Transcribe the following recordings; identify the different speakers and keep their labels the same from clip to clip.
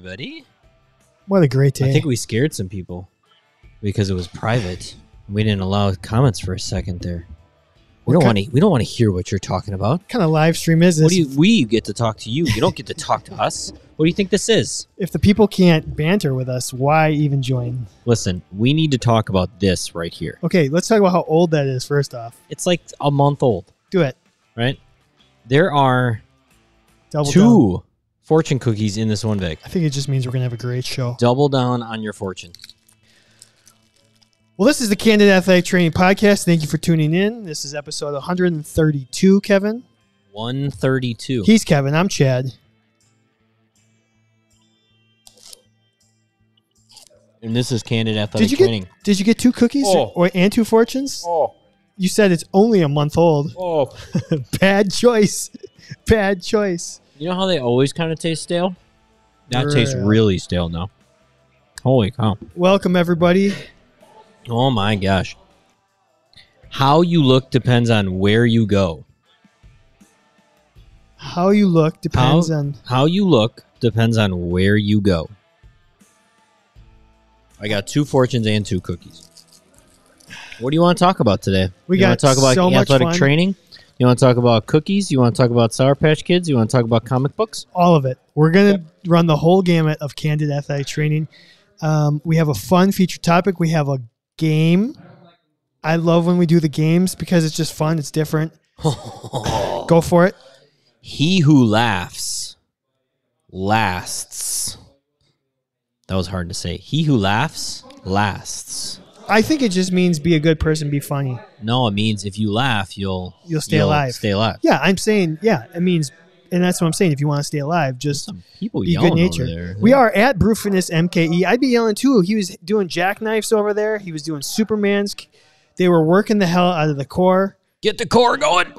Speaker 1: buddy.
Speaker 2: What a great day.
Speaker 1: I think we scared some people because it was private. We didn't allow comments for a second there. We
Speaker 2: What
Speaker 1: don't
Speaker 2: ki-
Speaker 1: want to. We don't want to hear what you're talking about.
Speaker 2: what kind of live stream is
Speaker 1: What
Speaker 2: this?
Speaker 1: do you? We get to talk to you. You don't get to talk to us. What do you think this is?
Speaker 2: if the people can't banter with us, why even join?
Speaker 1: Listen, we need to talk about this right here.
Speaker 2: Okay, let's talk about how old that is first off.
Speaker 1: It's like a month old,
Speaker 2: Do it.
Speaker 1: right? There are
Speaker 2: Double down.
Speaker 1: two fortune cookies in this one bag.
Speaker 2: I think it just means we're gonna have a great show.
Speaker 1: Double down on your fortune.
Speaker 2: Well, this is the Candid Athletic Training Podcast. Thank you for tuning in. This is episode 132, Kevin.
Speaker 1: 132.
Speaker 2: He's Kevin. I'm Chad.
Speaker 1: And this is candid athletic
Speaker 2: Did you
Speaker 1: training.
Speaker 2: get Did you get two cookies
Speaker 3: Oh.
Speaker 2: or, and two fortunes?
Speaker 3: Oh,
Speaker 2: You said it's only a month old.
Speaker 3: oh,
Speaker 2: Bad choice. Bad choice.
Speaker 1: you know how they always kind of taste stale? That tastes
Speaker 2: Yeah.
Speaker 1: really stale now. Holy cow.
Speaker 2: Welcome everybody.
Speaker 1: Oh my gosh. How you look depends on where you go.
Speaker 2: How you look
Speaker 1: How,
Speaker 2: depends on
Speaker 1: how you look depends on where you go. I got two fortunes and two cookies. What do you want to talk about today?
Speaker 2: We
Speaker 1: you wanna
Speaker 2: got
Speaker 1: talk about
Speaker 2: so much
Speaker 1: athletic
Speaker 2: fun.
Speaker 1: training. You want to talk about cookies? You want to talk about Sour Patch Kids? You want to talk about comic books?
Speaker 2: all of it. We're gonna run the whole gamut of Candid Athletic Training. Um, we have a fun feature topic. We have a game. I love when we do the games because it's just fun. It's different. Go for it.
Speaker 1: He who laughs lasts. That was hard to say. He who laughs lasts.
Speaker 2: I think it just means be a good person, be funny.
Speaker 1: No, it means if you laugh, you'll
Speaker 2: You'll stay alive.
Speaker 1: Stay alive.
Speaker 2: Yeah, I'm saying. Yeah, it means, and that's what I'm saying. If you want to stay alive, just
Speaker 1: Some people
Speaker 2: be
Speaker 1: yelling
Speaker 2: good
Speaker 1: over there.
Speaker 2: natured. We are at Brewfitness MKE. E. I'd be yelling too. He was doing jackknives over there. He was doing Superman's. They were working the hell out of the core.
Speaker 1: Get the core going.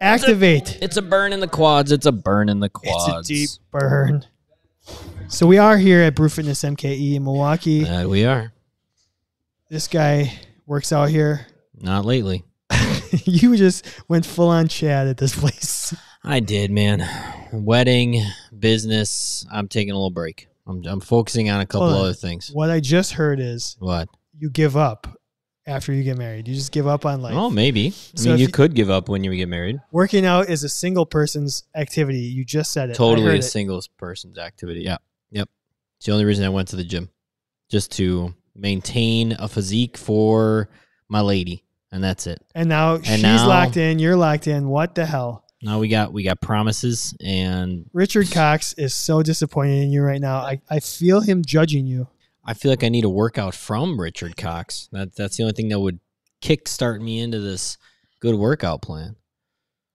Speaker 2: Activate.
Speaker 1: It's a burn in the quads. It's a burn in the
Speaker 2: It's a
Speaker 1: quads.
Speaker 2: deep burn. So we are here at Brew Fitness MKE E in Milwaukee.
Speaker 1: That we are.
Speaker 2: This guy works out here.
Speaker 1: Not lately.
Speaker 2: you just went full on Chad at this place.
Speaker 1: I did, man. Wedding, business. I'm taking a little break. I'm, I'm focusing on a couple
Speaker 2: Hold on.
Speaker 1: other things.
Speaker 2: What I just heard is
Speaker 1: What?
Speaker 2: you give up after you get married. You just give up on life.
Speaker 1: Oh, maybe. I
Speaker 2: So
Speaker 1: mean,
Speaker 2: if
Speaker 1: you
Speaker 2: you-
Speaker 1: could give up when you get married.
Speaker 2: Working out is a single person's activity. You just said it. I
Speaker 1: Totally
Speaker 2: heard
Speaker 1: a
Speaker 2: it.
Speaker 1: singles person's activity. Yeah. Yep. It's the only reason I went to the gym, just to maintain a physique for my lady, and that's it.
Speaker 2: And now she's
Speaker 1: now-
Speaker 2: locked in. You're locked in. What the hell?
Speaker 1: Now we got we got promises and
Speaker 2: Richard Cox is so disappointed in you right now. I, I feel him judging you.
Speaker 1: I feel like I need a workout from Richard Cox. That that's the only thing that would kickstart me into this good workout plan.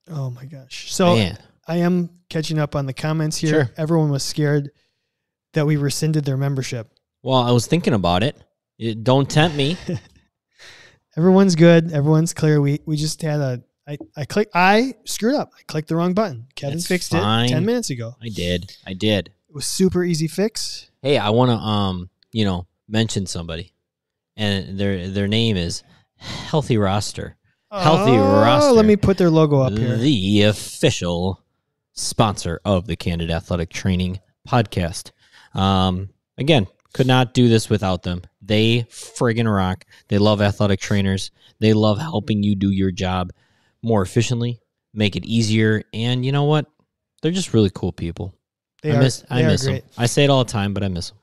Speaker 2: Oh my gosh. So
Speaker 1: Man,
Speaker 2: I am catching up on the comments here.
Speaker 1: Sure.
Speaker 2: Everyone was scared that we rescinded their membership.
Speaker 1: well, I was thinking about it. It- don't tempt me.
Speaker 2: Everyone's good. Everyone's clear. We we just had a I I click I screwed up. I clicked the wrong button. Kevin
Speaker 1: That's
Speaker 2: fixed
Speaker 1: fine.
Speaker 2: it ten minutes ago.
Speaker 1: I did. I did.
Speaker 2: It was super easy fix.
Speaker 1: Hey, I want to um, you know, mention somebody, and their their name is Healthy Roster, Healthy roster.
Speaker 2: Oh, Let me put their logo up here.
Speaker 1: the official sponsor of the Candid Athletic Training Podcast. Um, again, could not do this without them. They friggin' rock. They love athletic trainers. They love helping you do your job more efficiently, make it easier, and you know what? They're just really cool people.
Speaker 2: They
Speaker 1: I
Speaker 2: are
Speaker 1: miss
Speaker 2: they
Speaker 1: I
Speaker 2: are
Speaker 1: miss
Speaker 2: great.
Speaker 1: them. I say it all the time, but I miss them.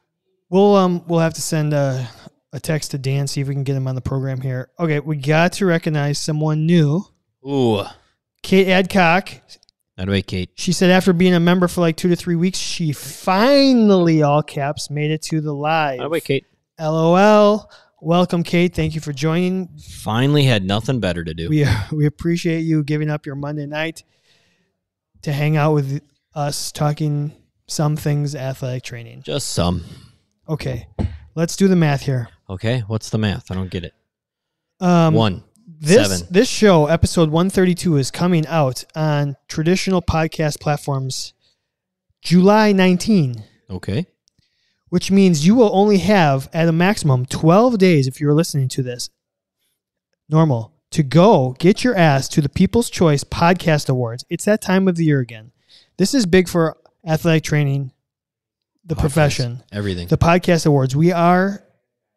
Speaker 2: We'll um we'll have to send a a text to Dan see if we can get him on the program here. Okay, we got to recognize someone new.
Speaker 1: Ooh.
Speaker 2: Kate Adcock
Speaker 1: That way, Kate.
Speaker 2: She said after being a member for like two to three weeks, she finally, all caps, made it to the live.
Speaker 1: That way, Kate.
Speaker 2: LOL. Welcome, Kate. Thank you for joining.
Speaker 1: Finally had nothing better to do.
Speaker 2: We we appreciate you giving up your Monday night to hang out with us talking some things athletic training.
Speaker 1: just some.
Speaker 2: Okay, let's do the math here.
Speaker 1: Okay, what's the math? I don't get it.
Speaker 2: Um,
Speaker 1: One.
Speaker 2: This
Speaker 1: Seven.
Speaker 2: this show, episode one thirty two, is coming out on traditional podcast platforms July nineteen.
Speaker 1: Okay.
Speaker 2: which means you will only have at a maximum 12 days if you're listening to this normal to go get your ass to the people's choice podcast awards it's that time of the year again this is big for athletic training the profession,
Speaker 1: Everything.
Speaker 2: the podcast awards. We are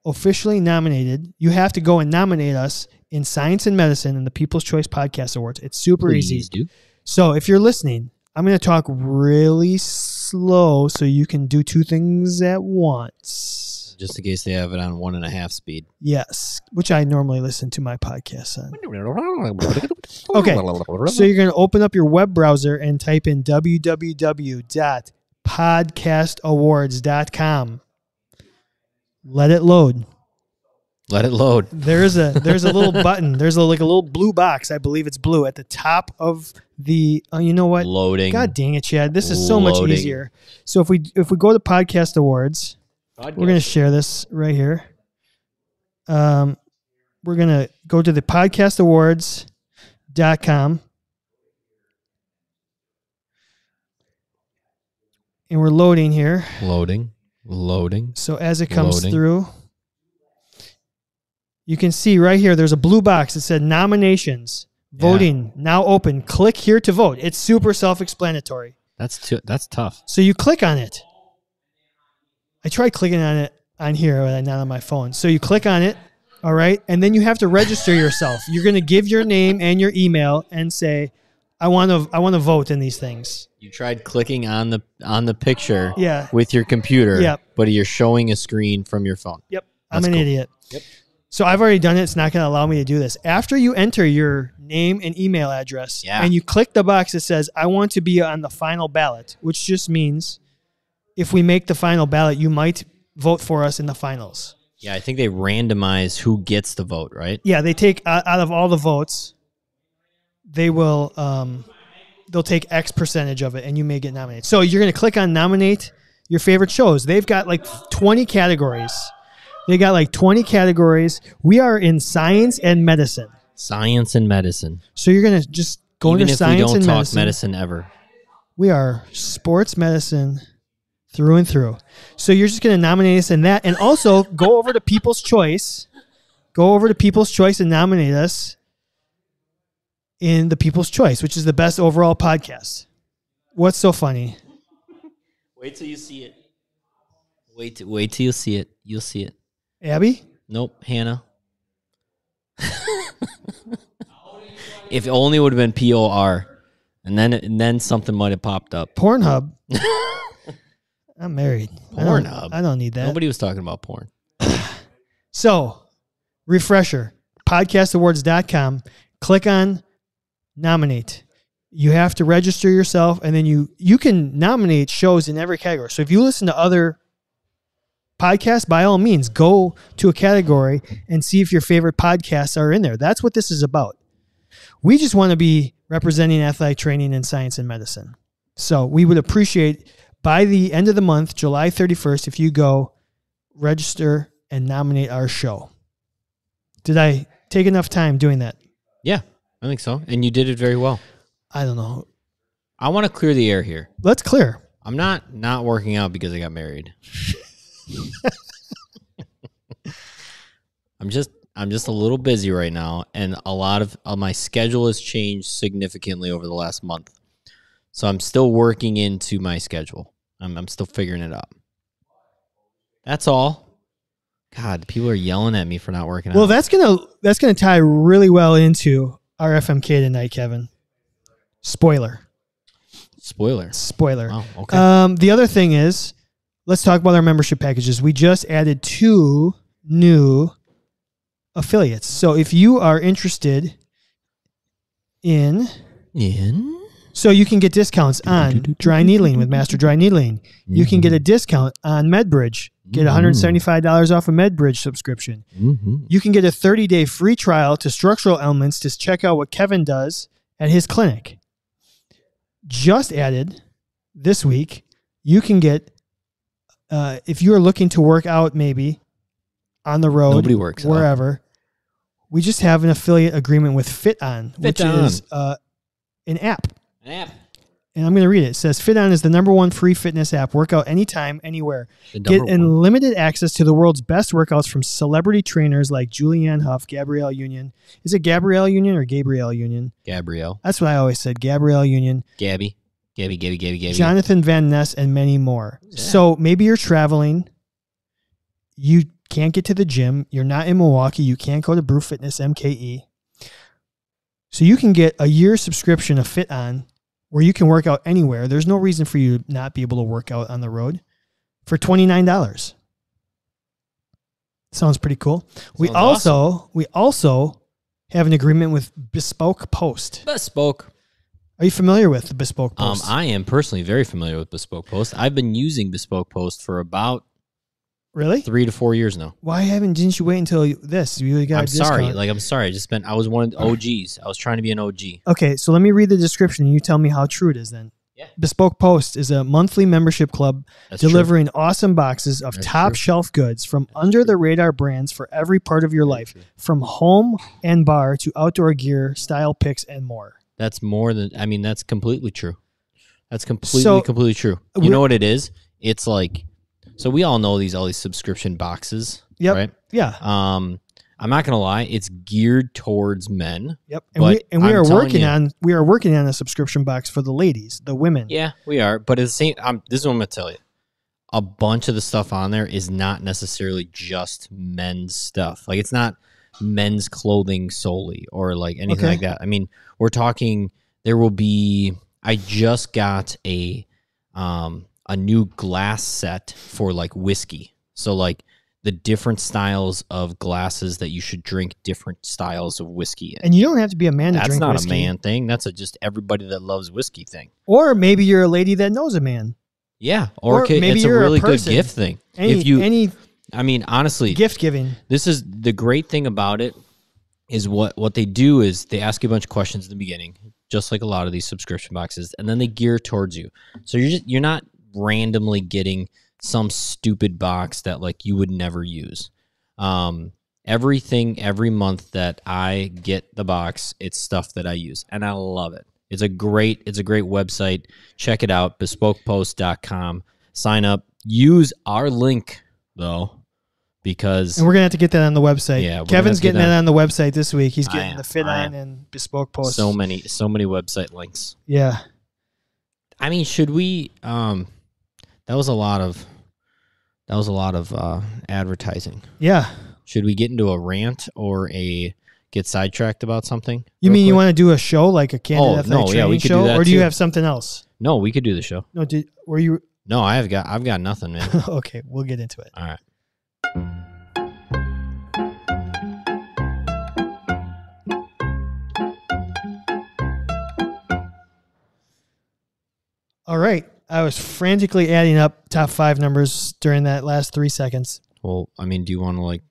Speaker 2: officially nominated. You have to go and nominate us in Science and Medicine and the People's Choice Podcast Awards. It's super easy.
Speaker 1: Please do.
Speaker 2: So if you're listening, I'm going to talk really slow so you can do two things at once.
Speaker 1: Just in case they have it on one and a half speed.
Speaker 2: Yes, which I normally listen to my podcasts on. So you're going to open up your web browser and type in www.podcastawards.com. Let it load.
Speaker 1: Let it load.
Speaker 2: There's a there's a little button. There's a, like a little blue box. I believe it's blue at the top of the. Oh, you know what?
Speaker 1: Loading.
Speaker 2: God dang it, Chad! This is so much
Speaker 1: Loading.
Speaker 2: easier. So if we if we go to podcast awards, we're gonna share this right here. Um, we're gonna go to the podcastawards.com. And we're loading here.
Speaker 1: Loading. Loading.
Speaker 2: So as it comes
Speaker 1: Loading.
Speaker 2: through, you can see right here there's a blue box that said nominations. Voting now open. Click here to vote. It's super self explanatory.
Speaker 1: That's too, that's tough.
Speaker 2: So you click on it. I tried clicking on it on here, but not on my phone. So you click on it, all right, and then you have to register yourself. You're gonna give your name and your email and say, "I want to, I want to vote in these things."
Speaker 1: You tried clicking on the on the picture
Speaker 2: Yeah,
Speaker 1: with your computer,
Speaker 2: Yep.
Speaker 1: but you're showing a screen from your phone.
Speaker 2: yep. I'm
Speaker 1: That's
Speaker 2: an
Speaker 1: cool.
Speaker 2: idiot.
Speaker 1: Yep.
Speaker 2: So I've already done it. It's not gonna allow me to do this. After you enter your name and email address,
Speaker 1: Yeah.
Speaker 2: and you click the box that says, "I want to be on the final ballot," which just means if we make the final ballot, you might vote for us in the finals.
Speaker 1: Yeah, I think they randomize who gets the vote, right?
Speaker 2: yeah they take uh, out of all the votes they will um, they'll take x percentage of it and you may get nominated so you're going to click on nominate your favorite shows they've got like 20 categories they got like 20 categories we are in science and medicine
Speaker 1: Science and medicine.
Speaker 2: so you're going to just go
Speaker 1: Even
Speaker 2: into
Speaker 1: if we
Speaker 2: science
Speaker 1: don't
Speaker 2: and
Speaker 1: talk
Speaker 2: medicine.
Speaker 1: medicine ever.
Speaker 2: we are sports medicine through and through so you're just going to nominate us in that and also go over to people's choice go over to People's Choice and nominate us in the People's Choice, which is the best overall podcast. What's so funny?
Speaker 1: Wait till you see it. Wait, t- wait till you see it. You'll see it.
Speaker 2: Abby?
Speaker 1: Nope, Hannah. if it only would have been P O R, and then and then something might have popped up.
Speaker 2: Pornhub. I'm married. I don't-
Speaker 1: Pornhub?
Speaker 2: I don't need that.
Speaker 1: Nobody was talking about porn.
Speaker 2: So, refresher podcastawards.com. Click on nominate. You have to register yourself, and then you you can nominate shows in every category. So if you listen to other podcasts, by all means, go to a category and see if your favorite podcasts are in there. That's what this is about. We just want to be representing athletic training in science and medicine. So we would appreciate by the end of the month, July 31st, if you go register and nominate our show. Did I take enough time doing that?
Speaker 1: Yeah, I think so. And you did it very well.
Speaker 2: I don't know.
Speaker 1: I want to clear the air here.
Speaker 2: Let's clear.
Speaker 1: I'm not not working out because I got married. I'm just I'm just a little busy right now, and a lot of uh, my schedule has changed significantly over the last month. So I'm still working into my schedule. I'm I'm still figuring it out. That's all. God, people are yelling at me for not working
Speaker 2: Well,
Speaker 1: out.
Speaker 2: that's gonna that's gonna tie really well into our FMK tonight, Kevin. Spoiler.
Speaker 1: Spoiler.
Speaker 2: Spoiler.
Speaker 1: Wow. Oh, Okay.
Speaker 2: Um, the other thing is, let's talk about our membership packages. We just added two new affiliates. So if you are interested in
Speaker 1: In
Speaker 2: So you can get discounts on dry needling with Master Dry Needling. You can
Speaker 1: Mm-hmm.
Speaker 2: get a discount on MedBridge. Get $175 off a MedBridge subscription.
Speaker 1: Mhm.
Speaker 2: You can get a 30-day free trial to Structural Elements to check out what Kevin does at his clinic. Just added this week, you can get uh, if you are looking to work out maybe on the road,
Speaker 1: Nobody works out.
Speaker 2: wherever. We just have an affiliate agreement with FitOn, which
Speaker 1: FitOn.
Speaker 2: is uh, an app
Speaker 1: an app.
Speaker 2: and I'm going to read it. It says FitOn is the number one free fitness app. Workout anytime, anywhere.
Speaker 1: The
Speaker 2: Get
Speaker 1: number one.
Speaker 2: unlimited access to the world's best workouts from celebrity trainers like Julianne Huff, Gabrielle Union. Is it Gabrielle Union or Gabrielle Union?
Speaker 1: Gabrielle,
Speaker 2: That's what I always said, Gabrielle Union.
Speaker 1: Gabby. Gabby, Gabby, Gabby, Gabby.
Speaker 2: Jonathan Van Ness, and many more. So maybe you're traveling, you can't get to the gym, you're not in Milwaukee, you can't go to Brew Fitness MKE. So you can get a year subscription of Fit On where you can work out anywhere. There's no reason for you to not be able to work out on the road for $29. Sounds pretty cool. we
Speaker 1: Sounds
Speaker 2: also we also have an agreement with Bespoke Post.
Speaker 1: Bespoke.
Speaker 2: Are you familiar with the Bespoke
Speaker 1: Um,
Speaker 2: Post?
Speaker 1: I am personally very familiar with Bespoke Post. I've been using Bespoke Post for about
Speaker 2: really?
Speaker 1: three to four years now.
Speaker 2: Why haven't didn't you wait until you, this? You got a
Speaker 1: I'm sorry.
Speaker 2: discount.
Speaker 1: Like I'm sorry. I just spent. I was one of the OGs. I was trying to be an OG.
Speaker 2: Okay, so let me read the description and you tell me how true it is then.
Speaker 1: Yeah.
Speaker 2: Bespoke Post is a monthly membership club
Speaker 1: That's true.
Speaker 2: delivering awesome boxes of
Speaker 1: That's
Speaker 2: top
Speaker 1: true.
Speaker 2: shelf goods from under the radar brands for every part of your life, from home and bar to outdoor gear, style picks, and more.
Speaker 1: That's more than. I mean, that's completely true. That's completely
Speaker 2: So-
Speaker 1: completely true.
Speaker 2: We-
Speaker 1: You know what it is? It's like. So we all know these all these subscription boxes.
Speaker 2: Yep.
Speaker 1: Right.
Speaker 2: Yeah.
Speaker 1: Um, I'm not gonna lie. It's geared towards men.
Speaker 2: Yep. And we
Speaker 1: But
Speaker 2: and we
Speaker 1: I'm
Speaker 2: are
Speaker 1: telling
Speaker 2: working
Speaker 1: you-
Speaker 2: on we are working on a subscription box for the ladies, the women.
Speaker 1: Yeah, we are. But at the same, I'm, this is what I'm gonna tell you. A bunch of the stuff on there is not necessarily just men's stuff. Like it's not men's clothing solely or like anything
Speaker 2: Okay.
Speaker 1: like that. I mean, we're talking. There will be. I just got a um a new glass set for like whiskey. So like the different styles of glasses that you should drink different styles of whiskey in.
Speaker 2: And you don't have to be a man to
Speaker 1: That's
Speaker 2: drink
Speaker 1: not
Speaker 2: whiskey.
Speaker 1: a man thing. That's a just everybody that loves whiskey thing.
Speaker 2: Or maybe you're a lady that knows a man.
Speaker 1: Yeah, or,
Speaker 2: Or
Speaker 1: ca-
Speaker 2: maybe
Speaker 1: it's a
Speaker 2: you're a
Speaker 1: really good
Speaker 2: person.
Speaker 1: gift thing.
Speaker 2: Any
Speaker 1: if you,
Speaker 2: any
Speaker 1: I mean, honestly,
Speaker 2: gift giving.
Speaker 1: this is the great thing about it is what what they do is they ask you a bunch of questions in the beginning, just like a lot of these subscription boxes, and then they gear towards you. So you're just you're not randomly getting some stupid box that like you would never use. Um, everything every month that I get the box, it's stuff that I use, and I love it. It's a great it's a great website. Check it out, bespokepost.com. Sign up. Use our link though, because
Speaker 2: And we're gonna have to get that on the website.
Speaker 1: Yeah, we're gonna
Speaker 2: Kevin's
Speaker 1: have to get
Speaker 2: getting
Speaker 1: that.
Speaker 2: that on the website this week. He's
Speaker 1: I
Speaker 2: getting
Speaker 1: am,
Speaker 2: the fit
Speaker 1: I
Speaker 2: on and bespoke posts.
Speaker 1: so many so many website links
Speaker 2: yeah,
Speaker 1: i mean should we um that was a lot of that was a lot of uh advertising
Speaker 2: yeah.
Speaker 1: should we get into a rant or a get sidetracked about something
Speaker 2: You
Speaker 1: real
Speaker 2: mean you
Speaker 1: quick?
Speaker 2: want to do a show like a candidate
Speaker 1: Oh,
Speaker 2: athletic
Speaker 1: no, yeah,
Speaker 2: training
Speaker 1: we could do
Speaker 2: show,
Speaker 1: that
Speaker 2: or do you
Speaker 1: too.
Speaker 2: have something else?
Speaker 1: no we could do the show
Speaker 2: No, did were you?
Speaker 1: no i have got i've got nothing man
Speaker 2: okay, we'll get into it.
Speaker 1: all right
Speaker 2: All right, I was frantically adding up top five numbers during that last three seconds.
Speaker 1: well i mean do you want to like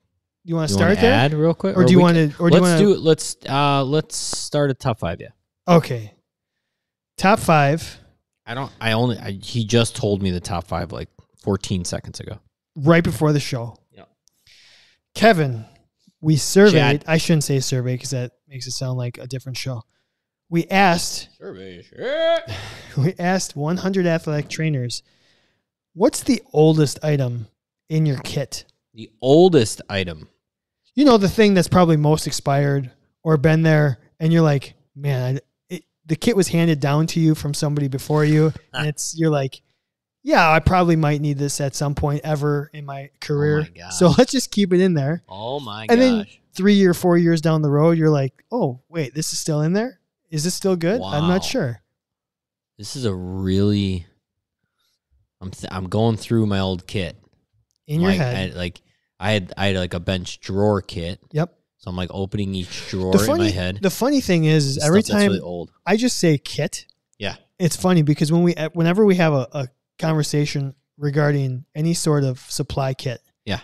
Speaker 2: You want
Speaker 1: do
Speaker 2: to
Speaker 1: you wanna
Speaker 2: start there,
Speaker 1: add real quick
Speaker 2: or do you
Speaker 1: we
Speaker 2: want to?
Speaker 1: can-
Speaker 2: Or do you
Speaker 1: let's
Speaker 2: want
Speaker 1: do
Speaker 2: to?
Speaker 1: it let's uh let's start a top five yeah
Speaker 2: Okay, top five.
Speaker 1: i don't i only I, he just told me the top five like 14 seconds ago
Speaker 2: right before the show.
Speaker 1: Yeah.
Speaker 2: Kevin, we surveyed. I shouldn't say survey because that makes it sound like a different show. We asked. We asked 100 athletic trainers, "What's the oldest item in your kit?
Speaker 1: the oldest item
Speaker 2: You know, the thing that's probably most expired or been there, and you're like, man, I, it, the kit was handed down to you from somebody before you, and it's you're like." Yeah, I probably might need this at some point ever in my career.
Speaker 1: gosh.
Speaker 2: so let's just keep it in there.
Speaker 1: oh my
Speaker 2: And then
Speaker 1: gosh
Speaker 2: three or four years down the road, you're like, oh, wait, this is still in there? Is this still good? I'm
Speaker 1: Wow.
Speaker 2: not sure.
Speaker 1: This is a really. I'm th- I'm going through my old kit
Speaker 2: In your
Speaker 1: like,
Speaker 2: head.
Speaker 1: I, had, like I had I had like a bench drawer kit,
Speaker 2: yep.
Speaker 1: so I'm like opening each drawer
Speaker 2: The
Speaker 1: in my
Speaker 2: funny,
Speaker 1: head.
Speaker 2: the funny thing is, is
Speaker 1: Stuff
Speaker 2: every
Speaker 1: that's
Speaker 2: time
Speaker 1: really old.
Speaker 2: I just say kit,
Speaker 1: Yeah.
Speaker 2: it's funny because when we, e, whenever we have a, a conversation regarding any sort of supply kit,
Speaker 1: Yeah.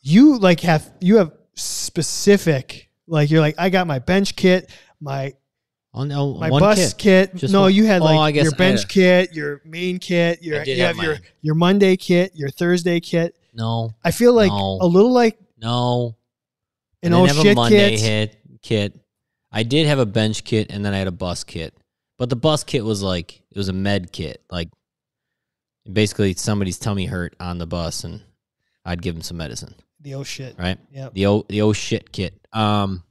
Speaker 2: you like have you have specific like you're like I got my bench kit, my
Speaker 1: Oh no,
Speaker 2: my
Speaker 1: one
Speaker 2: bus
Speaker 1: kit.
Speaker 2: kit.
Speaker 1: Just
Speaker 2: no,
Speaker 1: one-
Speaker 2: you had
Speaker 1: Oh,
Speaker 2: like
Speaker 1: I guess
Speaker 2: your
Speaker 1: I
Speaker 2: bench
Speaker 1: had a-
Speaker 2: kit, your main kit, your
Speaker 1: did
Speaker 2: you
Speaker 1: have
Speaker 2: have your
Speaker 1: mine.
Speaker 2: your Monday kit, your Thursday kit.
Speaker 1: No,
Speaker 2: I feel like
Speaker 1: No.
Speaker 2: a little like
Speaker 1: no.
Speaker 2: an
Speaker 1: I
Speaker 2: old
Speaker 1: didn't have a
Speaker 2: shit
Speaker 1: Monday
Speaker 2: kit.
Speaker 1: hit kit. I did have a bench kit, and then I had a bus kit. But the bus kit was like it was a med kit, like basically somebody's tummy hurt on the bus, and I'd give him some medicine,
Speaker 2: The oh shit.
Speaker 1: right?
Speaker 2: Yep.
Speaker 1: The old the old shit kit. Um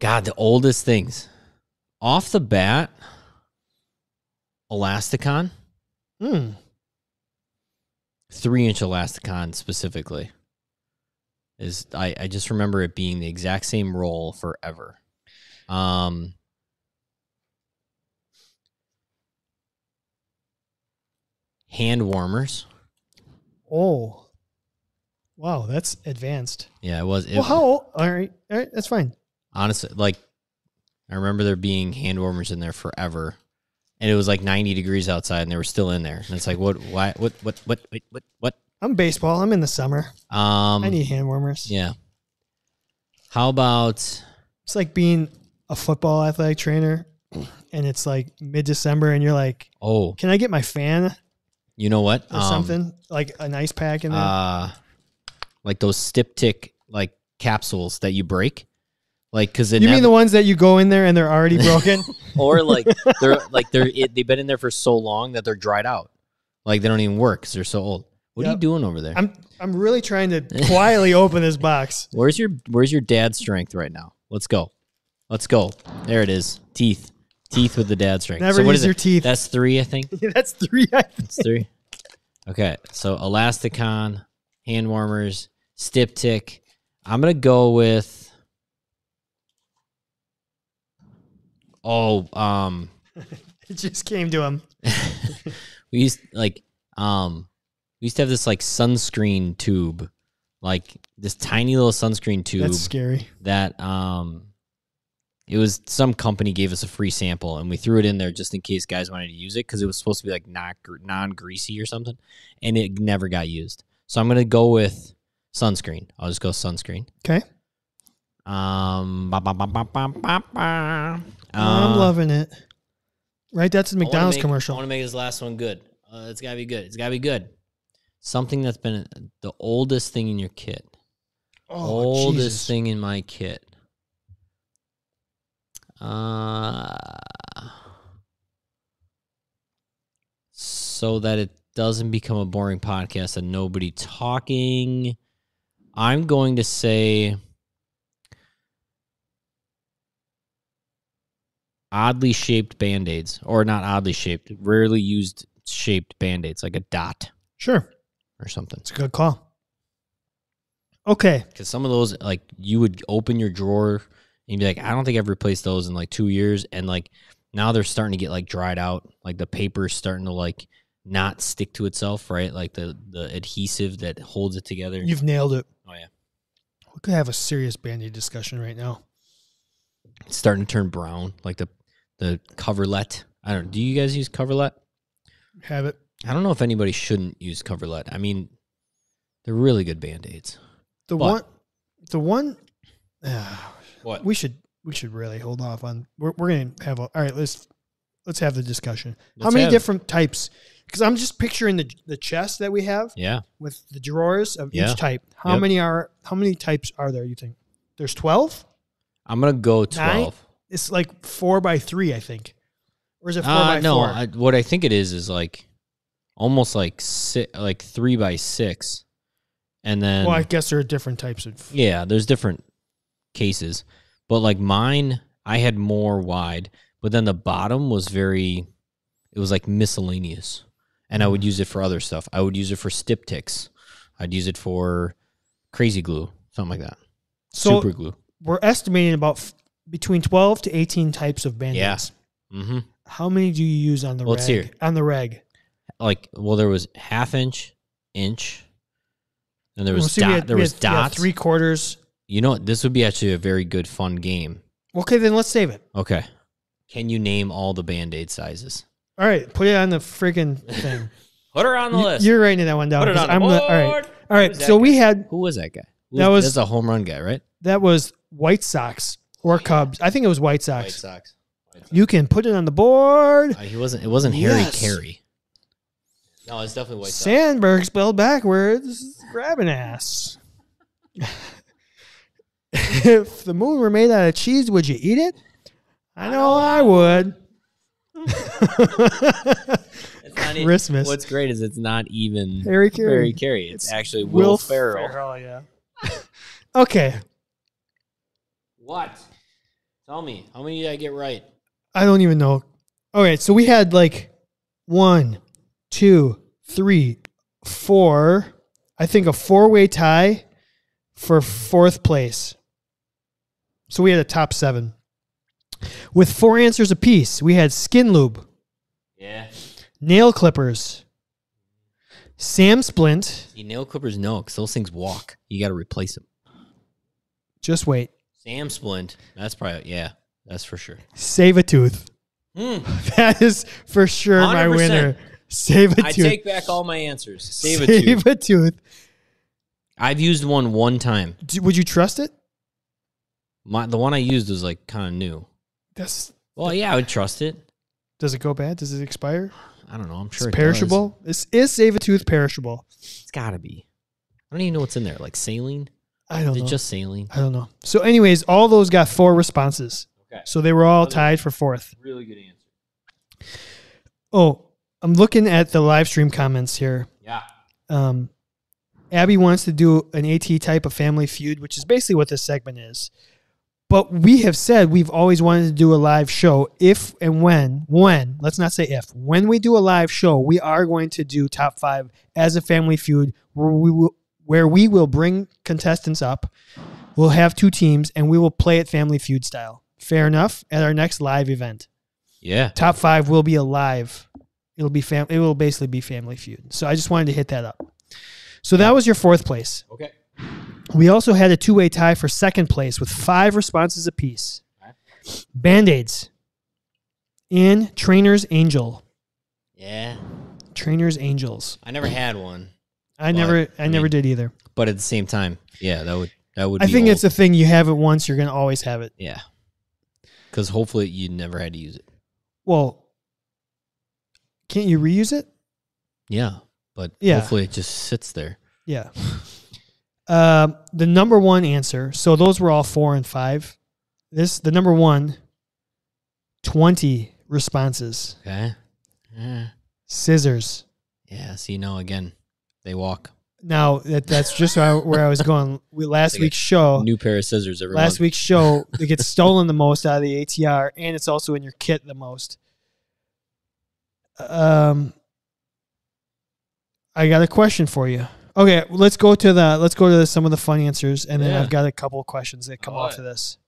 Speaker 1: God, the oldest things. Off the bat, Elasticon,
Speaker 2: Hmm.
Speaker 1: three inch Elasticon specifically. Is I, I just remember it being the exact same roll forever. Um hand warmers.
Speaker 2: Oh. Wow, that's advanced.
Speaker 1: Yeah, it was it,
Speaker 2: well, how old? All right. All right. That's fine.
Speaker 1: honestly like I remember there being hand warmers in there forever. And it was like ninety degrees outside and they were still in there. And it's like what why what what what what what what
Speaker 2: I'm baseball. I'm in the summer.
Speaker 1: um
Speaker 2: I need hand warmers.
Speaker 1: Yeah. How about
Speaker 2: It's like being a football athletic trainer and it's like mid December and you're like,
Speaker 1: oh,
Speaker 2: can I get my fan or
Speaker 1: you know what? Um,
Speaker 2: something? Like an ice pack in there?
Speaker 1: Uh like those styptic like capsules that you break. Like cuz
Speaker 2: you mean the ones that you go in there and they're already broken?
Speaker 1: or like they're like they're it, they've been in there for so long that they're dried out. Like they don't even work cuz they're so old. What are you
Speaker 2: Yep.
Speaker 1: doing over there?
Speaker 2: I'm I'm really trying to quietly open this box.
Speaker 1: where's your where's your dad's strength right now? Let's go. Let's go. There it is. Teeth. Teeth with the dad strength.
Speaker 2: Never
Speaker 1: so what
Speaker 2: use
Speaker 1: is
Speaker 2: your
Speaker 1: it?
Speaker 2: teeth.
Speaker 1: That's 3, I think.
Speaker 2: That's three. I think.
Speaker 1: It's three. Okay, so Elasticon, hand warmers, Styptic. I'm gonna go with. Oh, um,
Speaker 2: It just came to him.
Speaker 1: we used like um, we used to have this like sunscreen tube, like this tiny little sunscreen tube
Speaker 2: That's scary.
Speaker 1: that um it was some company gave us a free sample and we threw it in there just in case guys wanted to use it because it was supposed to be like not gr- non-greasy or something and it never got used so i'm gonna go with sunscreen i'll just go sunscreen
Speaker 2: Okay.
Speaker 1: um ba, ba, ba, ba, ba, ba, ba.
Speaker 2: I'm
Speaker 1: Uh,
Speaker 2: loving it. Right? That's
Speaker 1: I
Speaker 2: a
Speaker 1: wanna
Speaker 2: McDonald's
Speaker 1: make- i
Speaker 2: commercial.
Speaker 1: want to make this last one good uh, it's gotta be good it's gotta be good something that's been uh, the oldest thing in your kit
Speaker 2: Oh,
Speaker 1: oldest
Speaker 2: Jesus.
Speaker 1: thing in my kit. Uh, so that it doesn't become a boring podcast and nobody talking, I'm going to say oddly shaped band aids, or not oddly shaped, rarely used shaped band aids, like a dot
Speaker 2: Sure.
Speaker 1: or something.
Speaker 2: It's a good call. Okay.
Speaker 1: Because some of those, like, you would open your drawer and be like, I don't think I've replaced those in like two years. And like, now they're starting to get like dried out. Like, the paper's starting to like not stick to itself, right? Like, the, the adhesive that holds it together.
Speaker 2: You've nailed it.
Speaker 1: oh, yeah.
Speaker 2: We could have a serious band aid discussion right now.
Speaker 1: It's starting to turn brown. Like, the, the coverlet. I don't Do you guys use coverlet?
Speaker 2: Have it.
Speaker 1: I don't know if anybody shouldn't use coverlet. I mean, they're really good band aids.
Speaker 2: The
Speaker 1: But-
Speaker 2: one, the one, ah,
Speaker 1: What?
Speaker 2: we should we should really hold off on. We're, we're gonna have a, all right. Let's let's have the discussion. How
Speaker 1: Let's
Speaker 2: many
Speaker 1: have it.
Speaker 2: different types? Because I'm just picturing the the chest that we have
Speaker 1: yeah.
Speaker 2: with the drawers of
Speaker 1: Yeah.
Speaker 2: each type. How
Speaker 1: Yep.
Speaker 2: many are how many types are there? You think there's twelve?
Speaker 1: I'm going to go
Speaker 2: Nine?
Speaker 1: 12.
Speaker 2: It's like four by three, I think, or is it four
Speaker 1: Uh,
Speaker 2: by
Speaker 1: no,
Speaker 2: four?
Speaker 1: I, what I think it is is like almost like si- like three by six, and then
Speaker 2: well, I guess there are different types of.
Speaker 1: yeah, there's different cases, but like mine, I had more wide, but then the bottom was very, it was like miscellaneous, and I
Speaker 2: Mm.
Speaker 1: would use it for other stuff. I would use it for styptics, I'd use it for crazy glue, something like that,
Speaker 2: So
Speaker 1: super glue.
Speaker 2: we're estimating about f- between twelve to eighteen types of band aids.
Speaker 1: Yeah. Mm-hmm.
Speaker 2: How many do you use on the
Speaker 1: Let's
Speaker 2: reg?
Speaker 1: hear.
Speaker 2: On the reg.
Speaker 1: Like well, there was half inch, inch, and there
Speaker 2: Well,
Speaker 1: was
Speaker 2: see, we
Speaker 1: dot.
Speaker 2: had-
Speaker 1: there
Speaker 2: we
Speaker 1: was
Speaker 2: had- yeah,
Speaker 1: dots.
Speaker 2: three quarters.
Speaker 1: You know, what? this would be actually a very good fun game.
Speaker 2: Okay, then let's save it.
Speaker 1: Okay. Can you name all the band aid sizes?
Speaker 2: All right, put it on the friggin' thing.
Speaker 1: Put her on the list.
Speaker 2: You're writing that one down.
Speaker 1: Put it
Speaker 2: 'cause
Speaker 1: on the
Speaker 2: I'm
Speaker 1: board.
Speaker 2: gonna- all right, all right.
Speaker 1: Who's that
Speaker 2: So we
Speaker 1: guy?
Speaker 2: had
Speaker 1: Who was that guy? Who
Speaker 2: That was-
Speaker 1: that's a home run guy, right?
Speaker 2: that was White Sox or Cubs. I think it was White Sox.
Speaker 1: Sox.
Speaker 2: You can put it on the board.
Speaker 1: Uh, he wasn't. It wasn't Harry
Speaker 2: Yes.
Speaker 1: Carey. No, it's definitely
Speaker 2: Sandberg spelled backwards. Grab an ass. if the moon were made out of cheese, would you eat it? I know I would.
Speaker 1: It's not e-
Speaker 2: Christmas.
Speaker 1: What's great is it's not even Harry Carey.
Speaker 2: Harry Carey.
Speaker 1: It's,
Speaker 2: It's
Speaker 1: actually Will, Ferrell.
Speaker 2: Ferrell. yeah. okay,
Speaker 1: What? Tell me, how many did I get right?
Speaker 2: I don't even know. Okay, so we had like one, two, three, four. I think a four way tie for fourth place. So we had a top seven. With four answers apiece, we had Skin Lube,
Speaker 1: Yeah.
Speaker 2: Nail Clippers, Sam Splint.
Speaker 1: See, nail clippers, no, because those things walk. You got to replace them.
Speaker 2: Just wait.
Speaker 1: Sam splint. That's probably yeah. That's for sure.
Speaker 2: Save a tooth.
Speaker 1: Hmm.
Speaker 2: That is for sure my
Speaker 1: 100%.
Speaker 2: winner. Save a
Speaker 1: I
Speaker 2: tooth.
Speaker 1: take back all my answers. Save a two.
Speaker 2: a tooth.
Speaker 1: I've used one one time.
Speaker 2: Do- Would you trust it?
Speaker 1: My, the one I used was like kind of new.
Speaker 2: That's,
Speaker 1: Well, yeah, I would trust it.
Speaker 2: does it go bad? Does it expire?
Speaker 1: I don't know. I'm sure
Speaker 2: it's
Speaker 1: it Does.
Speaker 2: perishable. Is, is save a tooth perishable?
Speaker 1: It's got to be. I don't even know what's in there. Like saline?
Speaker 2: I don't
Speaker 1: Is
Speaker 2: know.
Speaker 1: it just saline?
Speaker 2: I don't know. So, anyways, all those got four responses.
Speaker 1: Okay.
Speaker 2: So they were all tied for fourth.
Speaker 1: Really good answer.
Speaker 2: Oh, I'm looking at the live stream comments here.
Speaker 1: Yeah.
Speaker 2: um, Abby wants to do an AT type of family feud, which is basically what this segment is. But we have said we've always wanted to do a live show if and when, when, let's not say if, when we do a live show, we are going to do top five as a family feud where we will, where we will bring contestants up. We'll have two teams and we will play it family feud style. Fair enough. At our next live event
Speaker 1: Yeah.
Speaker 2: top five will be alive. It'll be fam- It will basically be Family Feud. So I just wanted to hit that up. So that was your fourth place.
Speaker 1: Okay.
Speaker 2: We also had a two way tie for second place with five responses apiece. Band aids and Trainer's Angel.
Speaker 1: Yeah.
Speaker 2: Trainer's Angels.
Speaker 1: I never had one,
Speaker 2: I
Speaker 1: Well,
Speaker 2: never, I,
Speaker 1: I
Speaker 2: never
Speaker 1: mean,
Speaker 2: did either.
Speaker 1: but at the same time, yeah, that would that would.
Speaker 2: I
Speaker 1: be
Speaker 2: think
Speaker 1: old.
Speaker 2: it's a thing. You have it once, you're gonna always have it.
Speaker 1: yeah. Because hopefully you never had to use it.
Speaker 2: Well, can't you reuse it?
Speaker 1: Yeah. But
Speaker 2: Yeah.
Speaker 1: hopefully it just sits there.
Speaker 2: Yeah. Um, the number one answer. So those were all four and five. This the number one. Twenty responses.
Speaker 1: Okay. Yeah.
Speaker 2: Scissors.
Speaker 1: Yeah. See, no, again, they walk.
Speaker 2: Now that that's just where I, where I was going. We, last
Speaker 1: Like a
Speaker 2: week's show.
Speaker 1: New pair of scissors every
Speaker 2: Oh. Last
Speaker 1: month.
Speaker 2: week's show. It gets stolen the most out of the ATR, and it's also in your kit the most. Um, I got a question for you. Okay, let's go to the let's go to the, some of the fun answers, and then
Speaker 1: Yeah.
Speaker 2: I've got a couple of questions that come
Speaker 1: All
Speaker 2: off
Speaker 1: right.
Speaker 2: of this.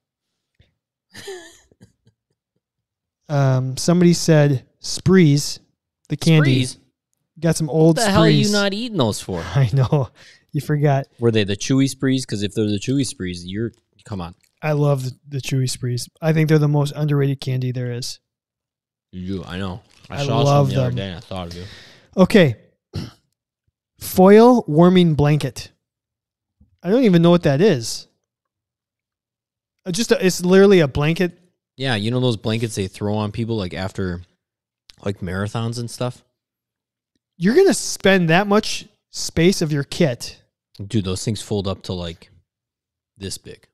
Speaker 2: um, somebody said sprees, the candy.
Speaker 1: Sprees?
Speaker 2: Got some old
Speaker 1: What the hell are you
Speaker 2: Sprees.
Speaker 1: not eating those for?
Speaker 2: I know you forgot.
Speaker 1: Were they the chewy sprees? Because if they're the chewy sprees, you're come on.
Speaker 2: I love the, the chewy sprees. I think they're the most underrated candy there is.
Speaker 1: You do. I know. I,
Speaker 2: I
Speaker 1: saw
Speaker 2: love
Speaker 1: some the other
Speaker 2: them.
Speaker 1: day and I thought of you.
Speaker 2: Okay. Foil warming blanket. I don't even know what that is. Uh, Just a, it's literally a blanket.
Speaker 1: Yeah, you know those blankets they throw on people like after like marathons and stuff?
Speaker 2: You're gonna spend that much space of your kit.
Speaker 1: Dude, those things fold up to like this big.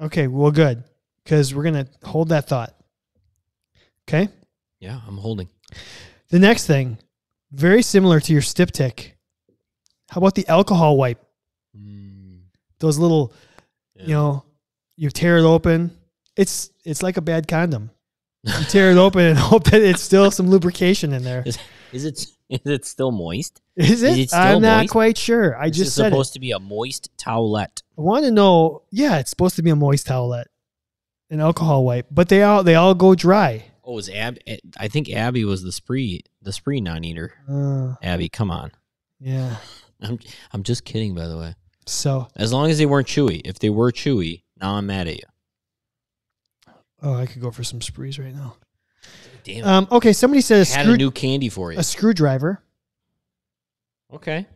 Speaker 2: Okay, well, good, because we're gonna hold that thought. Okay.
Speaker 1: Yeah, I'm holding.
Speaker 2: The next thing, very similar to your Stiptic. How about the alcohol wipe?
Speaker 1: Mm,
Speaker 2: Those little, you
Speaker 1: Yeah.
Speaker 2: know, you tear it open. It's it's like a bad condom. You tear it open and hope that it's still some lubrication in there.
Speaker 1: Is it is it still moist?
Speaker 2: Is it?
Speaker 1: it still
Speaker 2: I'm not
Speaker 1: moist?
Speaker 2: quite sure. I
Speaker 1: This
Speaker 2: just
Speaker 1: is
Speaker 2: said
Speaker 1: supposed to be a moist towelette.
Speaker 2: it. I want to know. Yeah, it's supposed to be a moist towelette, an alcohol wipe, but they all they all go dry.
Speaker 1: Oh, is Ab? I think Abby was the spree the spree non eater.
Speaker 2: Uh,
Speaker 1: Abby, come on.
Speaker 2: yeah.
Speaker 1: I'm I'm just kidding, by the way.
Speaker 2: So,
Speaker 1: As long as they weren't chewy. If they were chewy, now I'm mad at you.
Speaker 2: oh, I could go for some sprees right now.
Speaker 1: Damn, it.
Speaker 2: Um, okay, somebody said a,
Speaker 1: had
Speaker 2: screw,
Speaker 1: a new candy for you.
Speaker 2: a screwdriver.
Speaker 1: Okay,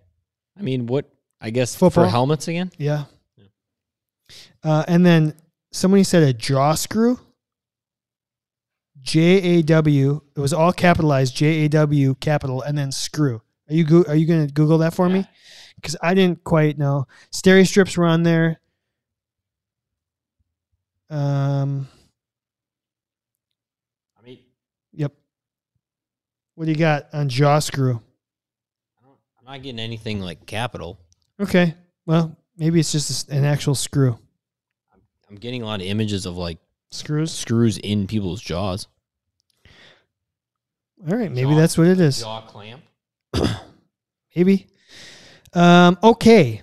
Speaker 1: I mean, what? I guess
Speaker 2: Football.
Speaker 1: for helmets again.
Speaker 2: Yeah. Uh, and then somebody said a jaw screw. J A W. It was all capitalized. J A W capital and then screw. Are you go- are you gonna Google that for me? Because I didn't quite know. Stereo strips were on there. Um.
Speaker 1: I mean,
Speaker 2: Yep. What do you got on jaw screw?
Speaker 1: I don't, I'm not getting anything like capital.
Speaker 2: Okay. Well, maybe it's just a s- an actual screw.
Speaker 1: I'm getting a lot of images of like
Speaker 2: Screws.
Speaker 1: screws in people's jaws.
Speaker 2: All right, maybe that's what it is.
Speaker 1: Jaw clamp.
Speaker 2: Maybe. Um, okay,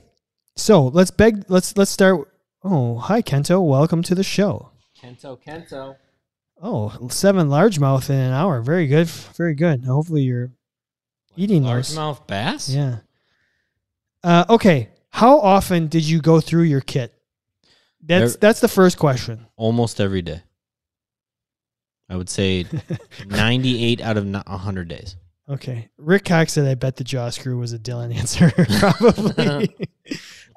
Speaker 2: so let's beg. Let's let's start. Oh, hi Kento, welcome to the show.
Speaker 1: Kento, Kento.
Speaker 2: Oh, seven largemouth in an hour. Very good. Very good. Hopefully you're eating those.
Speaker 1: Largemouth bass?
Speaker 2: Yeah. Uh, okay. How often did you go through your kit? That's
Speaker 1: Ev-
Speaker 2: that's the first question.
Speaker 1: Almost every day. I would say 98 out of no- 100 days.
Speaker 2: Okay. Rick Cox said, "I bet the jaw screw was a Dylan answer, probably."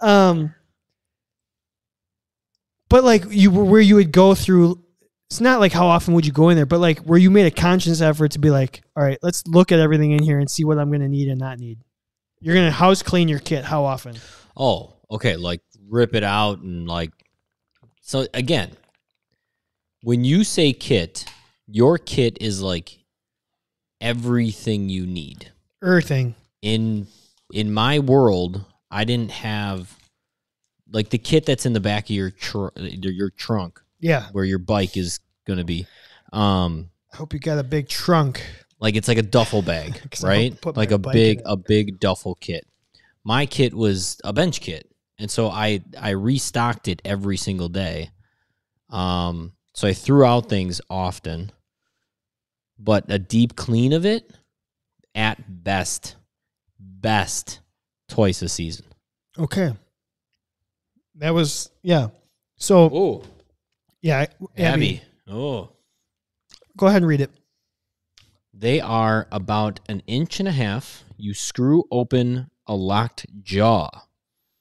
Speaker 2: um, but like you were where you would go through. It's not like how often would you go in there, but like where you made a conscious effort to be like, "All right, let's look at everything in here and see what I'm going to need and not need." You're going to house clean your kit. How often?
Speaker 1: Oh, okay. Like rip it out and like. So again, when you say kit, your kit is like everything you need.
Speaker 2: Earthing.
Speaker 1: in in my world, I didn't have like the kit that's in the back of your tr- your trunk
Speaker 2: Yeah.
Speaker 1: where your bike is going to be. Um
Speaker 2: I hope you got a big trunk.
Speaker 1: like it's like a duffel bag,
Speaker 2: 'Cause I'll
Speaker 1: right?
Speaker 2: put
Speaker 1: Like
Speaker 2: my
Speaker 1: a
Speaker 2: bike
Speaker 1: big
Speaker 2: in it.
Speaker 1: a big duffel kit. My kit was a bench kit, and so I I restocked it every single day. Um, so I threw out things often, but a deep clean of it, at best, best twice a season.
Speaker 2: Okay. That was yeah. So
Speaker 1: Oh,
Speaker 2: yeah, Abby,
Speaker 1: Abby. Oh,
Speaker 2: go ahead and read it.
Speaker 1: They are about an inch and a half. You screw open a locked jaw.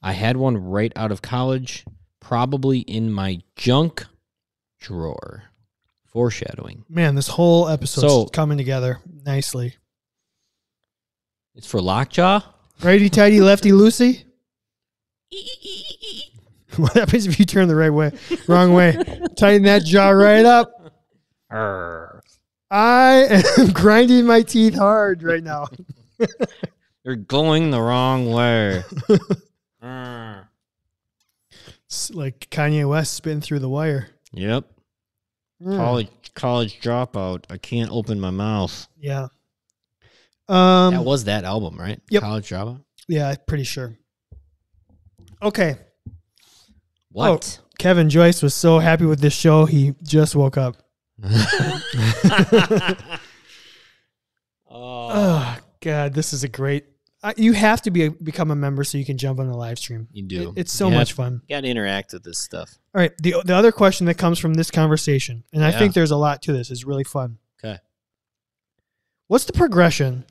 Speaker 1: I had one right out of college, probably in my junk drawer. Foreshadowing.
Speaker 2: Man, this whole episode's
Speaker 1: So-
Speaker 2: coming together nicely.
Speaker 1: It's for lockjaw.
Speaker 2: Righty tighty, lefty loosey. what happens if you turn the right way, wrong way? Tighten that jaw right up.
Speaker 1: Arr.
Speaker 2: I am grinding my teeth hard right now.
Speaker 1: You're going the wrong way. Mm. Arr.
Speaker 2: It's like Kanye West spitting through the wire.
Speaker 1: Yep.
Speaker 2: Mm.
Speaker 1: College college dropout. I can't open my mouth.
Speaker 2: Yeah.
Speaker 1: that
Speaker 2: Um.
Speaker 1: was that album, right?
Speaker 2: Yep. Oh.
Speaker 1: College dropout.
Speaker 2: Yeah, I'm pretty sure. Okay.
Speaker 1: What?
Speaker 2: Kevin Joyce was so happy with this show, he just woke up.
Speaker 1: oh.
Speaker 2: Oh, God, this is a great. I you have to be become a member so you can jump on the live stream.
Speaker 1: You do.
Speaker 2: It- it's so
Speaker 1: Yeah,
Speaker 2: much fun.
Speaker 1: got to interact with this stuff.
Speaker 2: All right, the the other question that comes from this conversation, and I
Speaker 1: Yeah.
Speaker 2: think there's a lot to this, is really fun.
Speaker 1: 'Kay.
Speaker 2: What's the progression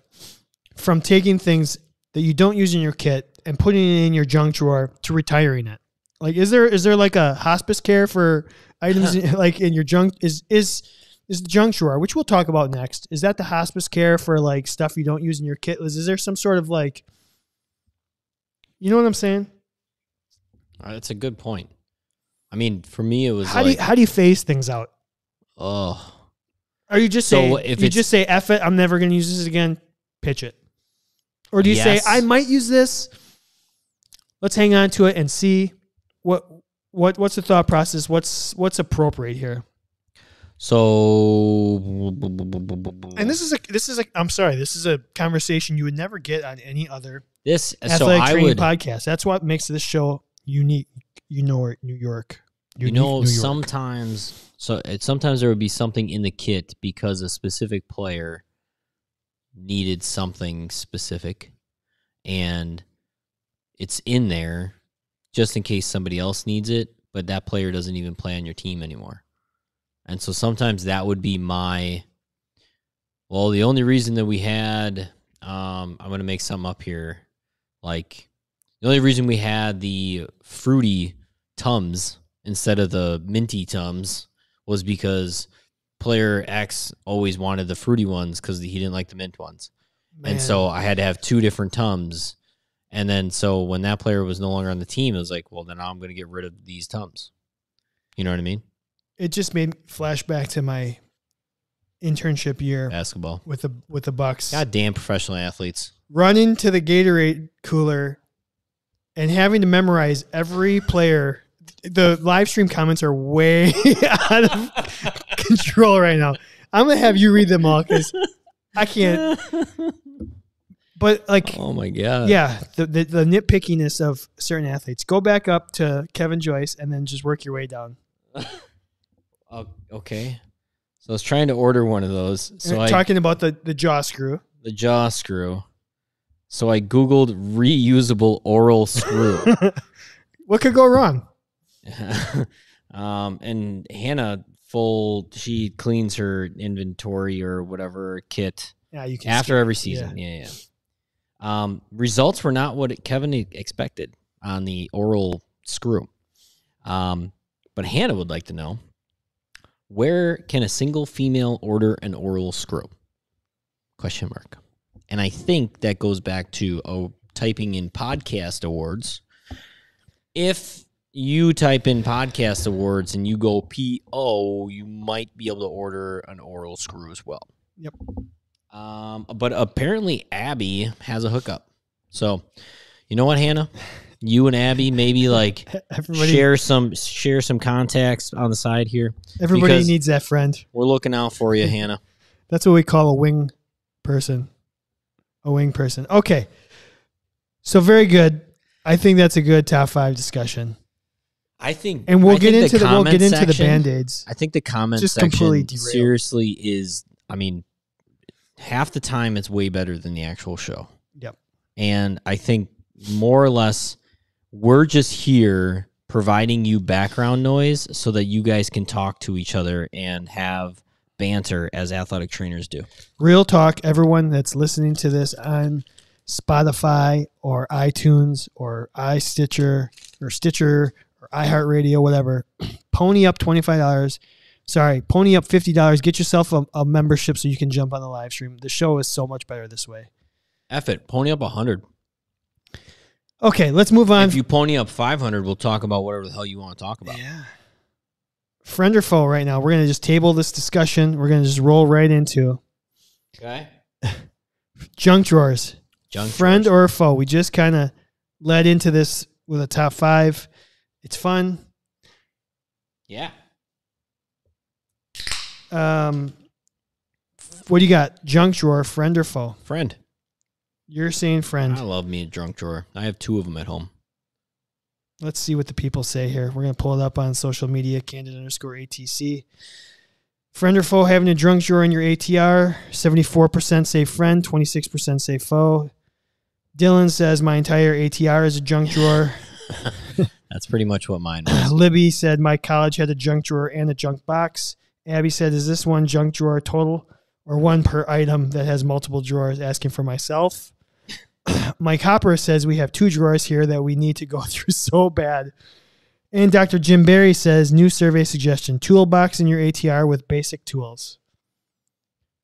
Speaker 2: from taking things that you don't use in your kit and putting it in your junk drawer to retiring it? Like, is there is there like a hospice care for items in- like in your junk? Is is is the junk drawer, which we'll talk about next, is that the hospice care for like stuff you don't use in your kit? Is, is there some sort of like, you know what I'm saying?
Speaker 1: Uh, That's a good point. I mean, for me, it was like,
Speaker 2: How do you, how do you phase things out?
Speaker 1: oh,
Speaker 2: Or you just
Speaker 1: So
Speaker 2: say
Speaker 1: if
Speaker 2: you
Speaker 1: it's-
Speaker 2: just say F it, I'm never gonna use this again, pitch it. Or do you
Speaker 1: Yes.
Speaker 2: say I might use this? Let's hang on to it and see what what what's the thought process? What's what's appropriate here?
Speaker 1: so.
Speaker 2: And this is a this is a I'm sorry, this is a conversation you would never get on any other
Speaker 1: this, so
Speaker 2: athletic
Speaker 1: I
Speaker 2: training
Speaker 1: would,
Speaker 2: podcast. That's what makes this show unique. You know, New York.
Speaker 1: you
Speaker 2: Unique
Speaker 1: know,
Speaker 2: New York.
Speaker 1: sometimes, so it, sometimes there would be something in the kit because a specific player needed something specific, and it's in there just in case somebody else needs it, but that player doesn't even play on your team anymore. And so sometimes that would be my well, the only reason that we had um I'm gonna make some up here. Like the only reason we had the fruity tums instead of the minty tums was because player X always wanted the fruity ones because he didn't like the mint ones.
Speaker 2: Man.
Speaker 1: And so I had to have two different tums. And then so when that player was no longer on the team, it was like, well, then I'm going to get rid of these tums. You know what I mean?
Speaker 2: it just made flashback to my internship year
Speaker 1: Basketball.
Speaker 2: with the with the Bucks.
Speaker 1: Goddamn professional athletes.
Speaker 2: running to the Gatorade cooler and having to memorize every player. The live stream comments are way out of control right now. I'm gonna have you read them all because I can't. But like,
Speaker 1: oh my god.
Speaker 2: yeah, the, the the nitpickiness of certain athletes. Go back up to Kevin Joyce and then just work your way down.
Speaker 1: Oh, okay. So I was trying to order one of those. So I
Speaker 2: Uh, talking about the the jaw screw.
Speaker 1: the jaw screw. So I googled reusable oral screw.
Speaker 2: What could go wrong?
Speaker 1: um, and Hannah full she cleans her inventory or whatever kit
Speaker 2: Yeah, you can.
Speaker 1: after
Speaker 2: skip.
Speaker 1: every season. Yeah, yeah. Um, results were not what Kevin e, expected on the oral screw. Um, but Hannah would like to know where can a single female order an oral screw? Question mark. And I think that goes back to oh, typing in podcast awards. If you type in podcast awards and you go PO, you might be able to order an oral screw as well.
Speaker 2: Yep.
Speaker 1: Um, but apparently Abby has a hookup. So, you know what, Hannah? You and Abby maybe like
Speaker 2: everybody.
Speaker 1: share some share some contacts on the side here.
Speaker 2: everybody
Speaker 1: because-
Speaker 2: needs that friend.
Speaker 1: We're looking out for you, Hannah.
Speaker 2: That's what we call a wing person. A wing person. Okay. So very good. I think that's a good top five discussion.
Speaker 1: I think,
Speaker 2: And we'll
Speaker 1: I
Speaker 2: get
Speaker 1: think
Speaker 2: into
Speaker 1: the
Speaker 2: the, we'll get
Speaker 1: comment
Speaker 2: into the
Speaker 1: section-
Speaker 2: band aids.
Speaker 1: I think the comment
Speaker 2: Just completely
Speaker 1: section
Speaker 2: derailed.
Speaker 1: seriously is. I mean, half the time it's way better than the actual show.
Speaker 2: Yep.
Speaker 1: And I think more or less we're just here providing you background noise so that you guys can talk to each other and have banter as athletic trainers do.
Speaker 2: Real talk, everyone that's listening to this on Spotify or iTunes or iStitcher or Stitcher or iHeartRadio, whatever, pony up $25. Sorry, pony up $50. Get yourself a, a membership so you can jump on the live stream. The show is so much better this way.
Speaker 1: F it, pony up 100.
Speaker 2: Okay, let's move on.
Speaker 1: if you pony up 500, we'll talk about whatever the hell you want to talk about.
Speaker 2: Yeah. Friend or foe right now. We're going to just table this discussion. We're going to just roll right into
Speaker 1: Okay.
Speaker 2: junk drawers.
Speaker 1: Junk
Speaker 2: Friend or foe. We just kind of led into this with a top five. It's fun.
Speaker 1: Yeah.
Speaker 2: Um, what do you got? Junk drawer, friend or foe?
Speaker 1: Friend.
Speaker 2: You're saying friend.
Speaker 1: I love me a drunk drawer. I have two of them at home.
Speaker 2: Let's see what the people say here. We're going to pull it up on social media, candid underscore ATC. Friend or foe having a drunk drawer in your ATR. 74% say friend, 26% say foe. Dylan says, My entire ATR is a junk drawer.
Speaker 1: That's pretty much what mine was.
Speaker 2: Libby said, My college had a junk drawer and a junk box. Abby said, Is this one junk drawer total or one per item that has multiple drawers? Asking for myself. Mike Hopper says, We have two drawers here that we need to go through so bad. And Dr. Jim Barry says, New survey suggestion toolbox in your ATR with basic tools.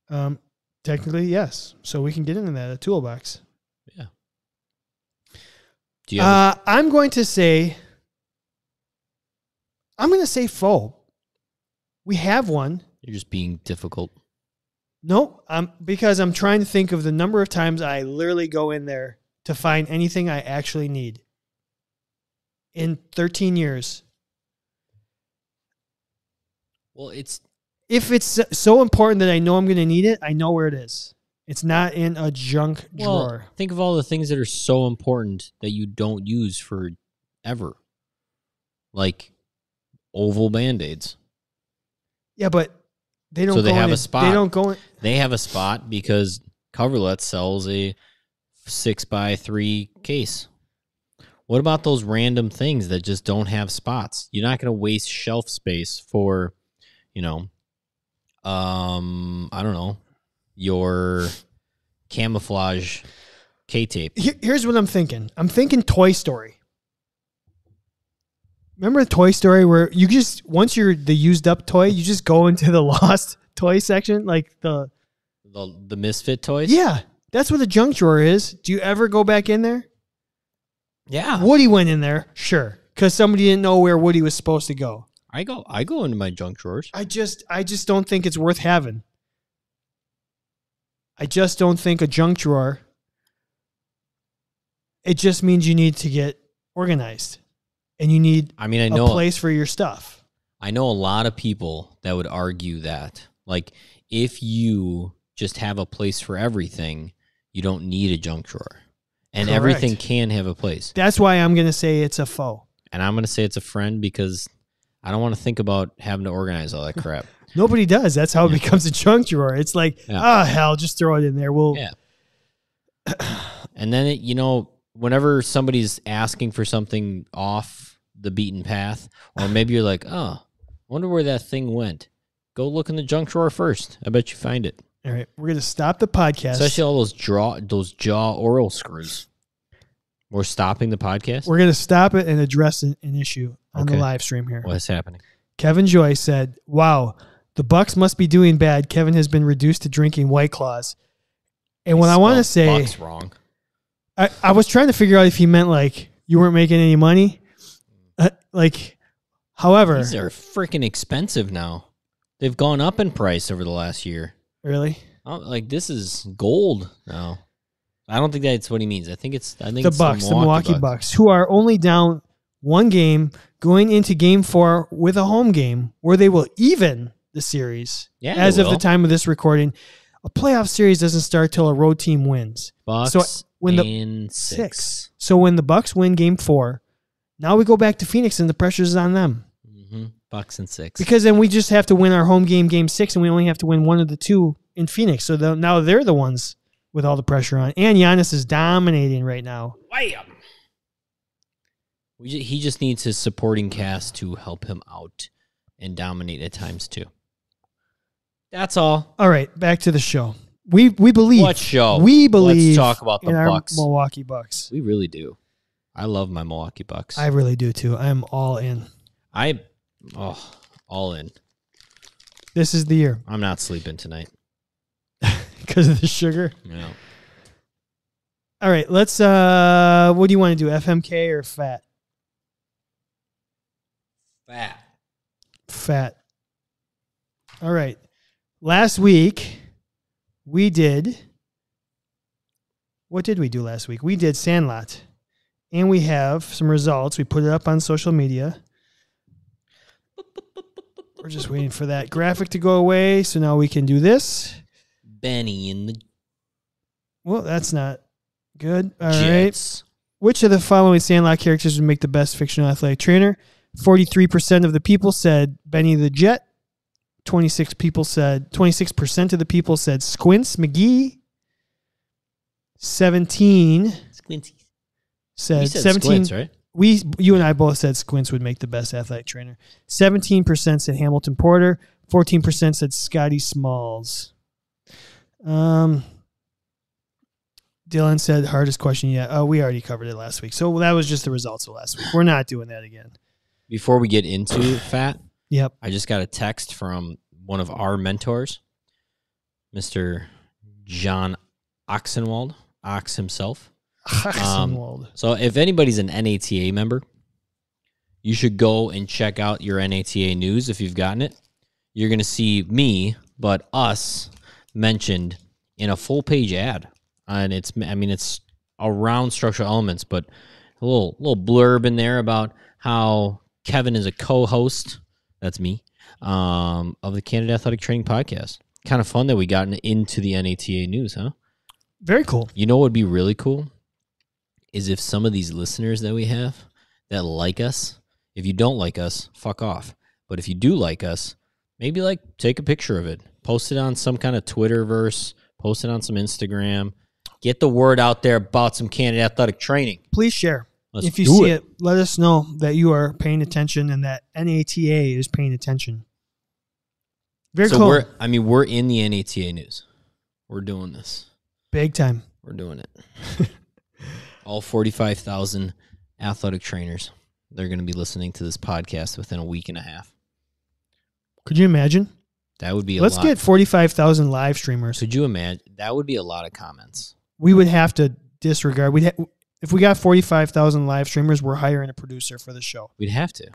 Speaker 2: Um, technically, yes. So we can get into that a toolbox.
Speaker 1: Do you have
Speaker 2: Uh, I'm going to say, I'm going to say faux. We have one.
Speaker 1: you're just being difficult.
Speaker 2: No, um, because I'm trying to think of the number of times I literally go in there to find anything I actually need. In 13 years,
Speaker 1: Well, it's
Speaker 2: if it's so important that I know I'm going to need it, I know where it is. It's not in a junk
Speaker 1: well,
Speaker 2: drawer.
Speaker 1: think of all the things that are so important that you don't use for ever. Like oval band-aids.
Speaker 2: Yeah, but they don't.
Speaker 1: So they
Speaker 2: go in
Speaker 1: have a
Speaker 2: it- They
Speaker 1: spot.
Speaker 2: don't go in.
Speaker 1: They have a spot because Coverlet sells a six by three case. What about those random things that just don't have spots? You're not going to waste shelf space for, you know, um, I don't know, your camouflage K tape.
Speaker 2: Here- here's what I'm thinking. I'm thinking Toy Story. Remember Toy Story where you just once you're the used up toy, you just go into the lost toy section, like the
Speaker 1: The, the misfit toys.
Speaker 2: yeah. That's where the junk drawer is. Do you ever go back in there?
Speaker 1: yeah.
Speaker 2: Woody went in there, sure, because somebody didn't know where Woody was supposed to go.
Speaker 1: I go I go into my junk drawers.
Speaker 2: I just, I just don't think it's worth having. I just don't think a junk drawer. It just means you need to get organized, and you need
Speaker 1: I mean, I
Speaker 2: a
Speaker 1: know
Speaker 2: place for your stuff.
Speaker 1: I know a lot of people that would argue that, like, if you just have a place for everything, you don't need a junk drawer. And
Speaker 2: Correct.
Speaker 1: everything can have a place.
Speaker 2: That's why I'm going to say it's a foe.
Speaker 1: And I'm going to say it's a friend because I don't want to think about having to organize all that crap.
Speaker 2: Nobody does. That's how it becomes a junk drawer. It's like,
Speaker 1: Yeah.
Speaker 2: ah, hell, just throw it in there. We'll
Speaker 1: Yeah. And then, it, you know, whenever somebody's asking for something off the beaten path, or maybe you're like, oh, wonder where that thing went. Go look in the junk drawer first. I bet you find it.
Speaker 2: all right. We're gonna stop the podcast.
Speaker 1: Especially all those draw, those jaw oral screws. We're stopping the podcast.
Speaker 2: We're gonna stop it and address an, an issue on the
Speaker 1: Okay.
Speaker 2: live stream here.
Speaker 1: What's happening?
Speaker 2: Kevin Joy said, "Wow, the Bucks must be doing bad. Kevin has been reduced to drinking White Claws." And when I want to
Speaker 1: Spelled
Speaker 2: say,
Speaker 1: Bucks wrong.
Speaker 2: I, I was trying to figure out if he meant like you weren't making any money, Uh, like, however,
Speaker 1: These are freaking expensive now. They've gone up in price over the last year.
Speaker 2: really,
Speaker 1: Oh, like this is gold now. I don't think that's what he means. I think it's I think
Speaker 2: the
Speaker 1: it's
Speaker 2: Bucks, the Milwaukee Bucks. who are only down one game going into Game Four with a home game where they will even the series
Speaker 1: Yeah, they
Speaker 2: as of the
Speaker 1: will.
Speaker 2: time of this recording. A playoff series doesn't start till a road team wins.
Speaker 1: Bucks
Speaker 2: So, when the-
Speaker 1: in
Speaker 2: six.
Speaker 1: six.
Speaker 2: So when the Bucks win Game Four, now we go back to Phoenix and the pressure's on them
Speaker 1: Mm-hmm. Bucks in six.
Speaker 2: because then we just have to win our home game Game Six, and we only have to win one of the two in Phoenix. So the, now they're the ones with all the pressure on, and Giannis is dominating right now.
Speaker 1: Wham! We ju- he just needs his supporting cast to help him out and dominate at times too. That's all.
Speaker 2: All right, back to the show. We we believe
Speaker 1: What show?
Speaker 2: we believe
Speaker 1: Oh, Let's talk about the
Speaker 2: in our
Speaker 1: Bucks.
Speaker 2: Milwaukee Bucks.
Speaker 1: we really do. I love my Milwaukee Bucks.
Speaker 2: I really do too. I'm all in.
Speaker 1: I oh all in.
Speaker 2: This is the year
Speaker 1: I'm not sleeping tonight.
Speaker 2: because of the sugar.
Speaker 1: No.
Speaker 2: All right, let's. uh What do you want to do? FMK or fat?
Speaker 1: Fat.
Speaker 2: Fat. All right. Last week we did. What did we do last week? We did Sandlot, and we have some results. We put it up on social media. We're just waiting for that graphic to go away, so now we can do this.
Speaker 1: Benny in the
Speaker 2: Well, that's not good. All right.
Speaker 1: Jets.
Speaker 2: Which of the following Sandlot characters would make the best fictional athletic trainer? 43% of the people said Benny the Jet. 26 people said 26% of the people said Squints McGee. 17
Speaker 1: Squinty.
Speaker 2: said,
Speaker 1: said
Speaker 2: 17
Speaker 1: squints, right?
Speaker 2: we you and I both said Squints would make the best athletic trainer. 17% said Hamilton Porter, 14% said Scotty Smalls. Um Dylan said hardest question yet. Oh, we already covered it last week. So that was just the results of last week. We're not doing that again.
Speaker 1: Before we get into fat,
Speaker 2: Yep.
Speaker 1: I just got a text from one of our mentors, Mr. John Oxenwald, Ox himself. Um,
Speaker 2: Oxenwald.
Speaker 1: So if anybody's an NATA member, you should go and check out your NATA news if you've gotten it. You're going to see me, but us mentioned in a full page ad. And it's, I mean, it's around structural elements, but a little, little blurb in there about how Kevin is a co host, that's me, um, of the Canada Athletic Training Podcast. Kind of fun that we got into the NATA news, huh?
Speaker 2: Very cool.
Speaker 1: You know what would be really cool is if some of these listeners that we have that like us, if you don't like us, fuck off. But if you do like us, maybe like take a picture of it, post it on some kind of Twitterverse, post it on some Instagram, get the word out there about some Canada athletic training.
Speaker 2: Please share.
Speaker 1: Let's
Speaker 2: if you
Speaker 1: do
Speaker 2: see it, let us know that you are paying attention and that NATA is paying attention. Very
Speaker 1: so
Speaker 2: cool.
Speaker 1: we're, I mean, we're in the NATA news. We're doing this.
Speaker 2: Big time.
Speaker 1: We're doing it. All 45,000 athletic trainers, they're going to be listening to this podcast within a week and a half.
Speaker 2: Could you imagine?
Speaker 1: That would be a
Speaker 2: Let's
Speaker 1: lot.
Speaker 2: get 45,000 live streamers.
Speaker 1: Could you imagine? That would be a lot of comments.
Speaker 2: We would have to disregard. We'd ha- if we got 45,000 live streamers, we're hiring a producer for the show.
Speaker 1: We'd have to.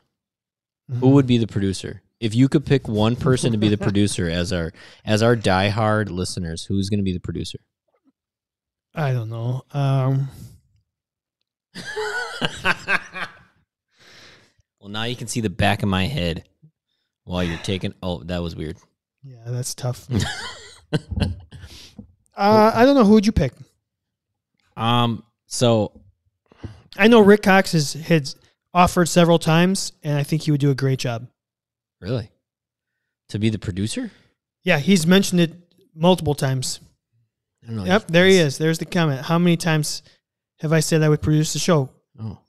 Speaker 1: Who would be the producer? If you could pick one person to be the producer as our as our diehard listeners, who's going to be the producer?
Speaker 2: I don't know. Um,
Speaker 1: well, now you can see the back of my head while you're taking. Oh, that was weird.
Speaker 2: yeah, that's tough. Uh, I don't know. Who would you pick?
Speaker 1: Um, so
Speaker 2: I know Rick Cox has, has offered several times, and I think he would do a great job.
Speaker 1: really, to be the producer?
Speaker 2: Yeah, he's mentioned it multiple times.
Speaker 1: I don't know.
Speaker 2: Yep, there he is. There's the comment. How many times have I said I would produce the show?
Speaker 1: Oh,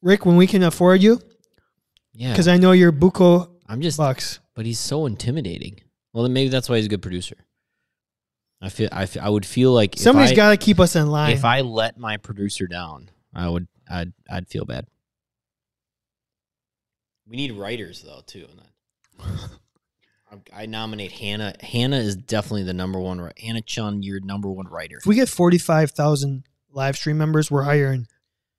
Speaker 2: Rick, when we can afford you,
Speaker 1: yeah.
Speaker 2: because I know you're Buko
Speaker 1: I'm just,
Speaker 2: Bucks.
Speaker 1: but he's so intimidating. Well, then maybe that's why he's a good producer. I feel, I, feel, I would feel like if
Speaker 2: Somebody's
Speaker 1: I-
Speaker 2: got to keep us in line.
Speaker 1: if I let my producer down, I would I'd I'd feel bad. We need writers though too. And that- I, I nominate Hannah. Hannah is definitely the number one. wri- Hannah Chun, your number one writer.
Speaker 2: if we get 45,000 live stream members, we're hiring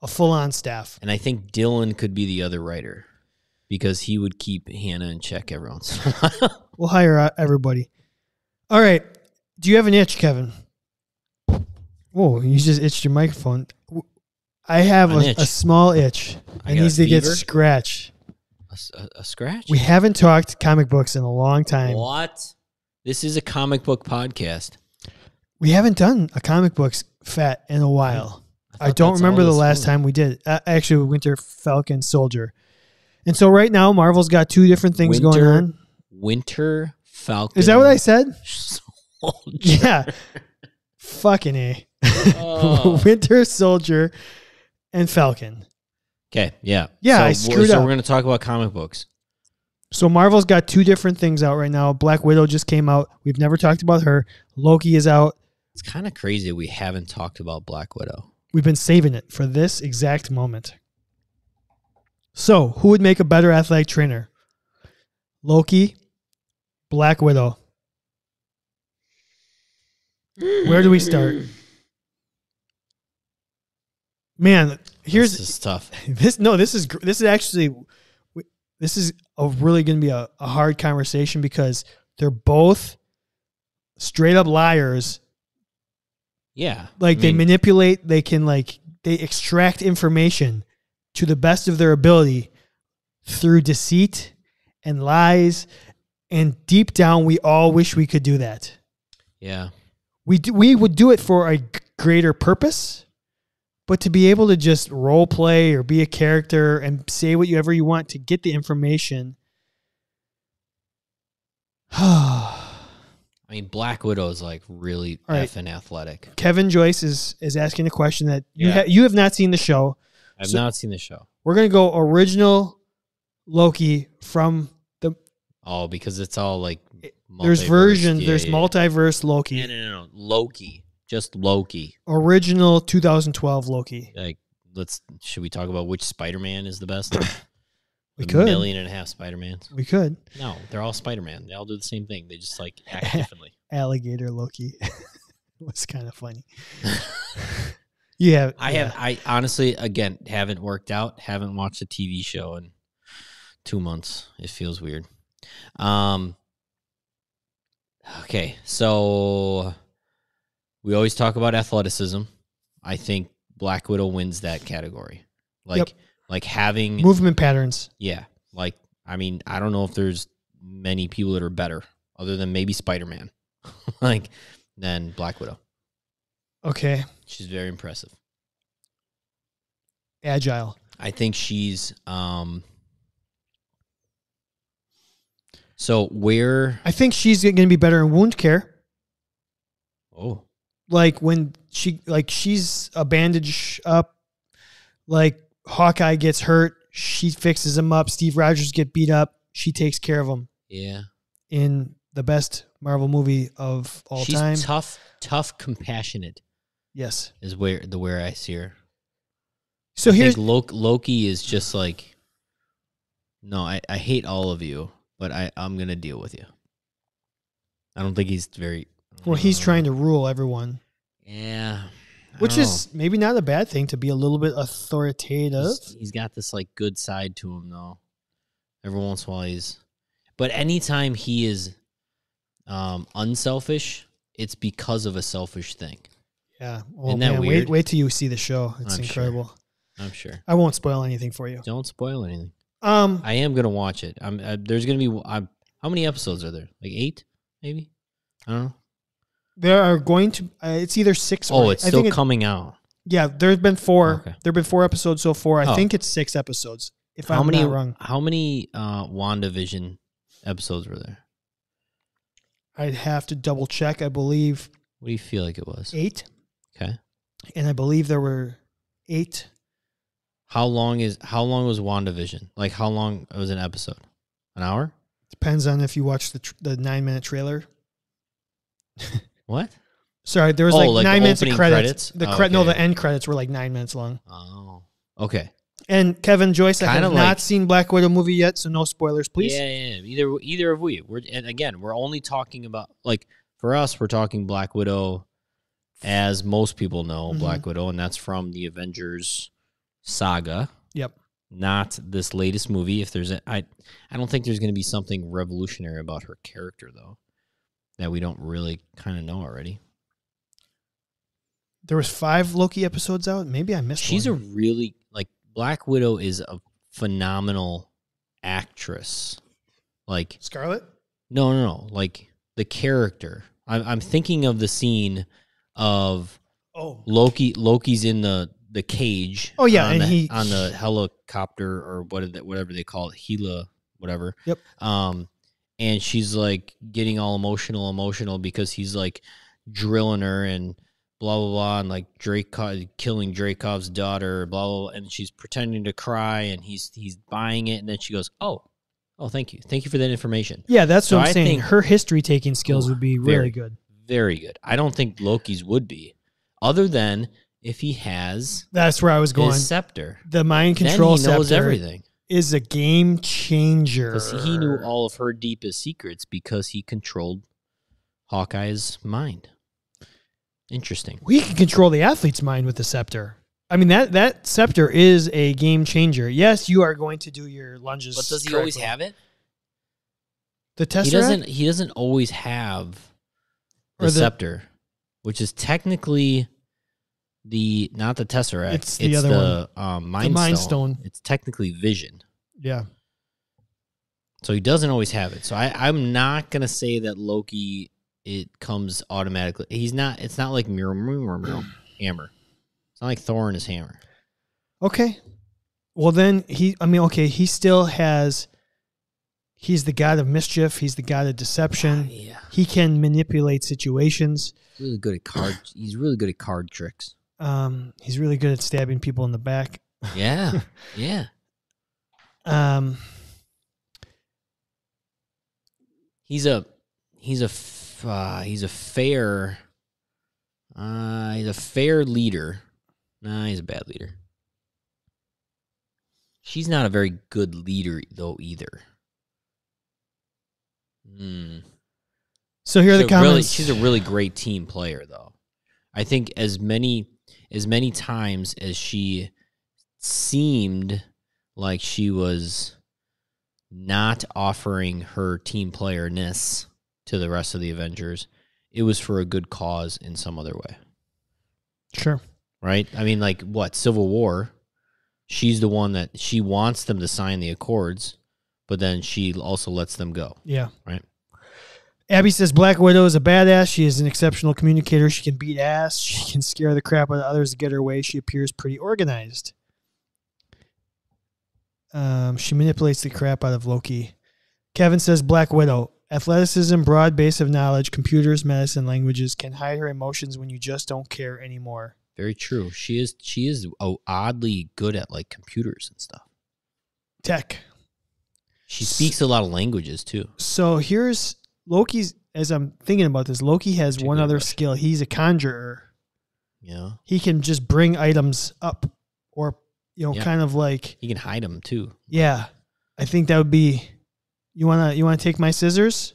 Speaker 2: a full on staff.
Speaker 1: And I think Dylan could be the other writer because he would keep Hannah in check every once in a while.
Speaker 2: We'll hire uh, everybody. All right. Do you have an itch, Kevin? Whoa, you just itched your microphone. W- I have
Speaker 1: An
Speaker 2: a,
Speaker 1: itch.
Speaker 2: a small itch.
Speaker 1: I
Speaker 2: It
Speaker 1: got a
Speaker 2: needs to get
Speaker 1: fever?
Speaker 2: scratched.
Speaker 1: a, s- a- a scratch.
Speaker 2: We haven't talked comic books in a long time.
Speaker 1: what? This is a comic book podcast.
Speaker 2: We haven't done a comic books fat in a while.
Speaker 1: thought
Speaker 2: I don't
Speaker 1: that's
Speaker 2: remember
Speaker 1: all
Speaker 2: the
Speaker 1: this
Speaker 2: last
Speaker 1: was.
Speaker 2: time we did. Uh, actually, Winter Falcon Soldier. And so right now, Marvel's got two different things going
Speaker 1: Winter
Speaker 2: on.
Speaker 1: Winter Falcon.
Speaker 2: Is that what I said?
Speaker 1: Soldier.
Speaker 2: Yeah. Fucking a.
Speaker 1: Oh.
Speaker 2: Winter Soldier and Falcon.
Speaker 1: Okay, yeah.
Speaker 2: Yeah,
Speaker 1: so
Speaker 2: I
Speaker 1: we're-
Speaker 2: screwed
Speaker 1: so
Speaker 2: up.
Speaker 1: we're going to talk about comic books.
Speaker 2: So Marvel's got two different things out right now. Black Widow just came out. We've never talked about her. Loki is out.
Speaker 1: It's kind of crazy we haven't talked about Black Widow.
Speaker 2: We've been saving it for this exact moment. So, who would make a better athletic trainer? Loki, Black Widow. Where do we start? Man, here's
Speaker 1: this is tough.
Speaker 2: this no this is gr- this is actually this is a really going to be a, a hard conversation because they're both straight up liars
Speaker 1: Yeah,
Speaker 2: like
Speaker 1: I
Speaker 2: they
Speaker 1: mean,
Speaker 2: manipulate they can like they extract information to the best of their ability through deceit and lies and deep down we all wish we could do that
Speaker 1: yeah,
Speaker 2: we do, we would do it for a g- greater purpose but to be able to just role play or be a character and say whatever you want to get the information
Speaker 1: I mean Black Widow is like really
Speaker 2: All right.
Speaker 1: effing athletic.
Speaker 2: kevin joyce is is asking a question that you
Speaker 1: Yeah.
Speaker 2: ha- you have not seen the show
Speaker 1: I've
Speaker 2: So-
Speaker 1: not seen the show.
Speaker 2: we're going to go original loki from the
Speaker 1: Oh, because it's all like
Speaker 2: there's
Speaker 1: multiverse.
Speaker 2: version
Speaker 1: Yeah,
Speaker 2: there's
Speaker 1: yeah, yeah.
Speaker 2: multiverse loki
Speaker 1: Yeah, no, no, no, Loki, just Loki.
Speaker 2: original 2012 loki
Speaker 1: Like, let's should we talk about which Spider Man is the best?
Speaker 2: we
Speaker 1: The
Speaker 2: could
Speaker 1: million and a half Spider Mans.
Speaker 2: we could
Speaker 1: No, they're all Spider Man. They all do the same thing. They just like act differently.
Speaker 2: alligator Loki was kind of funny. you have,
Speaker 1: I
Speaker 2: yeah.
Speaker 1: have I honestly again haven't worked out, haven't watched a TV show in two months. It feels weird. Um Okay, so we always talk about athleticism. I think Black Widow wins that category. Like like having
Speaker 2: movement patterns.
Speaker 1: yeah, like I mean, I don't know if there's many people that are better other than maybe Spider-Man. like than Black Widow.
Speaker 2: Okay,
Speaker 1: She's very impressive.
Speaker 2: agile.
Speaker 1: I think she's um so where
Speaker 2: I think she's going to be better in wound care.
Speaker 1: oh
Speaker 2: Like when she like she's a bandage up. Like Hawkeye gets hurt, she fixes him up. Steve Rogers get beat up, she takes care of him
Speaker 1: yeah
Speaker 2: in the best Marvel movie of all
Speaker 1: she's
Speaker 2: time.
Speaker 1: tough tough compassionate
Speaker 2: yes.
Speaker 1: is where the where I see her.
Speaker 2: So
Speaker 1: I
Speaker 2: here's
Speaker 1: think Loki, Loki is just like no I, I hate all of you but I I'm gonna deal with you. I don't think he's very uh,
Speaker 2: well, he's trying to rule everyone.
Speaker 1: yeah I
Speaker 2: which
Speaker 1: don't
Speaker 2: is maybe not a bad thing to be a little bit
Speaker 1: know.
Speaker 2: authoritative.
Speaker 1: He's- he's got this like good side to him though. Every once in a while he's but anytime he is um unselfish, it's because of a selfish thing.
Speaker 2: Yeah. Oh,
Speaker 1: Isn't that
Speaker 2: man,
Speaker 1: weird?
Speaker 2: Wait, wait till you see the show. It's
Speaker 1: I'm sure.
Speaker 2: incredible.
Speaker 1: I'm sure.
Speaker 2: I won't spoil anything for you.
Speaker 1: Don't spoil anything.
Speaker 2: Um,
Speaker 1: I am gonna watch it. I'm uh, there's gonna be I'm, how many episodes are there? Like eight, maybe. I don't know.
Speaker 2: there are going to. Uh, it's either six.
Speaker 1: Oh,
Speaker 2: or
Speaker 1: it's
Speaker 2: I
Speaker 1: still
Speaker 2: think it-
Speaker 1: coming out.
Speaker 2: yeah, there's been four.
Speaker 1: Okay.
Speaker 2: There've been four episodes so far. I
Speaker 1: Oh.
Speaker 2: think it's six episodes. If
Speaker 1: how
Speaker 2: I'm
Speaker 1: many?
Speaker 2: not wrong,
Speaker 1: How many uh, WandaVision episodes were there?
Speaker 2: I'd have to double check. I believe
Speaker 1: What do you feel like it was?
Speaker 2: eight,
Speaker 1: Okay.
Speaker 2: and I believe there were eight.
Speaker 1: How long is how long was WandaVision? Like how long was an episode? An hour?
Speaker 2: Depends on if you watch the tr- the nine minute trailer.
Speaker 1: What?
Speaker 2: Sorry, there was
Speaker 1: Oh,
Speaker 2: like,
Speaker 1: like the
Speaker 2: nine minutes of
Speaker 1: opening
Speaker 2: credits.
Speaker 1: credits?
Speaker 2: The
Speaker 1: Oh,
Speaker 2: cre- no,
Speaker 1: okay.
Speaker 2: the end credits were like nine minutes long.
Speaker 1: Oh. Okay.
Speaker 2: And Kevin Joyce, I
Speaker 1: Kinda
Speaker 2: have
Speaker 1: like-
Speaker 2: not seen Black Widow movie yet, so no spoilers, please.
Speaker 1: Yeah, yeah, yeah. Either either of we. We're and again, we're only talking about like for us, we're talking Black Widow, as most people know,
Speaker 2: Mhm.
Speaker 1: Black Widow, and that's from the Avengers saga.
Speaker 2: Yep.
Speaker 1: Not this latest movie. If there's a I I don't think there's gonna be something revolutionary about her character though. That we don't really kind of know already.
Speaker 2: There was five Loki episodes out. Maybe I missed.
Speaker 1: She's a
Speaker 2: one.
Speaker 1: really like Black Widow is a phenomenal actress. Like
Speaker 2: Scarlet.
Speaker 1: No, no, no. Like the character. I'm, I'm thinking of the scene of
Speaker 2: Oh,
Speaker 1: Loki. Loki's in the the cage.
Speaker 2: Oh, yeah,
Speaker 1: on
Speaker 2: and
Speaker 1: the,
Speaker 2: he-
Speaker 1: on the helicopter or what is that, whatever they call it, Gila, whatever.
Speaker 2: Yep.
Speaker 1: Um, and she's like getting all emotional, emotional because he's like drilling her and blah blah blah, and like Drake killing Dracov's daughter, blah, blah blah, and she's pretending to cry, and he's he's buying it, and then she goes, "Oh, oh, thank you, thank you for that information."
Speaker 2: yeah, that's
Speaker 1: So
Speaker 2: what I'm
Speaker 1: I
Speaker 2: saying.
Speaker 1: think-
Speaker 2: Her history taking skills
Speaker 1: Ooh,
Speaker 2: would be
Speaker 1: very-
Speaker 2: really good.
Speaker 1: very good. I don't think Loki's would be, other than if he has
Speaker 2: That's where I was going.
Speaker 1: his scepter.
Speaker 2: the mind
Speaker 1: Then he
Speaker 2: control
Speaker 1: knows
Speaker 2: scepter
Speaker 1: everything
Speaker 2: is a game changer.
Speaker 1: because he knew all of her deepest secrets because he controlled Hawkeye's mind. Interesting.
Speaker 2: We can control the athlete's mind with the scepter. I mean that that scepter is a game changer. Yes, you are going to do your lunges.
Speaker 1: But does he always
Speaker 2: correctly.
Speaker 1: have it?
Speaker 2: the tesseract?
Speaker 1: He doesn't. He doesn't always have the,
Speaker 2: Or the-
Speaker 1: scepter, which is technically the not the tesseract.
Speaker 2: It's the other
Speaker 1: one. Um, mind,
Speaker 2: The Mind
Speaker 1: stone.
Speaker 2: Stone.
Speaker 1: It's technically vision.
Speaker 2: Yeah.
Speaker 1: So he doesn't always have it. So I, I'm not gonna say that Loki it comes automatically. He's not. It's not like mirror mirror mirror hammer. It's not like Thor and his hammer.
Speaker 2: Okay. Well, then he, I mean, okay, he still has, he's the god of mischief. He's the god of deception.
Speaker 1: Ah, Yeah,
Speaker 2: He can manipulate situations.
Speaker 1: really good at card. He's really good at card tricks.
Speaker 2: Um, he's really good at stabbing people in the back.
Speaker 1: Yeah, yeah.
Speaker 2: Um,
Speaker 1: He's a he's a f- uh, he's a fair. Uh, he's a fair leader. Nah, he's a bad leader. She's not a very good leader though either. Hmm.
Speaker 2: so here are the
Speaker 1: She's a really-
Speaker 2: comments.
Speaker 1: she's a really great team player, though. I think as many as many times as she seemed like she was not offering her team playerness to the rest of the Avengers, it was for a good cause in some other way,
Speaker 2: sure.
Speaker 1: right? I mean, like what Civil War? She's the one that she wants them to sign the accords, but then she also lets them go.
Speaker 2: Yeah.
Speaker 1: Right.
Speaker 2: Abby says Black Widow is a badass. She is an exceptional communicator. She can beat ass. She can scare the crap out of others to get her way. She appears pretty organized. Um, she manipulates the crap out of Loki. Kevin says Black Widow. Athleticism, broad base of knowledge, computers, medicine, languages can hide her emotions when you just don't care anymore.
Speaker 1: Very true. She is she is oh, oddly good at like computers and stuff.
Speaker 2: Tech.
Speaker 1: She speaks a lot of languages too.
Speaker 2: So here's Loki's. As I'm thinking about this, Loki has one
Speaker 1: Particularly
Speaker 2: other
Speaker 1: much.
Speaker 2: skill. He's a conjurer.
Speaker 1: You know,
Speaker 2: he can just bring items up or you know
Speaker 1: Yeah.
Speaker 2: kind of like
Speaker 1: you can hide them too.
Speaker 2: yeah i think that would be you want to you want to take my scissors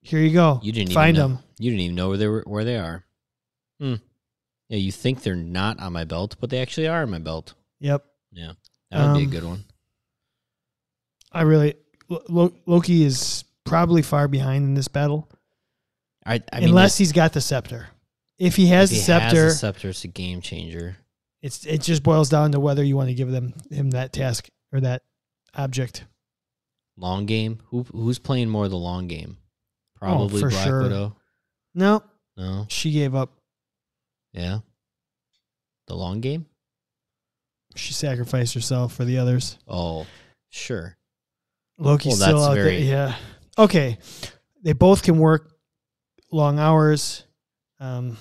Speaker 2: here you go
Speaker 1: You didn't
Speaker 2: find
Speaker 1: even know,
Speaker 2: them
Speaker 1: You didn't even know where they were where they are. Hmm. Yeah, you think they're not on my belt, but they actually are on my belt.
Speaker 2: yep
Speaker 1: Yeah, that would be a
Speaker 2: Um,
Speaker 1: good one.
Speaker 2: i really Lo- Lo- loki is probably far behind in this battle
Speaker 1: I, I mean,
Speaker 2: unless
Speaker 1: if-
Speaker 2: he's got the scepter if he has
Speaker 1: if
Speaker 2: the
Speaker 1: he has
Speaker 2: scepter
Speaker 1: scepter, it's a game changer.
Speaker 2: it's it just boils down to whether you want to give them him that task or that object
Speaker 1: Long game. Who who's playing more the long game? Probably
Speaker 2: Oh, for
Speaker 1: Black
Speaker 2: sure.
Speaker 1: Widow.
Speaker 2: no
Speaker 1: No.
Speaker 2: She gave up.
Speaker 1: Yeah. The long game?
Speaker 2: She sacrificed herself for the others.
Speaker 1: Oh, sure. Well,
Speaker 2: Loki's
Speaker 1: that's
Speaker 2: still out
Speaker 1: very-
Speaker 2: there. Yeah. Okay. They both can work long hours. Um,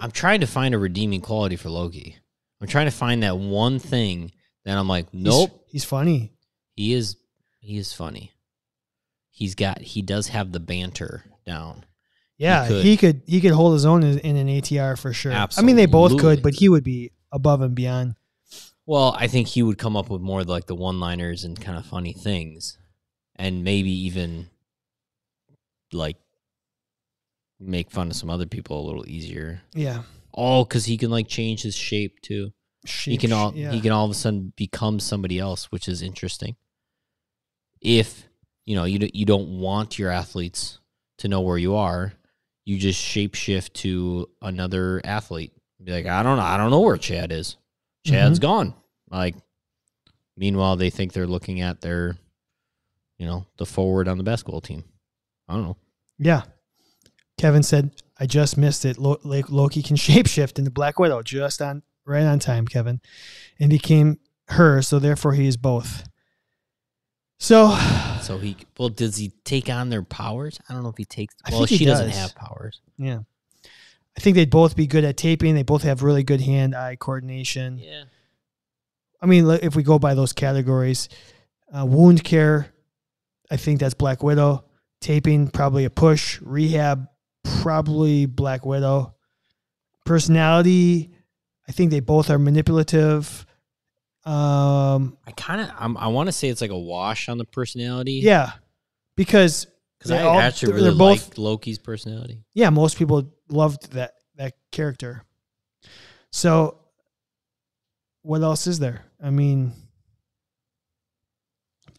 Speaker 1: I'm trying to find a redeeming quality for Loki. I'm trying to find that one thing that I'm like,
Speaker 2: he's-
Speaker 1: nope,
Speaker 2: He's, funny.
Speaker 1: he is he is funny. He's got he does have the banter down.
Speaker 2: Yeah, he
Speaker 1: could.
Speaker 2: could. he could hold his own in, in an ATR for sure. I mean, they both
Speaker 1: Absolutely.
Speaker 2: could, but he would be above and beyond.
Speaker 1: Well, I think he would come up with more like the one-liners and kind of funny things and maybe even like make fun of some other people a little easier.
Speaker 2: Yeah.
Speaker 1: All cuz he can like change his shape too. he
Speaker 2: Shape-
Speaker 1: can all
Speaker 2: yeah.
Speaker 1: he can all of a sudden become somebody else, which is interesting. If you know you d- you don't want your athletes to know where you are, you just shapeshift to another athlete. Be like, I don't know, I don't know where Chad is. Chad's
Speaker 2: Mm-hmm.
Speaker 1: gone. Like, meanwhile, they think they're looking at their, you know, the forward on the basketball team. I don't know.
Speaker 2: Yeah. Kevin said, I just missed it. Lo- like Loki can shapeshift into Black Widow just on right on time, Kevin, and became her. So therefore, he is both. So,
Speaker 1: So he well, does he take on their powers? I don't know if he takes.
Speaker 2: I
Speaker 1: Well,
Speaker 2: think he
Speaker 1: she doesn't
Speaker 2: does.
Speaker 1: have powers.
Speaker 2: yeah, I think they'd both be good at taping. They both have really good hand-eye coordination.
Speaker 1: Yeah.
Speaker 2: I mean, li- if we go by those categories, uh, wound care, I think that's Black Widow. Taping, probably a push. Rehab, probably Black Widow. Personality, I think they both are manipulative. Um,
Speaker 1: I kind of I'm, I want to say it's like a wash on the personality.
Speaker 2: yeah, because
Speaker 1: because
Speaker 2: they
Speaker 1: I
Speaker 2: all-
Speaker 1: actually
Speaker 2: they're-
Speaker 1: really
Speaker 2: they're both-
Speaker 1: liked Loki's personality.
Speaker 2: yeah, most people loved that that character. So, what else is there? I mean,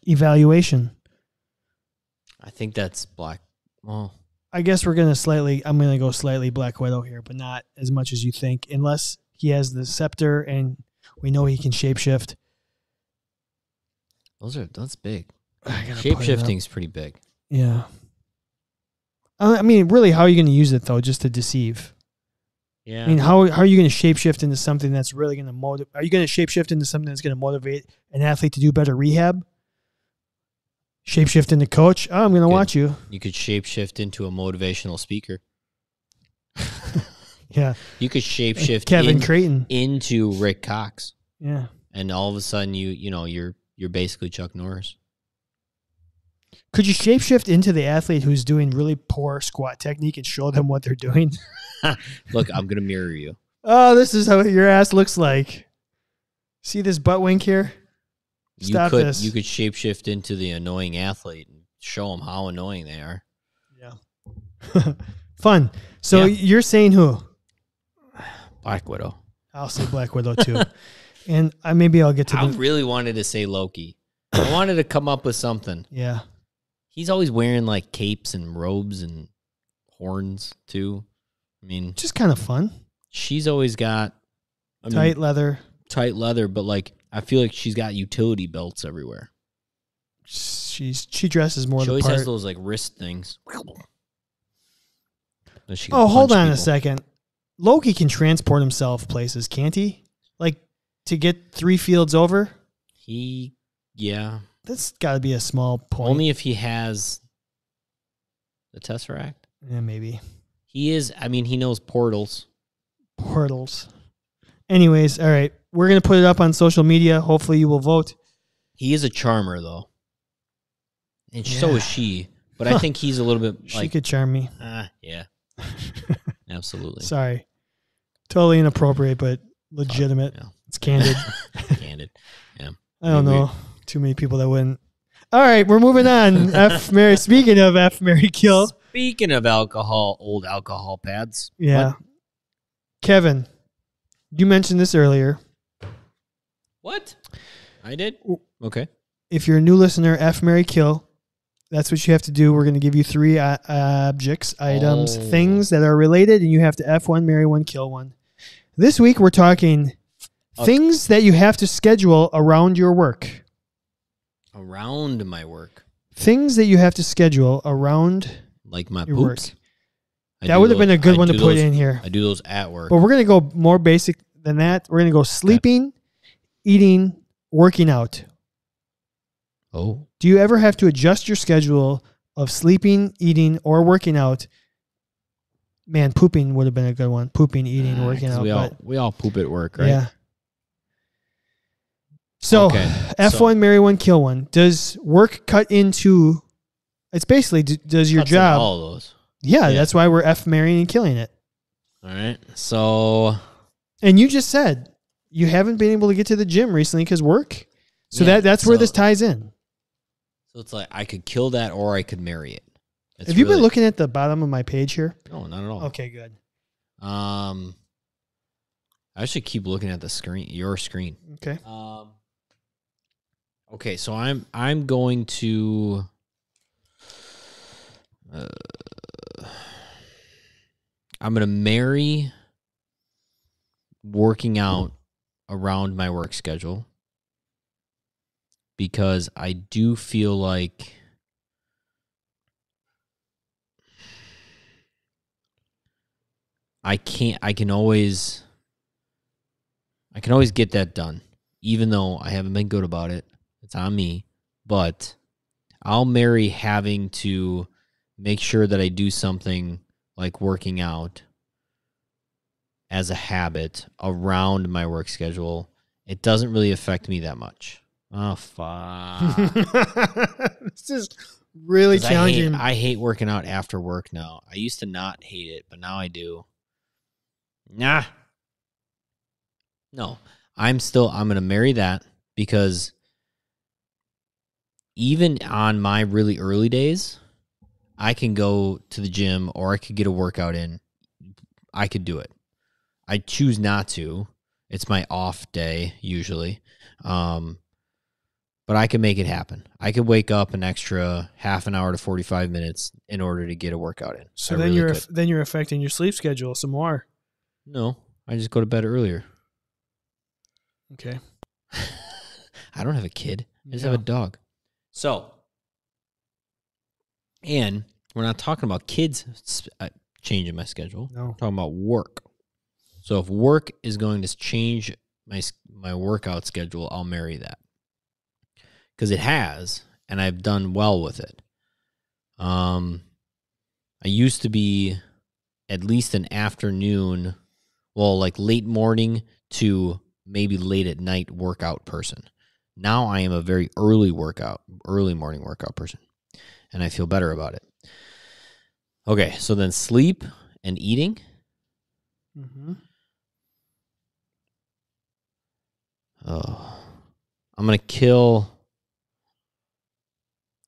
Speaker 2: evaluation.
Speaker 1: I think that's Black. Well,
Speaker 2: I guess we're gonna slightly. I'm gonna go slightly Black Widow here, but not as much as you think, unless he has the scepter and we know he can shapeshift.
Speaker 1: those are that's big.
Speaker 2: I gotta pull it up.
Speaker 1: Shapeshifting's pretty big.
Speaker 2: Yeah. Uh, I I mean, really, how are you gonna use it though? Just to deceive?
Speaker 1: Yeah,
Speaker 2: I mean, how how are you gonna shapeshift into something that's really gonna motivate? Are you gonna shapeshift into something that's gonna motivate an athlete to do better rehab? Shapeshift into coach. Oh, I'm gonna
Speaker 1: Good.
Speaker 2: watch you.
Speaker 1: you could shapeshift into a motivational speaker.
Speaker 2: Yeah,
Speaker 1: You could shapeshift
Speaker 2: Kevin
Speaker 1: in-
Speaker 2: Creighton.
Speaker 1: into Rick Cox,
Speaker 2: Yeah.
Speaker 1: and all of a sudden you you know you're you're basically Chuck Norris.
Speaker 2: Could you shapeshift into the athlete who's doing really poor squat technique and show them what they're doing?
Speaker 1: Look, I'm gonna mirror you.
Speaker 2: Oh, this is how your ass looks like. See this butt wink here?
Speaker 1: You
Speaker 2: Stop
Speaker 1: could
Speaker 2: this.
Speaker 1: you could shapeshift into the annoying athlete and show them how annoying they are.
Speaker 2: Yeah. Fun. So
Speaker 1: Yeah.
Speaker 2: you're saying who?
Speaker 1: Black Widow.
Speaker 2: I'll say Black Widow too. and I maybe I'll get to
Speaker 1: I
Speaker 2: the
Speaker 1: really wanted to say Loki. I wanted to come up with something.
Speaker 2: Yeah.
Speaker 1: He's always wearing like capes and robes and horns too. I mean,
Speaker 2: Just kind of fun.
Speaker 1: she's always got I mean,
Speaker 2: Tight leather.
Speaker 1: tight leather, but like I feel like she's got utility belts everywhere.
Speaker 2: She's she dresses more
Speaker 1: she
Speaker 2: the
Speaker 1: always
Speaker 2: part.
Speaker 1: has those like wrist things. That she can
Speaker 2: oh, hold
Speaker 1: punch
Speaker 2: on a
Speaker 1: people.
Speaker 2: second. Loki can transport himself places, can't he? Like to get three fields over?
Speaker 1: He, yeah,
Speaker 2: That's got to be a small point.
Speaker 1: only if he has the tesseract.
Speaker 2: Yeah, maybe
Speaker 1: He is. I mean, he knows portals.
Speaker 2: portals. Anyways, all right, we're gonna put it up on social media. Hopefully, you will vote.
Speaker 1: He is a charmer though, and so
Speaker 2: Yeah.
Speaker 1: is she. But I
Speaker 2: Huh.
Speaker 1: think he's a little bit
Speaker 2: She
Speaker 1: like,
Speaker 2: could charm me.
Speaker 1: ah, yeah, absolutely.
Speaker 2: Sorry, totally inappropriate, but legitimate.
Speaker 1: Yeah.
Speaker 2: It's candid.
Speaker 1: Candid.
Speaker 2: I don't
Speaker 1: Maybe.
Speaker 2: know too many people that wouldn't. All right, we're moving on. F Mary. Speaking of F Mary Kill,
Speaker 1: Speaking of alcohol, old alcohol pads.
Speaker 2: yeah, Kevin, you mentioned this earlier.
Speaker 1: What? I did.
Speaker 2: Oh.
Speaker 1: Okay.
Speaker 2: If you're a new listener, F Mary Kill. That's what you have to do. We're going to give you three uh, objects, items,
Speaker 1: Oh.
Speaker 2: things that are related, and you have to F one, marry one, kill one. This week we're talking
Speaker 1: Okay.
Speaker 2: things that you have to schedule around your work.
Speaker 1: Around my work,
Speaker 2: Things that you have to schedule around
Speaker 1: like my
Speaker 2: your
Speaker 1: poops.
Speaker 2: work.
Speaker 1: I
Speaker 2: that
Speaker 1: do
Speaker 2: would have been
Speaker 1: those-
Speaker 2: a good
Speaker 1: I
Speaker 2: one to
Speaker 1: do
Speaker 2: put
Speaker 1: those-
Speaker 2: in here.
Speaker 1: I do those at work.
Speaker 2: But we're gonna go more basic than that. We're gonna go sleeping, eating, working out.
Speaker 1: Oh,
Speaker 2: Do you ever have to adjust your schedule of sleeping, eating, or working out? Man, pooping would have been a good one. Pooping, eating,
Speaker 1: Ah,
Speaker 2: working
Speaker 1: 'cause
Speaker 2: out.
Speaker 1: We all
Speaker 2: but
Speaker 1: we all poop at work, right?
Speaker 2: Yeah. So
Speaker 1: Okay,
Speaker 2: F
Speaker 1: so-
Speaker 2: one, marry one, kill one. Does work cut into? It's basically d- does your
Speaker 1: Cuts in
Speaker 2: job?
Speaker 1: All of those.
Speaker 2: yeah,
Speaker 1: yeah.
Speaker 2: that's why we're F marrying and killing it.
Speaker 1: All right. So
Speaker 2: And you just said you haven't been able to get to the gym recently because work. So
Speaker 1: Yeah,
Speaker 2: that that's where
Speaker 1: so-
Speaker 2: this ties in.
Speaker 1: so it's like I could kill that or I could marry it. It's
Speaker 2: Have you been
Speaker 1: really- Oh.
Speaker 2: looking at the bottom of my page here?
Speaker 1: No, not at all.
Speaker 2: Okay, good. Oh.
Speaker 1: Um, I should keep looking at the screen, your screen.
Speaker 2: Okay.
Speaker 1: Um, okay, so I'm I'm going to. Uh, I'm gonna marry working out around my work schedule because I do feel like I can't I can always I can always get that done even though I haven't been good about it. It's on me, but I'll marry having to make sure that I do something like working out as a habit around my work schedule. It doesn't really affect me that much. Oh fuck.
Speaker 2: this is really
Speaker 1: Ah. 'Cause I hate-
Speaker 2: challenging.
Speaker 1: I hate, working out after work now. I used to not hate it, but now I do. Nah. No, I'm still, I'm going to marry that because even on my really early days, I can go to the gym or I could get a workout in. I could do it. I choose not to. It's my off day usually. Um, but I can make it happen. I could wake up an extra half an hour to 45 minutes in order to get a workout in.
Speaker 2: so
Speaker 1: I
Speaker 2: then
Speaker 1: really
Speaker 2: you're
Speaker 1: could.
Speaker 2: aff- then you're affecting your sleep schedule some more.
Speaker 1: no, I just go to bed earlier.
Speaker 2: Okay.
Speaker 1: I don't have a kid. I just
Speaker 2: Yeah.
Speaker 1: have a dog. So, and we're not talking about kids sp- uh, changing my schedule.
Speaker 2: No.
Speaker 1: We're talking about work. So if work is going to change my s- my workout schedule, I'll marry that because it has, and I've done well with it. Um, I used to be at least an afternoon, well, like late morning to maybe late at night workout person. Now I am a very early workout, early morning workout person, and I feel better about it. Okay, so then sleep and eating.
Speaker 2: hmm
Speaker 1: Oh, I'm gonna kill.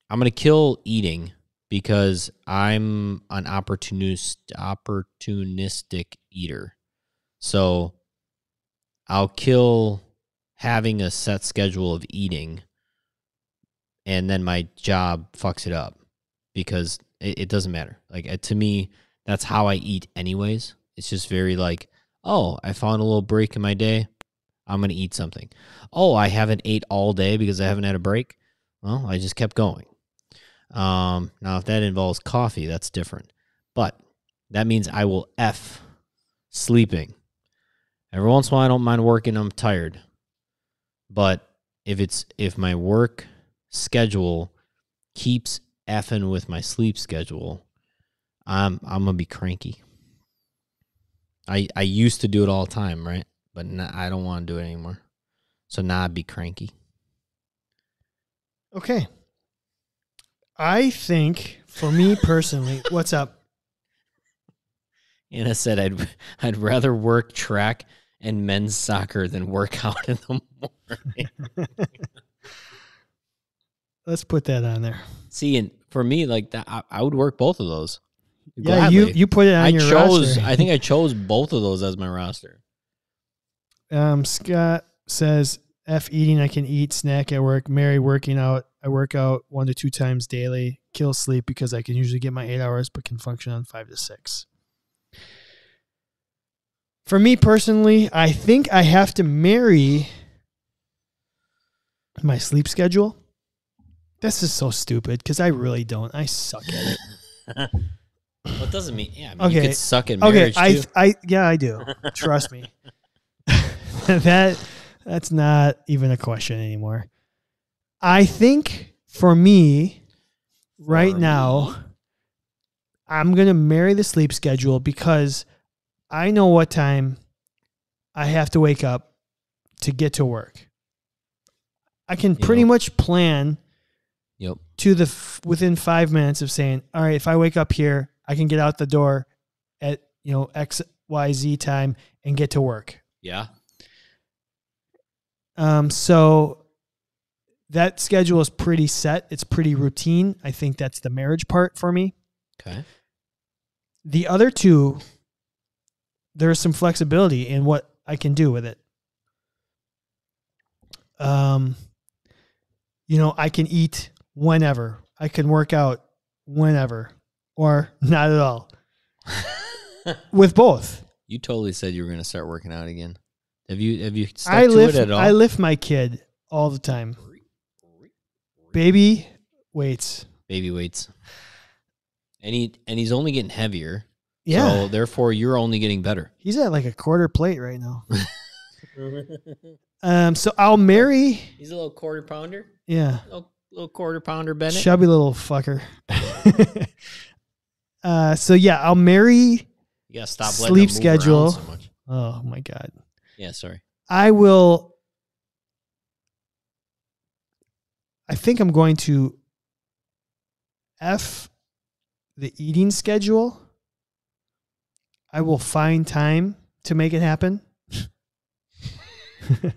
Speaker 1: I'm gonna kill eating because I'm an opportunist, opportunistic eater. So I'll kill having a set schedule of eating, and then my job fucks it up because it, it doesn't matter. Like uh, to me, that's how I eat anyways. It's just very like, oh, I found a little break in my day. I'm going to eat something. Oh, I haven't ate all day because I haven't had a break. Well, I just kept going. Um, now, if that involves coffee, that's different. But that means I will F sleeping. Every once in a while, I don't mind working. I'm tired. But if it's if my work schedule keeps effing with my sleep schedule, I'm I'm gonna be cranky. I I used to do it all the time, right? but n I don't want to do it anymore. So now I'd be cranky.
Speaker 2: Okay. I think for me personally, what's up?
Speaker 1: And I said I'd I'd rather work track and men's soccer than work out in the morning.
Speaker 2: Let's put that on there.
Speaker 1: See, and for me, like that, I, I would work both of those.
Speaker 2: Yeah, you,
Speaker 1: Gladly.
Speaker 2: you put it on
Speaker 1: I
Speaker 2: your
Speaker 1: chose.
Speaker 2: roster.
Speaker 1: I think I chose both of those as my roster.
Speaker 2: Um, Scott says, F eating, I can eat, snack at work, Mary working out. I work out one to two times daily, kill sleep because I can usually get my eight hours but can function on five to six. For me personally, I think I have to marry my sleep schedule. This is so stupid because I really don't. I suck at it.
Speaker 1: Well, it doesn't mean yeah. I mean, you
Speaker 2: Okay.
Speaker 1: could suck at
Speaker 2: Okay,
Speaker 1: marriage
Speaker 2: I,
Speaker 1: too.
Speaker 2: I, yeah, I do. Trust me. that that's not even a question anymore. I think for me, right
Speaker 1: For
Speaker 2: now,
Speaker 1: me.
Speaker 2: I'm gonna marry the sleep schedule because I know what time I have to wake up to get to work. I can
Speaker 1: Yeah.
Speaker 2: pretty much plan
Speaker 1: Yep.
Speaker 2: to the f- within five minutes of saying, "All right, if I wake up here, I can get out the door at you know X Y Z time and get to work."
Speaker 1: Yeah.
Speaker 2: Um, so that schedule is pretty set. It's pretty routine. I think that's the marriage part for me.
Speaker 1: Okay.
Speaker 2: The other two, there's some flexibility in what I can do with it. Um, you know, I can eat whenever. I can work out whenever, or not at all. with both,
Speaker 1: You totally said you were going to start working out again. Have you have you stuck
Speaker 2: I
Speaker 1: to
Speaker 2: lift.
Speaker 1: it at all?
Speaker 2: I lift my kid all the time. Baby weights.
Speaker 1: Baby weights. And he and he's only getting heavier.
Speaker 2: Yeah.
Speaker 1: So therefore, you're only getting better.
Speaker 2: He's at like a quarter plate right now. Um, so I'll marry,
Speaker 1: he's a little quarter pounder.
Speaker 2: yeah,
Speaker 1: Little, little quarter pounder Bennett.
Speaker 2: chubby little fucker. uh, so yeah, I'll marry.
Speaker 1: you gotta stop letting
Speaker 2: Sleep
Speaker 1: him move around
Speaker 2: schedule.
Speaker 1: so much.
Speaker 2: Oh my god,
Speaker 1: Yeah. Sorry.
Speaker 2: I will. I think I'm going to f the eating schedule. I will find time to make it happen.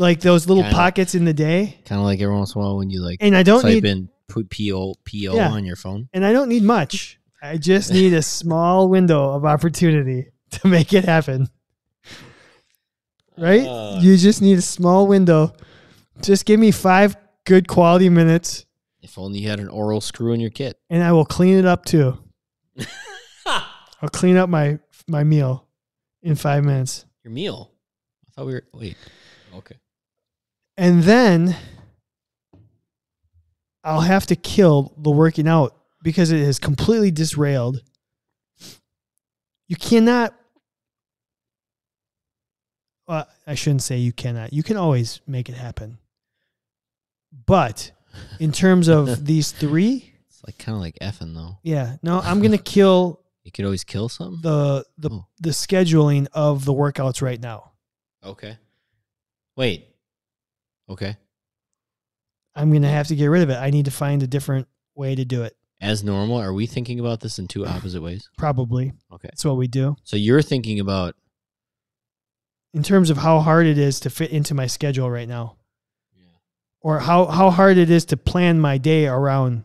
Speaker 2: like those little
Speaker 1: Kinda.
Speaker 2: pockets in the day.
Speaker 1: Kind of like every once in a while when you like
Speaker 2: And I don't
Speaker 1: type
Speaker 2: need
Speaker 1: in put PO PO
Speaker 2: Yeah.
Speaker 1: on your phone.
Speaker 2: and I don't need much. I just need a small window of opportunity to make it happen. Right?
Speaker 1: Uh.
Speaker 2: you just need a small window. Just give me five good quality minutes
Speaker 1: If only you had an oral screw in your kit.
Speaker 2: and I will clean it up too. I'll clean up my my meal in five minutes.
Speaker 1: your meal. I thought we were wait. Okay.
Speaker 2: And then I'll have to kill the working out because it has completely disrailed. You cannot. Well, I shouldn't say you cannot. You can always make it happen. But in terms of these three,
Speaker 1: It's like kind of like effing though.
Speaker 2: yeah, no, I'm gonna kill
Speaker 1: You could always kill something.
Speaker 2: the the
Speaker 1: Oh.
Speaker 2: the scheduling of the workouts right now.
Speaker 1: Okay. Wait. Okay.
Speaker 2: I'm gonna have to get rid of it. I need to find a different way to do it.
Speaker 1: As normal, are we thinking about this in two opposite ways?
Speaker 2: Probably
Speaker 1: Okay.
Speaker 2: that's what we do.
Speaker 1: So you're thinking about
Speaker 2: in terms of how hard it is to fit into my schedule right now or how, how hard it is to plan my day around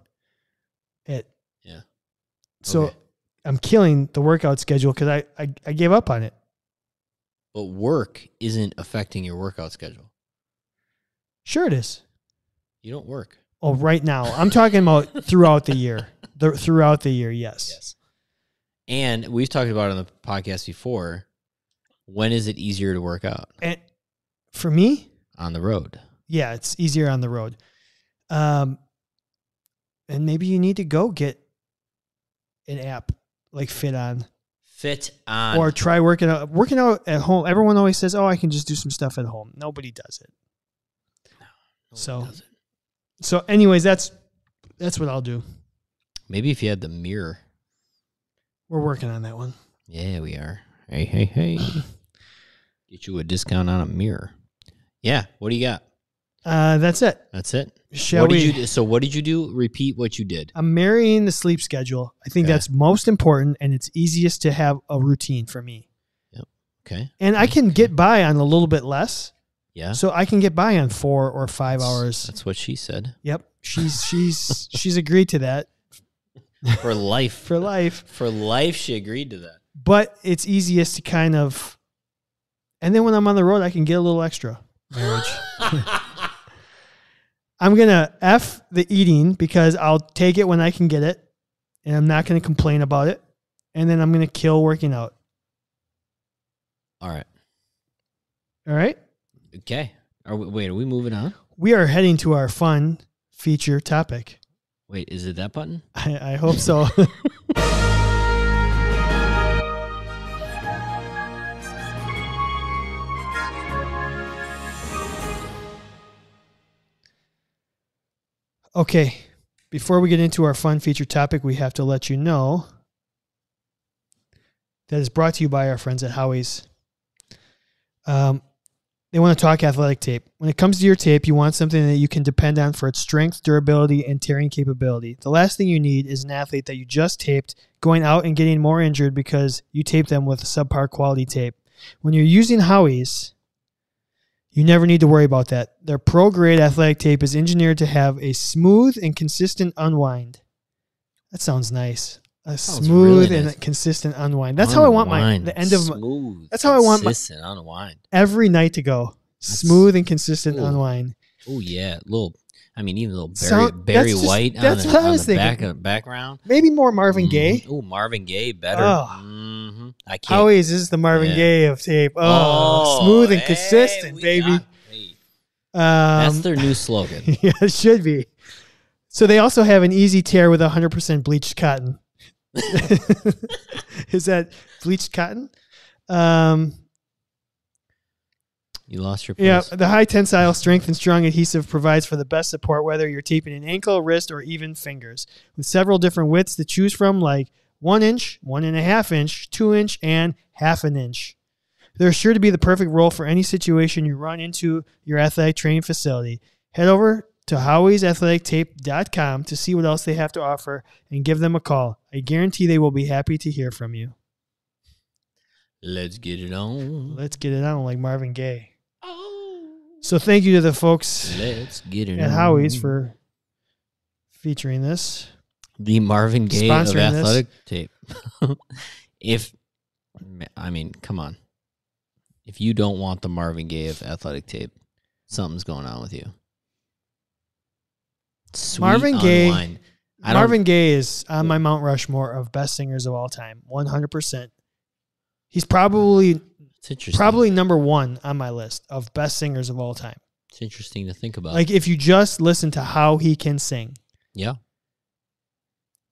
Speaker 2: it.
Speaker 1: Yeah.
Speaker 2: So
Speaker 1: Okay.
Speaker 2: I'm killing the workout schedule because I, I, I gave up on it.
Speaker 1: but work isn't affecting your workout schedule.
Speaker 2: Sure it is.
Speaker 1: You don't work.
Speaker 2: Oh, right now. I'm talking about throughout the year. The, throughout the year, yes.
Speaker 1: And we've talked about it on the podcast before. When is it easier to work out
Speaker 2: And for me,
Speaker 1: on the road?
Speaker 2: yeah, it's easier on the road. Um, and maybe you need to go get an app like Fit On
Speaker 1: Fit on
Speaker 2: or try working out working out at home. Everyone always says, "Oh, I can just do some stuff at home." Nobody does it.
Speaker 1: No, it
Speaker 2: so-
Speaker 1: doesn't.
Speaker 2: So, anyways, that's that's what I'll do.
Speaker 1: Maybe if you had the mirror.
Speaker 2: We're working on that one.
Speaker 1: Yeah, we are. Hey, hey, hey. Get you a discount on a mirror. Yeah. What do you got?
Speaker 2: Uh, that's it.
Speaker 1: That's it.
Speaker 2: Shall
Speaker 1: what
Speaker 2: we?
Speaker 1: did you do? So what did you do? Repeat what you did.
Speaker 2: I'm marrying the sleep schedule. I think
Speaker 1: Okay.
Speaker 2: that's most important, and it's easiest to have a routine for me.
Speaker 1: Okay.
Speaker 2: And I can get by on a little bit less,
Speaker 1: Yeah.
Speaker 2: so I can get by on four or five hours.
Speaker 1: That's what she said.
Speaker 2: Yep, she's she's she's agreed to that
Speaker 1: For life.
Speaker 2: for life.
Speaker 1: For life, she agreed to that.
Speaker 2: but it's easiest to kind of and then when i'm on the road i can get a little extra marriage i'm gonna f the eating because i'll take it when i can get it and i'm not gonna complain about it and then i'm gonna kill working out
Speaker 1: All right.
Speaker 2: all right
Speaker 1: Okay. Are we, wait, are we moving on?
Speaker 2: we are heading to our fun feature topic
Speaker 1: Wait, is it that button?
Speaker 2: i, I hope so Okay. Before we get into our fun feature topic, we have to let you know that is brought to you by our friends at Howie's. Um, they want to talk athletic tape. When it comes to your tape, you want something that you can depend on for its strength, durability, and tearing capability. The last thing you need is an athlete that you just taped going out and getting more injured because you taped them with subpar quality tape. When you're using Howie's, you never need to worry about that. Their pro grade athletic tape is engineered to have a smooth and consistent unwind. That sounds nice. A
Speaker 1: Sounds
Speaker 2: smooth
Speaker 1: really
Speaker 2: and
Speaker 1: nice.
Speaker 2: consistent unwind. That's how I want my
Speaker 1: Unwind.
Speaker 2: the end of my,
Speaker 1: Smooth,
Speaker 2: that's how I want my-
Speaker 1: consistent unwind.
Speaker 2: every night to go.
Speaker 1: That's-
Speaker 2: Smooth and consistent
Speaker 1: Ooh.
Speaker 2: unwind.
Speaker 1: Oh yeah, little. I mean, even a little Barry,
Speaker 2: Sound-
Speaker 1: Barry
Speaker 2: that's just-
Speaker 1: White on,
Speaker 2: that's
Speaker 1: the,
Speaker 2: what I
Speaker 1: on
Speaker 2: was
Speaker 1: the
Speaker 2: thinking.
Speaker 1: back of, background.
Speaker 2: Maybe more Marvin Gaye.
Speaker 1: Oh, Marvin Gaye, better.
Speaker 2: Oh.
Speaker 1: hmm I can't.
Speaker 2: Always is the Marvin
Speaker 1: Yeah.
Speaker 2: Gaye of tape. Oh,
Speaker 1: Oh,
Speaker 2: smooth and
Speaker 1: hey,
Speaker 2: consistent,
Speaker 1: we
Speaker 2: baby.
Speaker 1: got- hey, that's
Speaker 2: um,
Speaker 1: their new slogan.
Speaker 2: yeah, it should be. So they also have an easy tear with 100% bleached cotton. is that bleached cotton? Um,
Speaker 1: You lost your place.
Speaker 2: Yeah, the high tensile strength and strong adhesive provides for the best support, whether you're taping an ankle, wrist, or even fingers. With several different widths to choose from, like one inch, one and a half inch, two inch, and half an inch. They're sure to be the perfect role for any situation you run into your athletic training facility. Head over to howiesathletictape.com to see what else they have to offer and give them a call. I guarantee they will be happy to hear from you.
Speaker 1: Let's get it on.
Speaker 2: Let's get it on like Marvin Gaye.
Speaker 1: Oh.
Speaker 2: So thank you to the folks
Speaker 1: Let's get it on.
Speaker 2: and Howie's for featuring this.
Speaker 1: the Marvin Gaye of
Speaker 2: Sponsoring this.
Speaker 1: athletic tape. if I mean, come on, if you don't want the Marvin Gaye of athletic tape, something's going on with you. Sweet
Speaker 2: Marvin Gaye-
Speaker 1: unwind. I don't-
Speaker 2: Marvin Gaye is on my Mount Rushmore of best singers of all time, one hundred percent. He's probably
Speaker 1: It's interesting.
Speaker 2: probably number one on my list of best singers of all time.
Speaker 1: it's interesting to think about.
Speaker 2: Like if you just listen to how he can sing,
Speaker 1: yeah,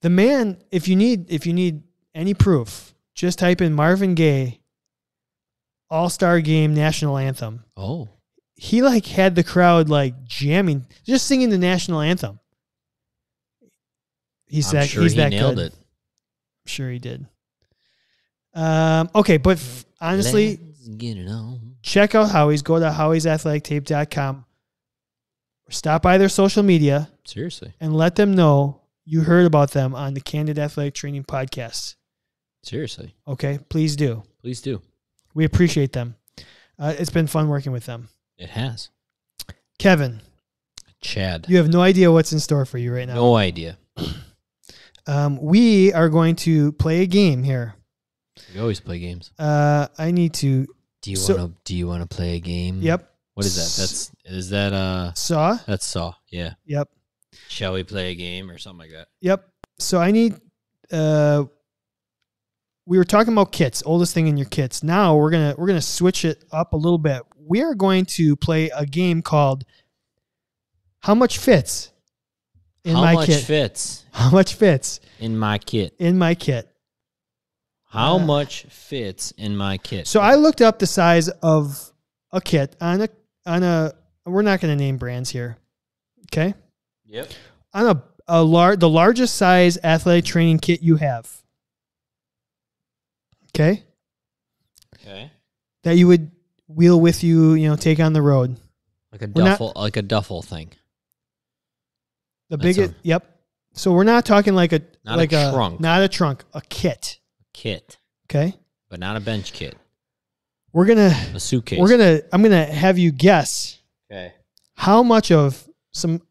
Speaker 2: the man. If you need if you need any proof, just type in Marvin Gaye All Star Game National Anthem.
Speaker 1: oh,
Speaker 2: he like had the crowd like jamming, just singing the national anthem. He's
Speaker 1: I'm
Speaker 2: that.
Speaker 1: sure
Speaker 2: he's
Speaker 1: he
Speaker 2: that
Speaker 1: nailed
Speaker 2: good.
Speaker 1: it.
Speaker 2: I'm sure he did. Um, okay, but f- honestly,
Speaker 1: Let's get it on.
Speaker 2: check out Howie's. Go to howiesathletictape.com. Or stop by their social media
Speaker 1: Seriously,
Speaker 2: and let them know you heard about them on the Candid Athletic Training Podcast.
Speaker 1: seriously,
Speaker 2: Okay, please do.
Speaker 1: please do.
Speaker 2: We appreciate them. Uh, it's been fun working with them.
Speaker 1: It has
Speaker 2: Kevin,
Speaker 1: Chad.
Speaker 2: you have no idea what's in store for you right now.
Speaker 1: No idea.
Speaker 2: Um, we are going to play a game here.
Speaker 1: We always play games.
Speaker 2: Uh, I need to.
Speaker 1: Do you
Speaker 2: So-
Speaker 1: want to? Do you want to play a game?
Speaker 2: Yep.
Speaker 1: What is that? That's is that uh
Speaker 2: Saw.
Speaker 1: that's Saw. Yeah.
Speaker 2: Yep.
Speaker 1: Shall we play a game or something like that?
Speaker 2: Yep. So I need. Uh, we were talking about kits, oldest thing in your kits. Now we're gonna we're gonna switch it up a little bit. We are going to play a game called "How much fits in
Speaker 1: How
Speaker 2: my
Speaker 1: much
Speaker 2: kit?
Speaker 1: fits
Speaker 2: How much fits
Speaker 1: in my kit?
Speaker 2: in my kit?"
Speaker 1: How
Speaker 2: Uh,
Speaker 1: much fits in my kit?
Speaker 2: So I looked up the size of a kit on a on a. We're not gonna name brands here. Okay.
Speaker 1: Yep.
Speaker 2: on a, a lar- the largest size athletic training kit you have. Okay?
Speaker 1: Okay.
Speaker 2: That you would wheel with you, you know, take on the road.
Speaker 1: Like a
Speaker 2: We're not-
Speaker 1: duffel like a duffel thing.
Speaker 2: The
Speaker 1: That's
Speaker 2: biggest
Speaker 1: a-
Speaker 2: Yep. So we're not talking like a
Speaker 1: Not a
Speaker 2: like a,
Speaker 1: trunk.
Speaker 2: not a trunk, a kit,
Speaker 1: Kit.
Speaker 2: okay?
Speaker 1: But not a bench kit.
Speaker 2: We're going to
Speaker 1: A suitcase.
Speaker 2: we're going to I'm going to have you guess
Speaker 1: Okay.
Speaker 2: how much of some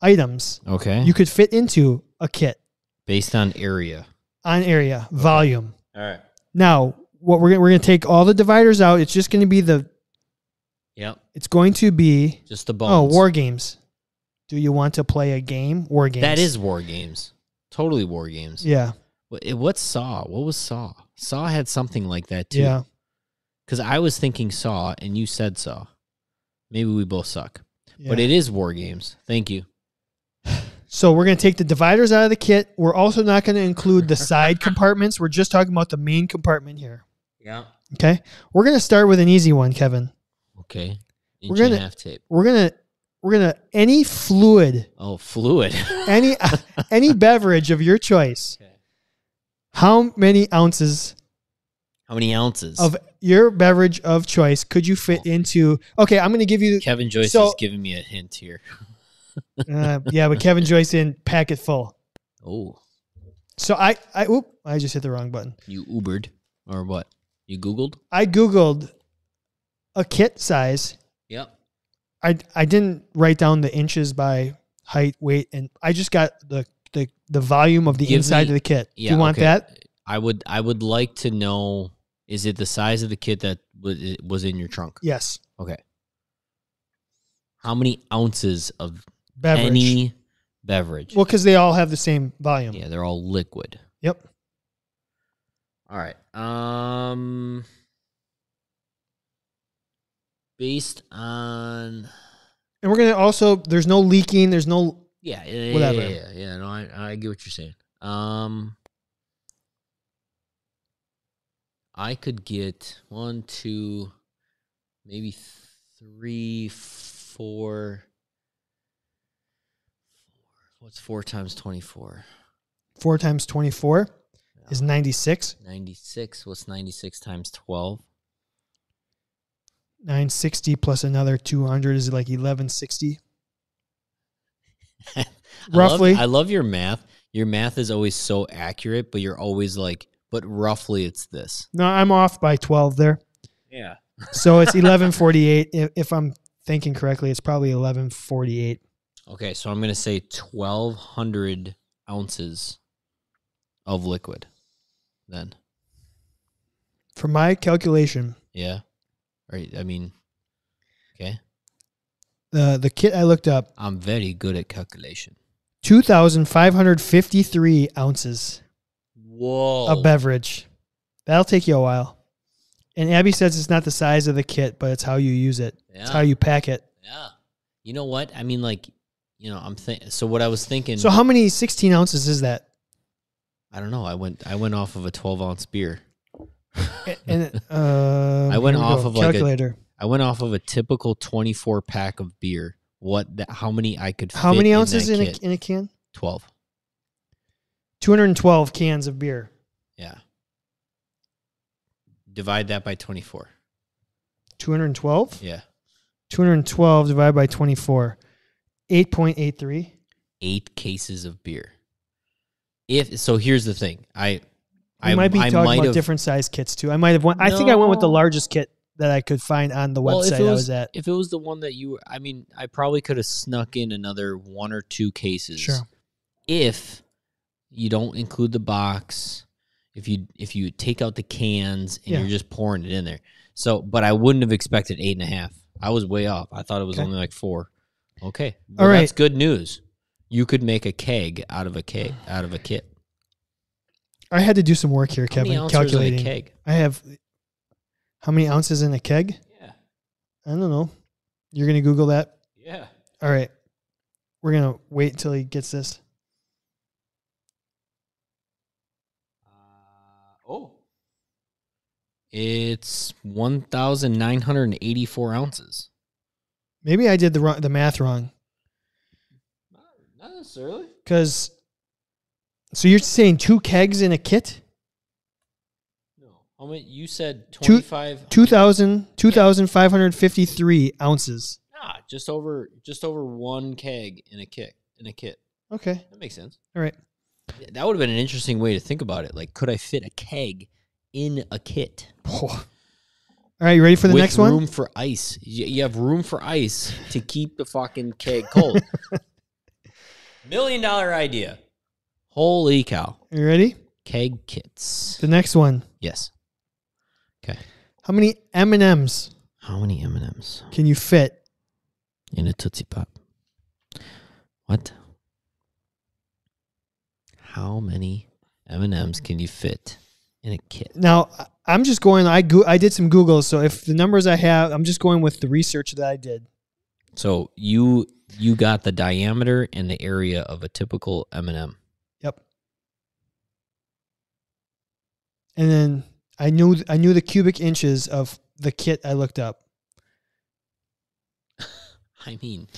Speaker 2: items
Speaker 1: Okay.
Speaker 2: you could fit into a kit
Speaker 1: Based on area.
Speaker 2: on area, volume.
Speaker 1: All right.
Speaker 2: Now, what we're gonna, we're going to take all the dividers out. It's just going to be the
Speaker 1: Yep.
Speaker 2: it's going to be
Speaker 1: Just the
Speaker 2: Oh,
Speaker 1: bones.
Speaker 2: war games. Do you want to play a game? War games.
Speaker 1: That is war games. Totally war games.
Speaker 2: Yeah.
Speaker 1: What, what Saw? What was Saw? Saw had something like that too.
Speaker 2: Yeah.
Speaker 1: Because I was thinking Saw and you said Saw. Maybe we both suck. But
Speaker 2: yeah.
Speaker 1: it is war games. Thank you.
Speaker 2: so we're going to take the dividers out of the kit. We're also not going to include the side compartments. We're just talking about the main compartment here.
Speaker 1: Yeah.
Speaker 2: Okay. We're going to start with an easy one, Kevin.
Speaker 1: Okay. Inch
Speaker 2: We're gonna-
Speaker 1: and a half tape.
Speaker 2: We're going to We're gonna any fluid,
Speaker 1: Oh, fluid.
Speaker 2: any any beverage of your choice.
Speaker 1: Okay.
Speaker 2: How many ounces
Speaker 1: How many ounces?
Speaker 2: of your beverage of choice could you fit into? Okay, I'm gonna give you.
Speaker 1: Kevin Joyce
Speaker 2: So-
Speaker 1: is giving me a hint here.
Speaker 2: Uh, yeah, but Kevin Joyce in packet full.
Speaker 1: Oh,
Speaker 2: So I I oop I just hit the wrong button.
Speaker 1: you Ubered or what? You Googled?
Speaker 2: I googled a kit size
Speaker 1: Yep.
Speaker 2: I I didn't write down the inches by height, weight, and I just got the the, the volume of the
Speaker 1: Give
Speaker 2: inside
Speaker 1: me-
Speaker 2: of the kit.
Speaker 1: Yeah.
Speaker 2: Do you want
Speaker 1: okay.
Speaker 2: that?
Speaker 1: I would. I would like to know. Is it the size of the kit that was was in your trunk?
Speaker 2: Yes.
Speaker 1: How many ounces of
Speaker 2: Beverage.
Speaker 1: any beverage?
Speaker 2: well, because they all have the same volume.
Speaker 1: yeah, they're all liquid.
Speaker 2: Yep.
Speaker 1: All right. Um based on
Speaker 2: And we're gonna also there's no leaking, there's no
Speaker 1: yeah, yeah, yeah,
Speaker 2: Whatever.
Speaker 1: Yeah, yeah, yeah, no, I, I get what you're saying. Um I could get one, two, maybe three, four. What's four times twenty-four?
Speaker 2: four times twenty four is ninety six.
Speaker 1: Ninety-six. What's ninety-six times twelve?
Speaker 2: Nine sixty plus another two hundred is like eleven sixty.
Speaker 1: I
Speaker 2: Roughly.
Speaker 1: Love, I love your math. Your math is always so accurate, but you're always like, but roughly it's this.
Speaker 2: No, I'm off by twelve there.
Speaker 1: Yeah.
Speaker 2: So it's eleven forty eight. If, if I'm thinking correctly, it's probably eleven forty eight.
Speaker 1: Okay, so I'm gonna say twelve hundred ounces of liquid. Then,
Speaker 2: For my calculation,
Speaker 1: yeah. Right. I mean, okay.
Speaker 2: uh, the the kit I looked up
Speaker 1: I'm very good at calculation.
Speaker 2: 2,553 ounces
Speaker 1: Whoa.
Speaker 2: of beverage. That'll take you a while. And Abby says it's not the size of the kit, but it's how you use it. It's how
Speaker 1: yeah.
Speaker 2: you pack it.
Speaker 1: yeah. You know what? I mean, like, you know, I'm thinking. So what I was thinking.
Speaker 2: So how many 16 ounces is that?
Speaker 1: I don't know. I went. I went off of a 12 ounce beer.
Speaker 2: And uh,
Speaker 1: I went
Speaker 2: here we
Speaker 1: off
Speaker 2: go.
Speaker 1: of like a-
Speaker 2: calculator.
Speaker 1: I went off of a typical 24 pack of beer. What that, how many I could
Speaker 2: how
Speaker 1: fit
Speaker 2: many ounces
Speaker 1: in,
Speaker 2: in
Speaker 1: that
Speaker 2: a,
Speaker 1: kit.
Speaker 2: in a can?
Speaker 1: 12.
Speaker 2: 212 cans of beer.
Speaker 1: Yeah. Divide that by 24.
Speaker 2: 212.
Speaker 1: Yeah.
Speaker 2: 212 divided by 24. 8.83.
Speaker 1: 8 cases of beer. If so here's the thing. I
Speaker 2: We
Speaker 1: I
Speaker 2: might be
Speaker 1: I
Speaker 2: talking
Speaker 1: might
Speaker 2: about
Speaker 1: have,
Speaker 2: different size kits too. I might have went. I think I went with the
Speaker 1: No.
Speaker 2: largest kit that I could find on the
Speaker 1: Well, if
Speaker 2: website
Speaker 1: it
Speaker 2: I
Speaker 1: was-
Speaker 2: was at.
Speaker 1: if it was the one that you I mean, I probably could have snuck in another one or two cases.
Speaker 2: Sure.
Speaker 1: if you don't include the box, if you if you take out the cans and
Speaker 2: Yeah.
Speaker 1: you're just pouring it in there. So, but I wouldn't have expected eight and a half. I was way off. I thought it was
Speaker 2: Okay.
Speaker 1: only like four. Okay,
Speaker 2: All
Speaker 1: All right. that's
Speaker 2: right.
Speaker 1: good news. You could make a keg out of a keg out of a kit.
Speaker 2: I had to do some work here,
Speaker 1: How many
Speaker 2: Kevin,
Speaker 1: ounces in a
Speaker 2: calculating.
Speaker 1: keg?
Speaker 2: I have how many ounces in a keg?
Speaker 1: Yeah,
Speaker 2: I don't know. You're gonna Google that.
Speaker 1: yeah.
Speaker 2: All right, we're gonna wait until he gets this.
Speaker 1: Uh, oh, it's one thousand nine hundred and eighty-four ounces.
Speaker 2: Maybe I did the wrong, the math wrong
Speaker 1: Not, not necessarily.
Speaker 2: because. So you're saying two kegs in a kit?
Speaker 1: No. How many? You said
Speaker 2: Two-
Speaker 1: 25
Speaker 2: 2,000, 2,553 ounces.
Speaker 1: Nah, just over just over one keg in a kick in a kit.
Speaker 2: Okay.
Speaker 1: That makes sense.
Speaker 2: All right.
Speaker 1: Yeah, That would have been an interesting way to think about it. Like, could I fit a keg in a kit
Speaker 2: All right. You ready for the
Speaker 1: with
Speaker 2: next
Speaker 1: room
Speaker 2: one?
Speaker 1: for ice? You, you have room for ice to keep the fucking keg cold. Million dollar idea. Holy cow!
Speaker 2: You ready?
Speaker 1: Keg kits.
Speaker 2: The next one.
Speaker 1: Yes. Okay.
Speaker 2: How many M and M's
Speaker 1: How many M and M's?
Speaker 2: can you fit?
Speaker 1: in a Tootsie Pop. What? How many M and M's can you fit in a kit?
Speaker 2: Now I- I'm just going. I go, I did some Google, so if the numbers I have, I'm just going with the research that I did.
Speaker 1: So you you got the diameter and the area of a typical M&M. M and M.
Speaker 2: Yep. And then I knew I knew the cubic inches of the kit I looked up.
Speaker 1: I mean,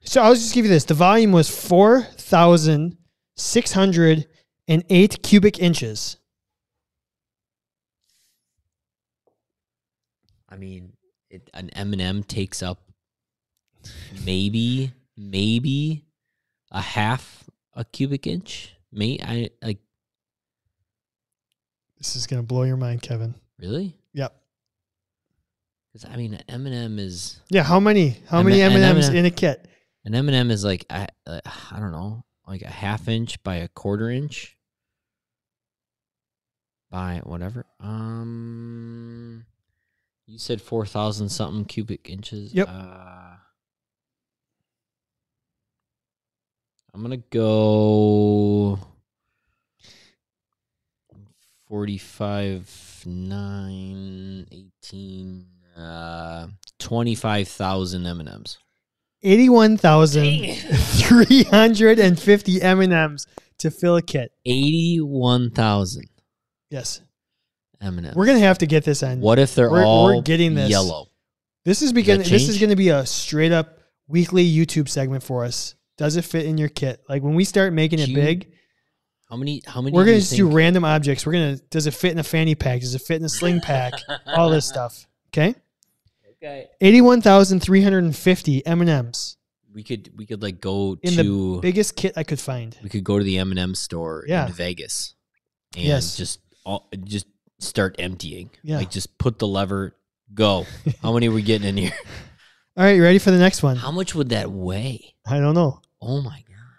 Speaker 2: So I'll just give you this. The volume was 4,608 cubic inches.
Speaker 1: I mean, it, an M&M takes up maybe maybe a half a cubic inch. May I like
Speaker 2: This is going to blow your mind, Kevin.
Speaker 1: really?
Speaker 2: Yep.
Speaker 1: Because I mean, an M&M is
Speaker 2: Yeah, how many? How
Speaker 1: And
Speaker 2: many
Speaker 1: the- and
Speaker 2: M&Ms
Speaker 1: M&M.
Speaker 2: in a kit?
Speaker 1: an M&M is like I, uh, I don't know, like a half inch by a quarter inch by whatever. Um, you said four thousand something cubic inches.
Speaker 2: Yep.
Speaker 1: Uh, I'm gonna go forty-five, nine, eighteen, uh, twenty-five thousand M and M's.
Speaker 2: 81,350 M&Ms to fill a kit.
Speaker 1: 81,000
Speaker 2: Yes.
Speaker 1: M&Ms.
Speaker 2: We're going to have to get this on.
Speaker 1: what if they're
Speaker 2: we're- we're
Speaker 1: all
Speaker 2: getting this.
Speaker 1: yellow?
Speaker 2: This is
Speaker 1: that
Speaker 2: beginning. This is
Speaker 1: change?
Speaker 2: going to be a straight up weekly YouTube segment for us. Does it fit in your kit? Like when we start making it
Speaker 1: Do you-
Speaker 2: big,
Speaker 1: How many how many
Speaker 2: we're
Speaker 1: do
Speaker 2: going
Speaker 1: you
Speaker 2: to just do
Speaker 1: think-
Speaker 2: random objects. We're going to does it fit in a fanny pack? Does it fit in a sling pack? All this stuff. Okay,
Speaker 1: Okay.
Speaker 2: eighty-one thousand three hundred and fifty M and M's.
Speaker 1: We could we could like go
Speaker 2: In the
Speaker 1: to
Speaker 2: Biggest kit I could find.
Speaker 1: we could go to the M&M store
Speaker 2: Yeah.
Speaker 1: in Vegas and
Speaker 2: Yes.
Speaker 1: just all, just start emptying.
Speaker 2: Yeah.
Speaker 1: Like just put the lever go. How many are we getting in here?
Speaker 2: All right, you ready for the next one?
Speaker 1: How much would that weigh?
Speaker 2: I don't know.
Speaker 1: Oh my god.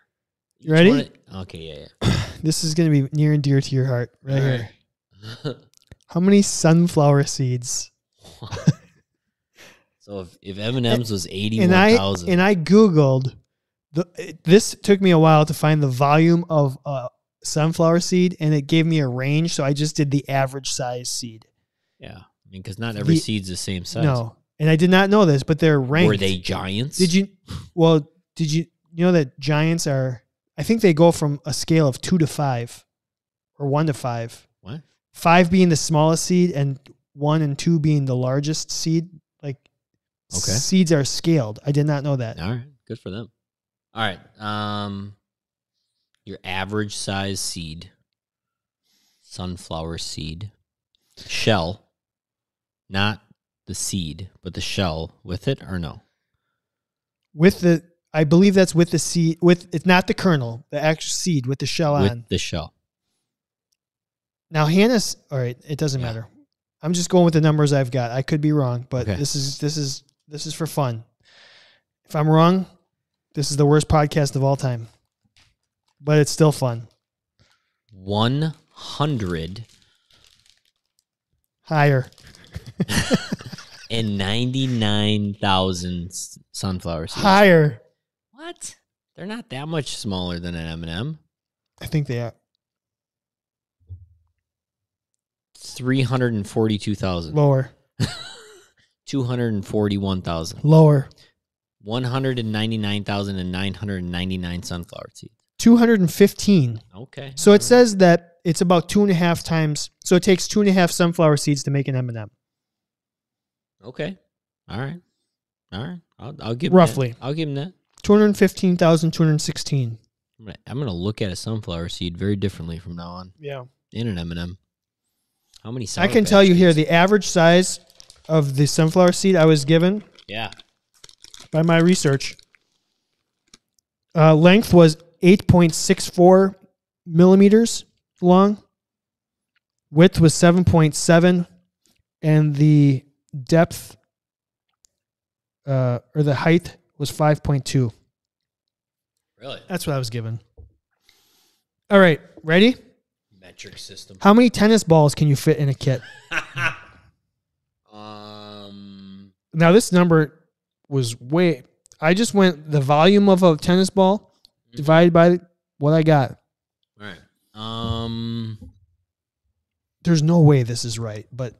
Speaker 2: You ready?
Speaker 1: Each one- okay, yeah, yeah.
Speaker 2: This is going to be near and dear to your heart, right
Speaker 1: All
Speaker 2: here.
Speaker 1: right.
Speaker 2: How many sunflower seeds?
Speaker 1: so if, if M&M's was
Speaker 2: and I
Speaker 1: 81,000
Speaker 2: and I googled the it, this took me a while to find the volume of uh, sunflower seed and it gave me a range so I just did the average size seed.
Speaker 1: Yeah, I mean, because not every
Speaker 2: The-
Speaker 1: seed's the same size.
Speaker 2: No. And I did not know this but they're ranked.
Speaker 1: were they giants?
Speaker 2: Did you well did you you know that giants are I think they go from a scale of 2 to 5 or 1 to 5.
Speaker 1: What?
Speaker 2: 5 being the smallest seed and 1 and 2 being the largest seed like
Speaker 1: Okay.
Speaker 2: seeds are scaled. I did not know that.
Speaker 1: All right, good for them. All right, um, your average size seed, sunflower seed, shell, not the seed, but the shell with it, or no?
Speaker 2: with the I believe that's with the seed with it's not the kernel, the actual seed with the shell on.
Speaker 1: With the shell.
Speaker 2: Now Hannah's all right, it doesn't
Speaker 1: Yeah.
Speaker 2: matter. I'm just going with the numbers I've got. I could be wrong, but
Speaker 1: Okay.
Speaker 2: this is this is this is for fun. If I'm wrong, this is the worst podcast of all time. But it's still fun.
Speaker 1: One hundred
Speaker 2: Higher.
Speaker 1: and ninety-nine thousand sunflower seeds.
Speaker 2: Higher.
Speaker 1: What? They're not that much smaller than an M and M.
Speaker 2: I think they are.
Speaker 1: Three hundred and forty-two thousand.
Speaker 2: Lower.
Speaker 1: 241,000.
Speaker 2: Lower.
Speaker 1: 199,999 sunflower seeds.
Speaker 2: Two hundred and fifteen.
Speaker 1: Okay.
Speaker 2: So it says that it's about two and a half times so it takes two and a half sunflower seeds to make an M and M.
Speaker 1: Okay. All right. All right. I'll, I'll give
Speaker 2: Roughly.
Speaker 1: Him that. I'll give him that.
Speaker 2: 215,216.
Speaker 1: I'm gonna, I'm gonna look at a sunflower seed very differently from now on.
Speaker 2: Yeah.
Speaker 1: In an M&M. How many? Sour
Speaker 2: I can
Speaker 1: Patch
Speaker 2: tell you here
Speaker 1: Kids?
Speaker 2: the average size of the sunflower seed I was given
Speaker 1: Yeah.
Speaker 2: by my research uh, length was 8.64 millimeters long, width was 7.7, and the depth uh, or the height was 5.2.
Speaker 1: Really?
Speaker 2: That's what I was given. All right, ready?
Speaker 1: Metric system.
Speaker 2: How many tennis balls can you fit in a kit?
Speaker 1: um.
Speaker 2: Now this number was way. I just went the volume of a tennis ball divided by what I got.
Speaker 1: All right. Um.
Speaker 2: There's no way this is right, but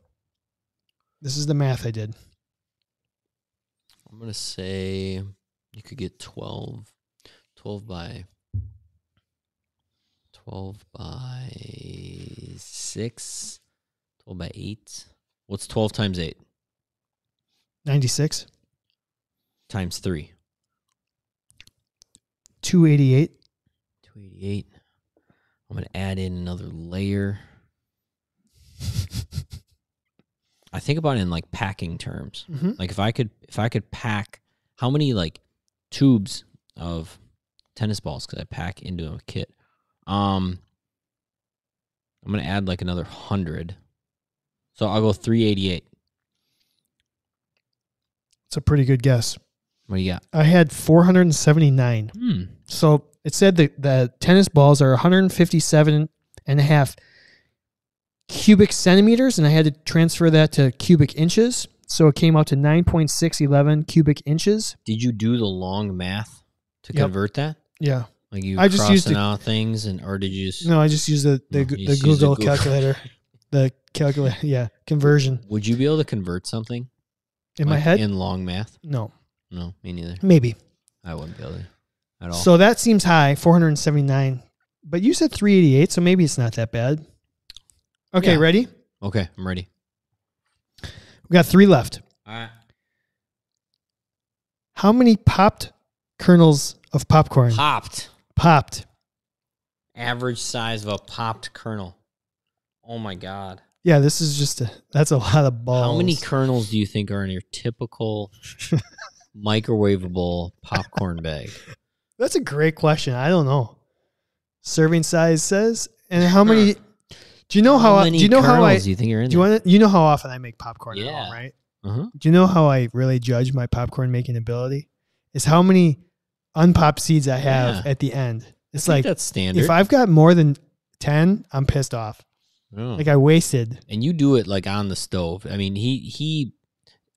Speaker 2: this is the math I did.
Speaker 1: I'm going to say you could get 12, 12 by 12 by 6, 12 by 8. What's 12 times 8?
Speaker 2: 96,
Speaker 1: Times 3.
Speaker 2: 288.
Speaker 1: 288. I'm going to add in another layer. I think about it in like packing terms.
Speaker 2: Mm-hmm.
Speaker 1: Like if I could if I could pack how many like tubes of tennis balls could I pack into a kit? Um I'm going to add like another 100. So I'll go 388.
Speaker 2: It's a pretty good guess.
Speaker 1: What do you got?
Speaker 2: I had 479.
Speaker 1: Hmm.
Speaker 2: So it said that the tennis balls are 157 and a half cubic centimeters, and I had to transfer that to cubic inches. So it came out to 9.611 cubic inches.
Speaker 1: Did you do the long math to
Speaker 2: Yep.
Speaker 1: convert that?
Speaker 2: Yeah.
Speaker 1: Like you
Speaker 2: I
Speaker 1: crossing
Speaker 2: just used the-
Speaker 1: out things and or did you just
Speaker 2: No, I just used the, the,
Speaker 1: No, Mm, you
Speaker 2: the
Speaker 1: just used the
Speaker 2: Google
Speaker 1: Google.
Speaker 2: calculator, the calculator. Yeah. Conversion
Speaker 1: Would you be able to convert something
Speaker 2: in my
Speaker 1: like,
Speaker 2: head.
Speaker 1: in long math?
Speaker 2: no,
Speaker 1: No, me neither.
Speaker 2: maybe.
Speaker 1: I wouldn't be able to at all.
Speaker 2: So that seems high, 479. But you said 388, so maybe it's not that bad. Okay,
Speaker 1: Yeah.
Speaker 2: ready?
Speaker 1: okay, I'm ready.
Speaker 2: We got three left.
Speaker 1: All right.
Speaker 2: How many popped kernels of popcorn?
Speaker 1: Popped.
Speaker 2: Popped.
Speaker 1: Average size of a popped kernel. Oh my god.
Speaker 2: Yeah, this is just a, that's a lot of balls.
Speaker 1: How many kernels do you think are in your typical microwavable popcorn bag?
Speaker 2: That's a great question. I don't know. Serving size says, and how many? Do you know how? I, do
Speaker 1: many
Speaker 2: you know
Speaker 1: kernels
Speaker 2: how I?
Speaker 1: do
Speaker 2: Do
Speaker 1: you think are in
Speaker 2: you want to? You know how often I make popcorn at
Speaker 1: Yeah.
Speaker 2: home, right?
Speaker 1: there? Uh-huh.
Speaker 2: Do you know how I really judge my popcorn making ability? Is how many unpopped seeds I have
Speaker 1: Yeah.
Speaker 2: at the end. It's
Speaker 1: I think
Speaker 2: like
Speaker 1: that's standard.
Speaker 2: if I've got more than ten, I'm pissed off.
Speaker 1: Yeah.
Speaker 2: Like I wasted.
Speaker 1: Oh. and you do it like on the stove. I mean, he he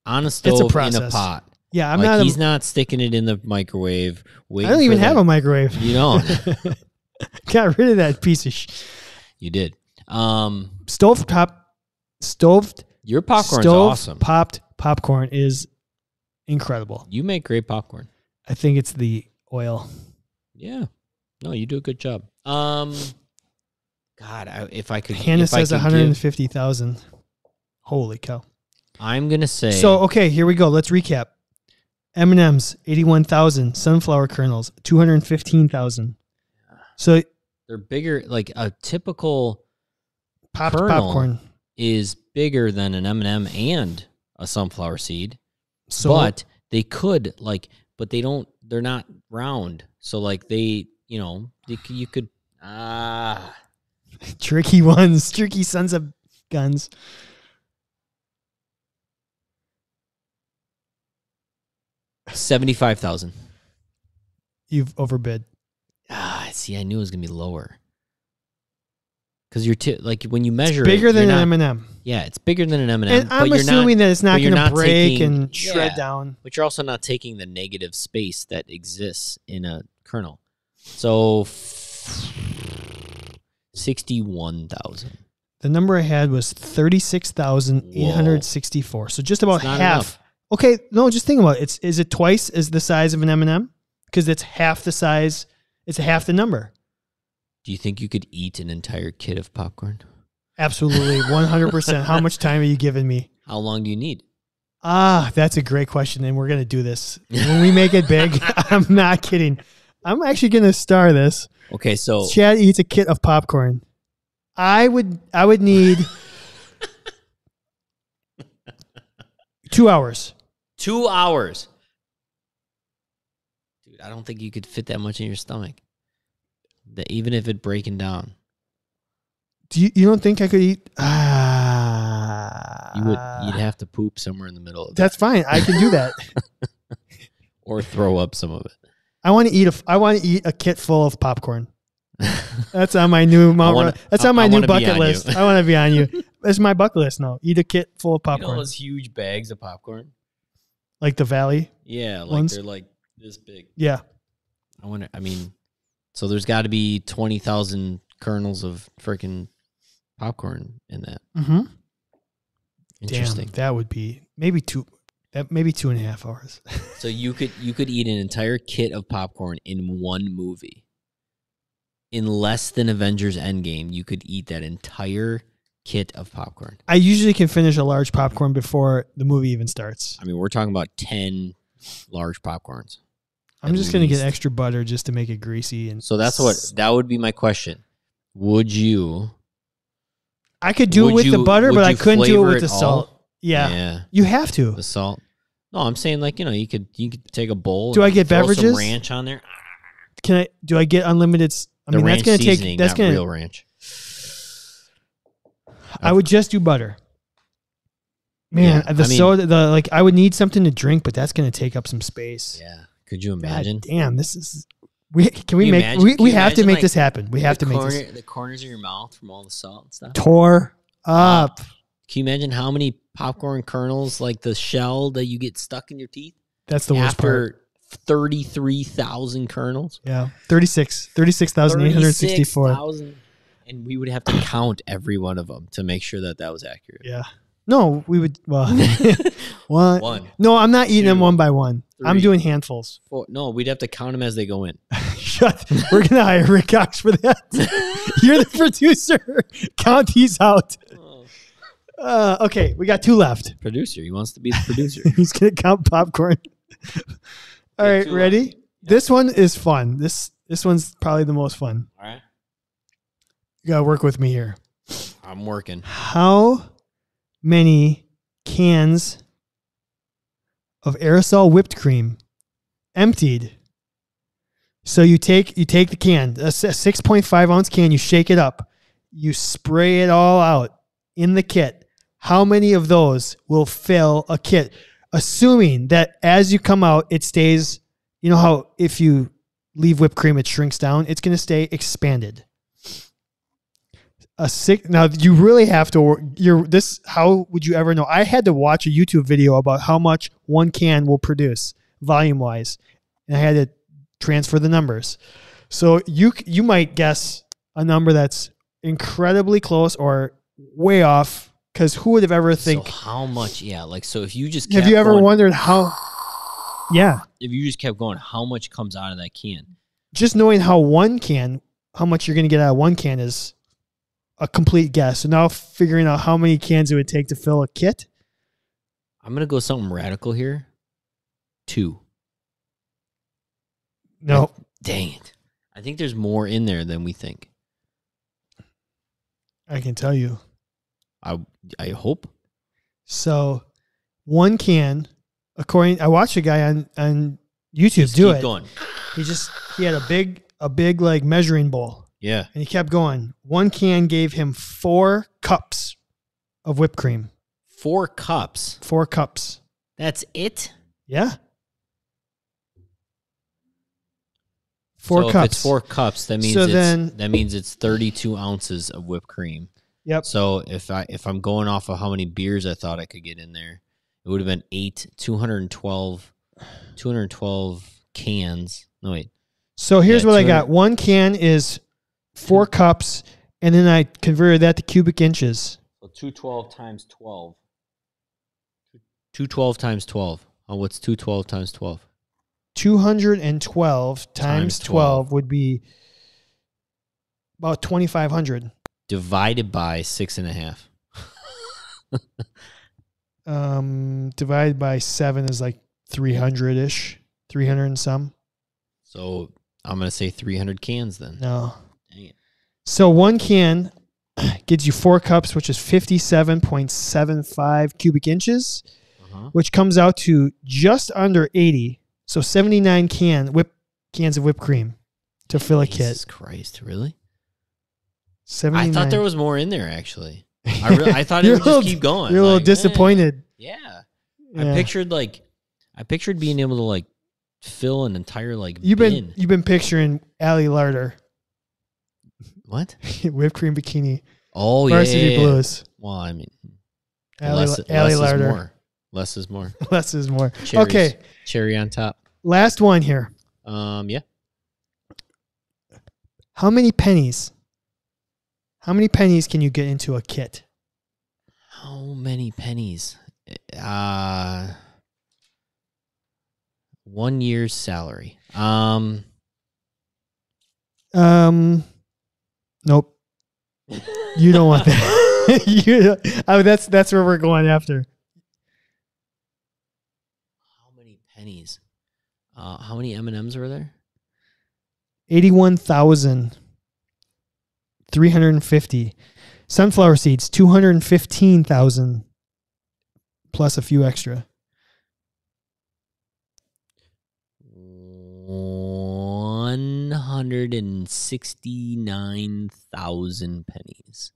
Speaker 1: on a stove in a
Speaker 2: process.
Speaker 1: pot.
Speaker 2: Yeah, I'm
Speaker 1: like
Speaker 2: not.
Speaker 1: he's
Speaker 2: A,
Speaker 1: not sticking it in the microwave.
Speaker 2: I
Speaker 1: Waiting
Speaker 2: don't
Speaker 1: for
Speaker 2: even
Speaker 1: the-
Speaker 2: have a microwave.
Speaker 1: You don't.
Speaker 2: got rid of that piece of sh-
Speaker 1: you did. Um,
Speaker 2: stove top. Stove
Speaker 1: your popcorn's
Speaker 2: stove
Speaker 1: awesome.
Speaker 2: popped popcorn is incredible.
Speaker 1: you make great popcorn.
Speaker 2: I think it's the oil.
Speaker 1: Yeah. No, you do a good job. Um, God, I, if I could,
Speaker 2: Hannah
Speaker 1: if I
Speaker 2: says
Speaker 1: could
Speaker 2: one
Speaker 1: give-
Speaker 2: hundred and fifty thousand. Holy cow!
Speaker 1: I'm gonna say
Speaker 2: So okay, here we go. Let's recap. M and M's eighty one thousand. Sunflower kernels two hundred fifteen thousand. So
Speaker 1: they're bigger. Like a typical
Speaker 2: popped
Speaker 1: Kernel.
Speaker 2: popcorn.
Speaker 1: is bigger than an M and m and a sunflower seed.
Speaker 2: So
Speaker 1: but they could like but they don't they're not round so like they you know they, c- you could ah
Speaker 2: tricky ones, tricky sons of guns.
Speaker 1: uh, 75000
Speaker 2: You've overbid.
Speaker 1: ah see i knew it was gonna be lower because you're t- like when you measure
Speaker 2: Bigger
Speaker 1: it,
Speaker 2: than
Speaker 1: you're
Speaker 2: an
Speaker 1: not-
Speaker 2: M&M.
Speaker 1: yeah it's bigger than an m and m
Speaker 2: And
Speaker 1: but
Speaker 2: I'm
Speaker 1: you're
Speaker 2: assuming
Speaker 1: not
Speaker 2: that it's not
Speaker 1: but you're
Speaker 2: going to
Speaker 1: not
Speaker 2: break
Speaker 1: taking-
Speaker 2: and shred
Speaker 1: yeah.
Speaker 2: down.
Speaker 1: but you're also not taking the negative space that exists in a kernel so f- 61000
Speaker 2: The number I had was 36,864. So just about
Speaker 1: It's not
Speaker 2: half.
Speaker 1: enough.
Speaker 2: Okay, no, just think about it. It's is it twice as the size of an M&M? Cuz it's half the size, it's half the number.
Speaker 1: do you think you could eat an entire kit of popcorn
Speaker 2: Absolutely, 100%. How much time are you giving me?
Speaker 1: how long do you need
Speaker 2: Ah, that's a great question and we're going to do this. When we make it big, I'm not kidding. I'm actually going to star this.
Speaker 1: okay so
Speaker 2: Chad eats a kit of popcorn. I would I would need 2 hours.
Speaker 1: Two hours. Dude, I don't think you could fit that much in your stomach. That even if it breaking down.
Speaker 2: Do you, you don't think I could eat? Ah,
Speaker 1: You would you'd have to poop somewhere in the middle of
Speaker 2: That's fine. I can do that.
Speaker 1: it. Or throw up some of it.
Speaker 2: I want to eat a. I want to eat a kit full of popcorn. That's on my new Mount.
Speaker 1: wanna-
Speaker 2: Ru- that's
Speaker 1: I-
Speaker 2: on my
Speaker 1: I
Speaker 2: new
Speaker 1: wanna be
Speaker 2: bucket
Speaker 1: on
Speaker 2: list.
Speaker 1: you.
Speaker 2: I want to be on you. That's my bucket list now. Eat a kit full of popcorn,
Speaker 1: huge bags of popcorn?
Speaker 2: like the Valley.
Speaker 1: Yeah, like
Speaker 2: Ones?
Speaker 1: they're like this big.
Speaker 2: Yeah,
Speaker 1: I wonder I mean so there's gotta be twenty thousand kernels of freaking popcorn in that.
Speaker 2: mm-hmm.
Speaker 1: Interesting.
Speaker 2: Damn, that would be maybe two. That maybe two and a half hours.
Speaker 1: So you could you could eat an entire kit of popcorn in one movie. In less than Avengers Endgame, you could eat that entire kit of popcorn.
Speaker 2: I usually can finish a large popcorn before the movie even starts.
Speaker 1: I mean, we're talking about 10 large popcorns.
Speaker 2: I'm
Speaker 1: At
Speaker 2: just going to get
Speaker 1: least.
Speaker 2: extra butter just to make it greasy. And
Speaker 1: So that's what that would be my question. Would you
Speaker 2: I could do
Speaker 1: would
Speaker 2: it with the
Speaker 1: you-
Speaker 2: butter,
Speaker 1: would
Speaker 2: but I
Speaker 1: you
Speaker 2: couldn't do it
Speaker 1: flavor
Speaker 2: with
Speaker 1: it
Speaker 2: the
Speaker 1: all?
Speaker 2: salt. Yeah.
Speaker 1: yeah,
Speaker 2: You have to.
Speaker 1: the salt. No, I'm saying like you know you could you could take a bowl.
Speaker 2: Do
Speaker 1: and
Speaker 2: I get
Speaker 1: throw some
Speaker 2: beverages?
Speaker 1: ranch on there?
Speaker 2: Can I do I get unlimited s- I
Speaker 1: the
Speaker 2: mean that's
Speaker 1: ranch
Speaker 2: going to
Speaker 1: seasoning,
Speaker 2: take that's
Speaker 1: not
Speaker 2: going
Speaker 1: real
Speaker 2: to
Speaker 1: ranch.
Speaker 2: I would just do butter. Man,
Speaker 1: Yeah,
Speaker 2: the
Speaker 1: I mean-
Speaker 2: soda the like I would need something to drink, but that's going to take up some space.
Speaker 1: Yeah, could you
Speaker 2: God
Speaker 1: imagine?
Speaker 2: damn, this is we can
Speaker 1: Can
Speaker 2: we
Speaker 1: you
Speaker 2: make
Speaker 1: imagine-
Speaker 2: we,
Speaker 1: can
Speaker 2: we
Speaker 1: you
Speaker 2: have to
Speaker 1: imagine,
Speaker 2: make
Speaker 1: like,
Speaker 2: this happen. We have to
Speaker 1: the
Speaker 2: make
Speaker 1: corner,
Speaker 2: this
Speaker 1: the corners of your mouth from all the salt and stuff.
Speaker 2: tore up.
Speaker 1: Can you imagine how many popcorn kernels, like the shell that you get stuck in your teeth
Speaker 2: That's the worst part.
Speaker 1: after thirty three thousand kernels?
Speaker 2: Yeah. 36 36,864.
Speaker 1: 36,000, and we would have to count every one of them to make sure that that was accurate.
Speaker 2: Yeah. No, we would well one.
Speaker 1: one,
Speaker 2: No, I'm not eating them
Speaker 1: two,
Speaker 2: one by one. i I'm
Speaker 1: three.
Speaker 2: doing handfuls.
Speaker 1: four. No, we'd have to count them as they go in.
Speaker 2: Shut. We're gonna hire Rick Cox for that. You're the producer. Count these out.
Speaker 1: Oh.
Speaker 2: Uh, okay, we got two left.
Speaker 1: Producer, he wants to be the producer.
Speaker 2: Who's gonna count popcorn? All
Speaker 1: Okay,
Speaker 2: right,
Speaker 1: two
Speaker 2: ready? This one is fun. This this one's probably the most fun.
Speaker 1: All right,
Speaker 2: You gotta work with me here.
Speaker 1: I'm working.
Speaker 2: How many cans of aerosol whipped cream emptied? So you take you take the can, a s- a six point five ounce can, you shake it up, you spray it all out in the kit. How many of those will fill a kit? Assuming that as you come out, it stays. You know how if you leave whipped cream, it shrinks down. It's going to stay expanded a six now you really have to wor- you're this how would you ever know i had to watch a youtube video about how much one can will produce volume wise and i had to transfer the numbers so you c- you might guess a number that's incredibly close or way off because who would have ever think
Speaker 1: so how much? Yeah, like so. If you just
Speaker 2: have
Speaker 1: kept
Speaker 2: you ever
Speaker 1: going-
Speaker 2: wondered how yeah
Speaker 1: If you just kept going, how much comes out of that can?
Speaker 2: just knowing how one can how much you're going to get out of one can is a complete guess so now figuring out how many cans it would take to fill a kit
Speaker 1: I'm gonna go something radical here. Two.
Speaker 2: no
Speaker 1: Dang it. I think there's more in there than we think.
Speaker 2: I can tell you.
Speaker 1: I I hope.
Speaker 2: So, one can, according, I watched a guy on on YouTube do
Speaker 1: Keep
Speaker 2: it.
Speaker 1: going.
Speaker 2: He just he had a big a big like measuring bowl,
Speaker 1: Yeah.
Speaker 2: and he kept going. One can gave him four cups of whipped cream.
Speaker 1: Four cups.
Speaker 2: Four cups.
Speaker 1: That's it.
Speaker 2: Yeah. Four
Speaker 1: so if
Speaker 2: cups.
Speaker 1: it's four cups. That means
Speaker 2: So
Speaker 1: it's,
Speaker 2: then-
Speaker 1: that means it's 32 ounces of whipped cream.
Speaker 2: Yep.
Speaker 1: So if I if I'm going off of how many beers I thought I could get in there, it would have been eight, 212, 212 cans. No wait,
Speaker 2: So here's
Speaker 1: Yeah,
Speaker 2: what I
Speaker 1: two-
Speaker 2: got. One can is four cups, and then I converted that to cubic inches.
Speaker 1: So 212 times 12. 212 times 12. Oh, what's 212 times 12? Times
Speaker 2: 212 times 12 would be about 2500
Speaker 1: Divided by six and a half.
Speaker 2: um divided by 7 is like 300ish 300 and some
Speaker 1: So I'm going to say 300 cans then.
Speaker 2: no
Speaker 1: Dang it.
Speaker 2: so one can gives you four cups which is 57.75 cubic inches
Speaker 1: Uh-huh.
Speaker 2: which comes out to just under 80 so 79 can whip cans of whipped cream to fill a kit
Speaker 1: Jesus Christ, really? I
Speaker 2: 79
Speaker 1: thought there was more in there actually. I, re- I thought it
Speaker 2: You're
Speaker 1: would just
Speaker 2: a little-
Speaker 1: keep going.
Speaker 2: you're a little
Speaker 1: Like, eh,
Speaker 2: disappointed
Speaker 1: Yeah. I
Speaker 2: Yeah.
Speaker 1: pictured like I pictured being able to like fill an entire like
Speaker 2: You've
Speaker 1: bin.
Speaker 2: been you've been picturing Allie Larder,
Speaker 1: what?
Speaker 2: whipped cream bikini,
Speaker 1: Oh yeah,
Speaker 2: varsity
Speaker 1: yeah, yeah.
Speaker 2: blues.
Speaker 1: Well, I mean,
Speaker 2: Allie,
Speaker 1: less,
Speaker 2: Allie
Speaker 1: less
Speaker 2: Larder.
Speaker 1: is more. Less is more.
Speaker 2: Less is more.
Speaker 1: Cherries.
Speaker 2: Okay,
Speaker 1: Cherry on top.
Speaker 2: last one here.
Speaker 1: Um, yeah.
Speaker 2: How many pennies? How many pennies can you get into a kit?
Speaker 1: How many pennies? Uh one year's salary. Um
Speaker 2: Um, nope. You don't want that. you, oh, that's that's where we're going after.
Speaker 1: how many pennies? Uh, how many M and M's were there?
Speaker 2: 81,350. Sunflower seeds, 215,000 plus a few extra.
Speaker 1: One hundred and sixty-nine thousand pennies.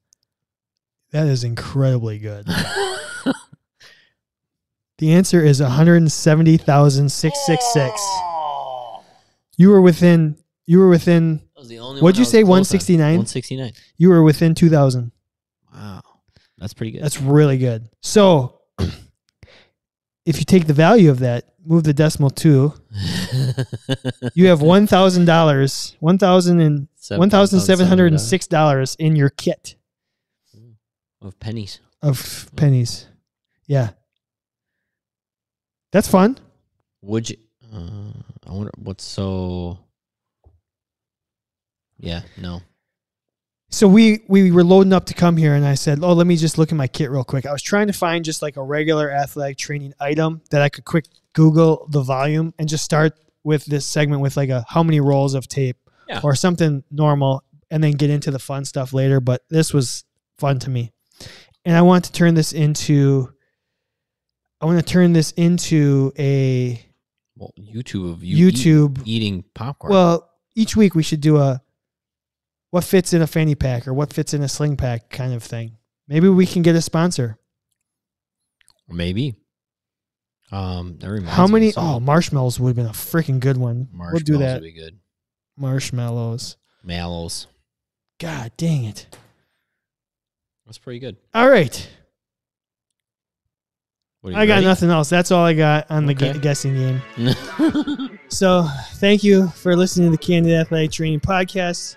Speaker 2: That is incredibly good. The answer is 170,666. You were within you were within
Speaker 1: That was the only
Speaker 2: What'd
Speaker 1: one
Speaker 2: you say, 169?
Speaker 1: One sixty nine.
Speaker 2: you were within 2,000.
Speaker 1: Wow, that's pretty good.
Speaker 2: That's really good. So, if you take the value of that, move the decimal 2, you have $1,000, 1,000 and
Speaker 1: Seven thousand seven hundred and six
Speaker 2: $1,706 in your kit
Speaker 1: of pennies.
Speaker 2: of pennies. Yeah. That's fun.
Speaker 1: Would you? Uh, I wonder what's so. Yeah, no.
Speaker 2: So we we were loading up to come here, and I said, "Oh, let me just look at my kit real quick." I was trying to find just like a regular athletic training item that I could quick Google the volume and just start with this segment with like a how many rolls of tape
Speaker 1: Yeah.
Speaker 2: or something normal, and then get into the fun stuff later. But this was fun to me, and I want to turn this into. I want to turn this into a
Speaker 1: Well, YouTube of you eat-
Speaker 2: YouTube
Speaker 1: eating popcorn.
Speaker 2: well, each week we should do a what fits in a fanny pack or what fits in a sling pack kind of thing. Maybe we can get a sponsor.
Speaker 1: maybe. Um, that reminds
Speaker 2: How
Speaker 1: me
Speaker 2: many?
Speaker 1: of
Speaker 2: Oh,
Speaker 1: something.
Speaker 2: marshmallows would have been a freaking good one. We'll do
Speaker 1: Marshmallows
Speaker 2: that.
Speaker 1: Would be good.
Speaker 2: Marshmallows.
Speaker 1: Mallows.
Speaker 2: God dang it.
Speaker 1: That's pretty good.
Speaker 2: All right.
Speaker 1: What, are you
Speaker 2: I got
Speaker 1: ready?
Speaker 2: nothing else. That's all I got on the
Speaker 1: Okay.
Speaker 2: gu- guessing game. So thank you for listening to the Candid Athletic Training Podcast.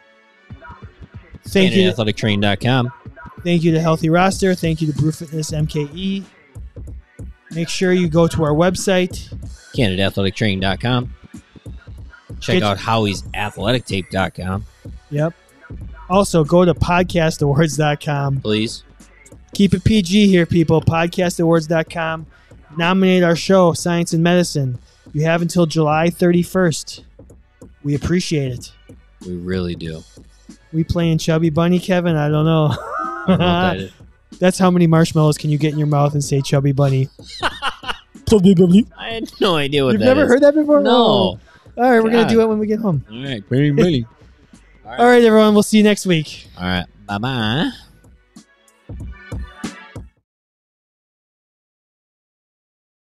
Speaker 2: Thank you.
Speaker 1: AthleticTrain.com.
Speaker 2: Thank you to Healthy Roster. Thank you to Brew Fitness MKE. Make sure you go to our website.
Speaker 1: CandidathleticTrain.com. Check
Speaker 2: Get-
Speaker 1: out Howie's AthleticTape.com,
Speaker 2: Yep. Also, go to podcastawards.com.
Speaker 1: please.
Speaker 2: Keep it PG here, people. Podcastawards.com. Nominate our show, Science and Medicine. You have until July 31st. We appreciate it.
Speaker 1: We really do.
Speaker 2: We playing Chubby Bunny, Kevin? I don't know.
Speaker 1: I don't know what that is.
Speaker 2: That's how many marshmallows can you get in your mouth and say Chubby Bunny? Chubby Bunny.
Speaker 1: I had no idea what
Speaker 2: You've
Speaker 1: that
Speaker 2: never
Speaker 1: is.
Speaker 2: heard that before?
Speaker 1: No. All
Speaker 2: All right, we're going
Speaker 1: God.
Speaker 2: to do it when we get home.
Speaker 1: right. Pretty, pretty. All
Speaker 2: All
Speaker 1: right.
Speaker 2: right, everyone. We'll see you next week.
Speaker 1: All right. Bye bye.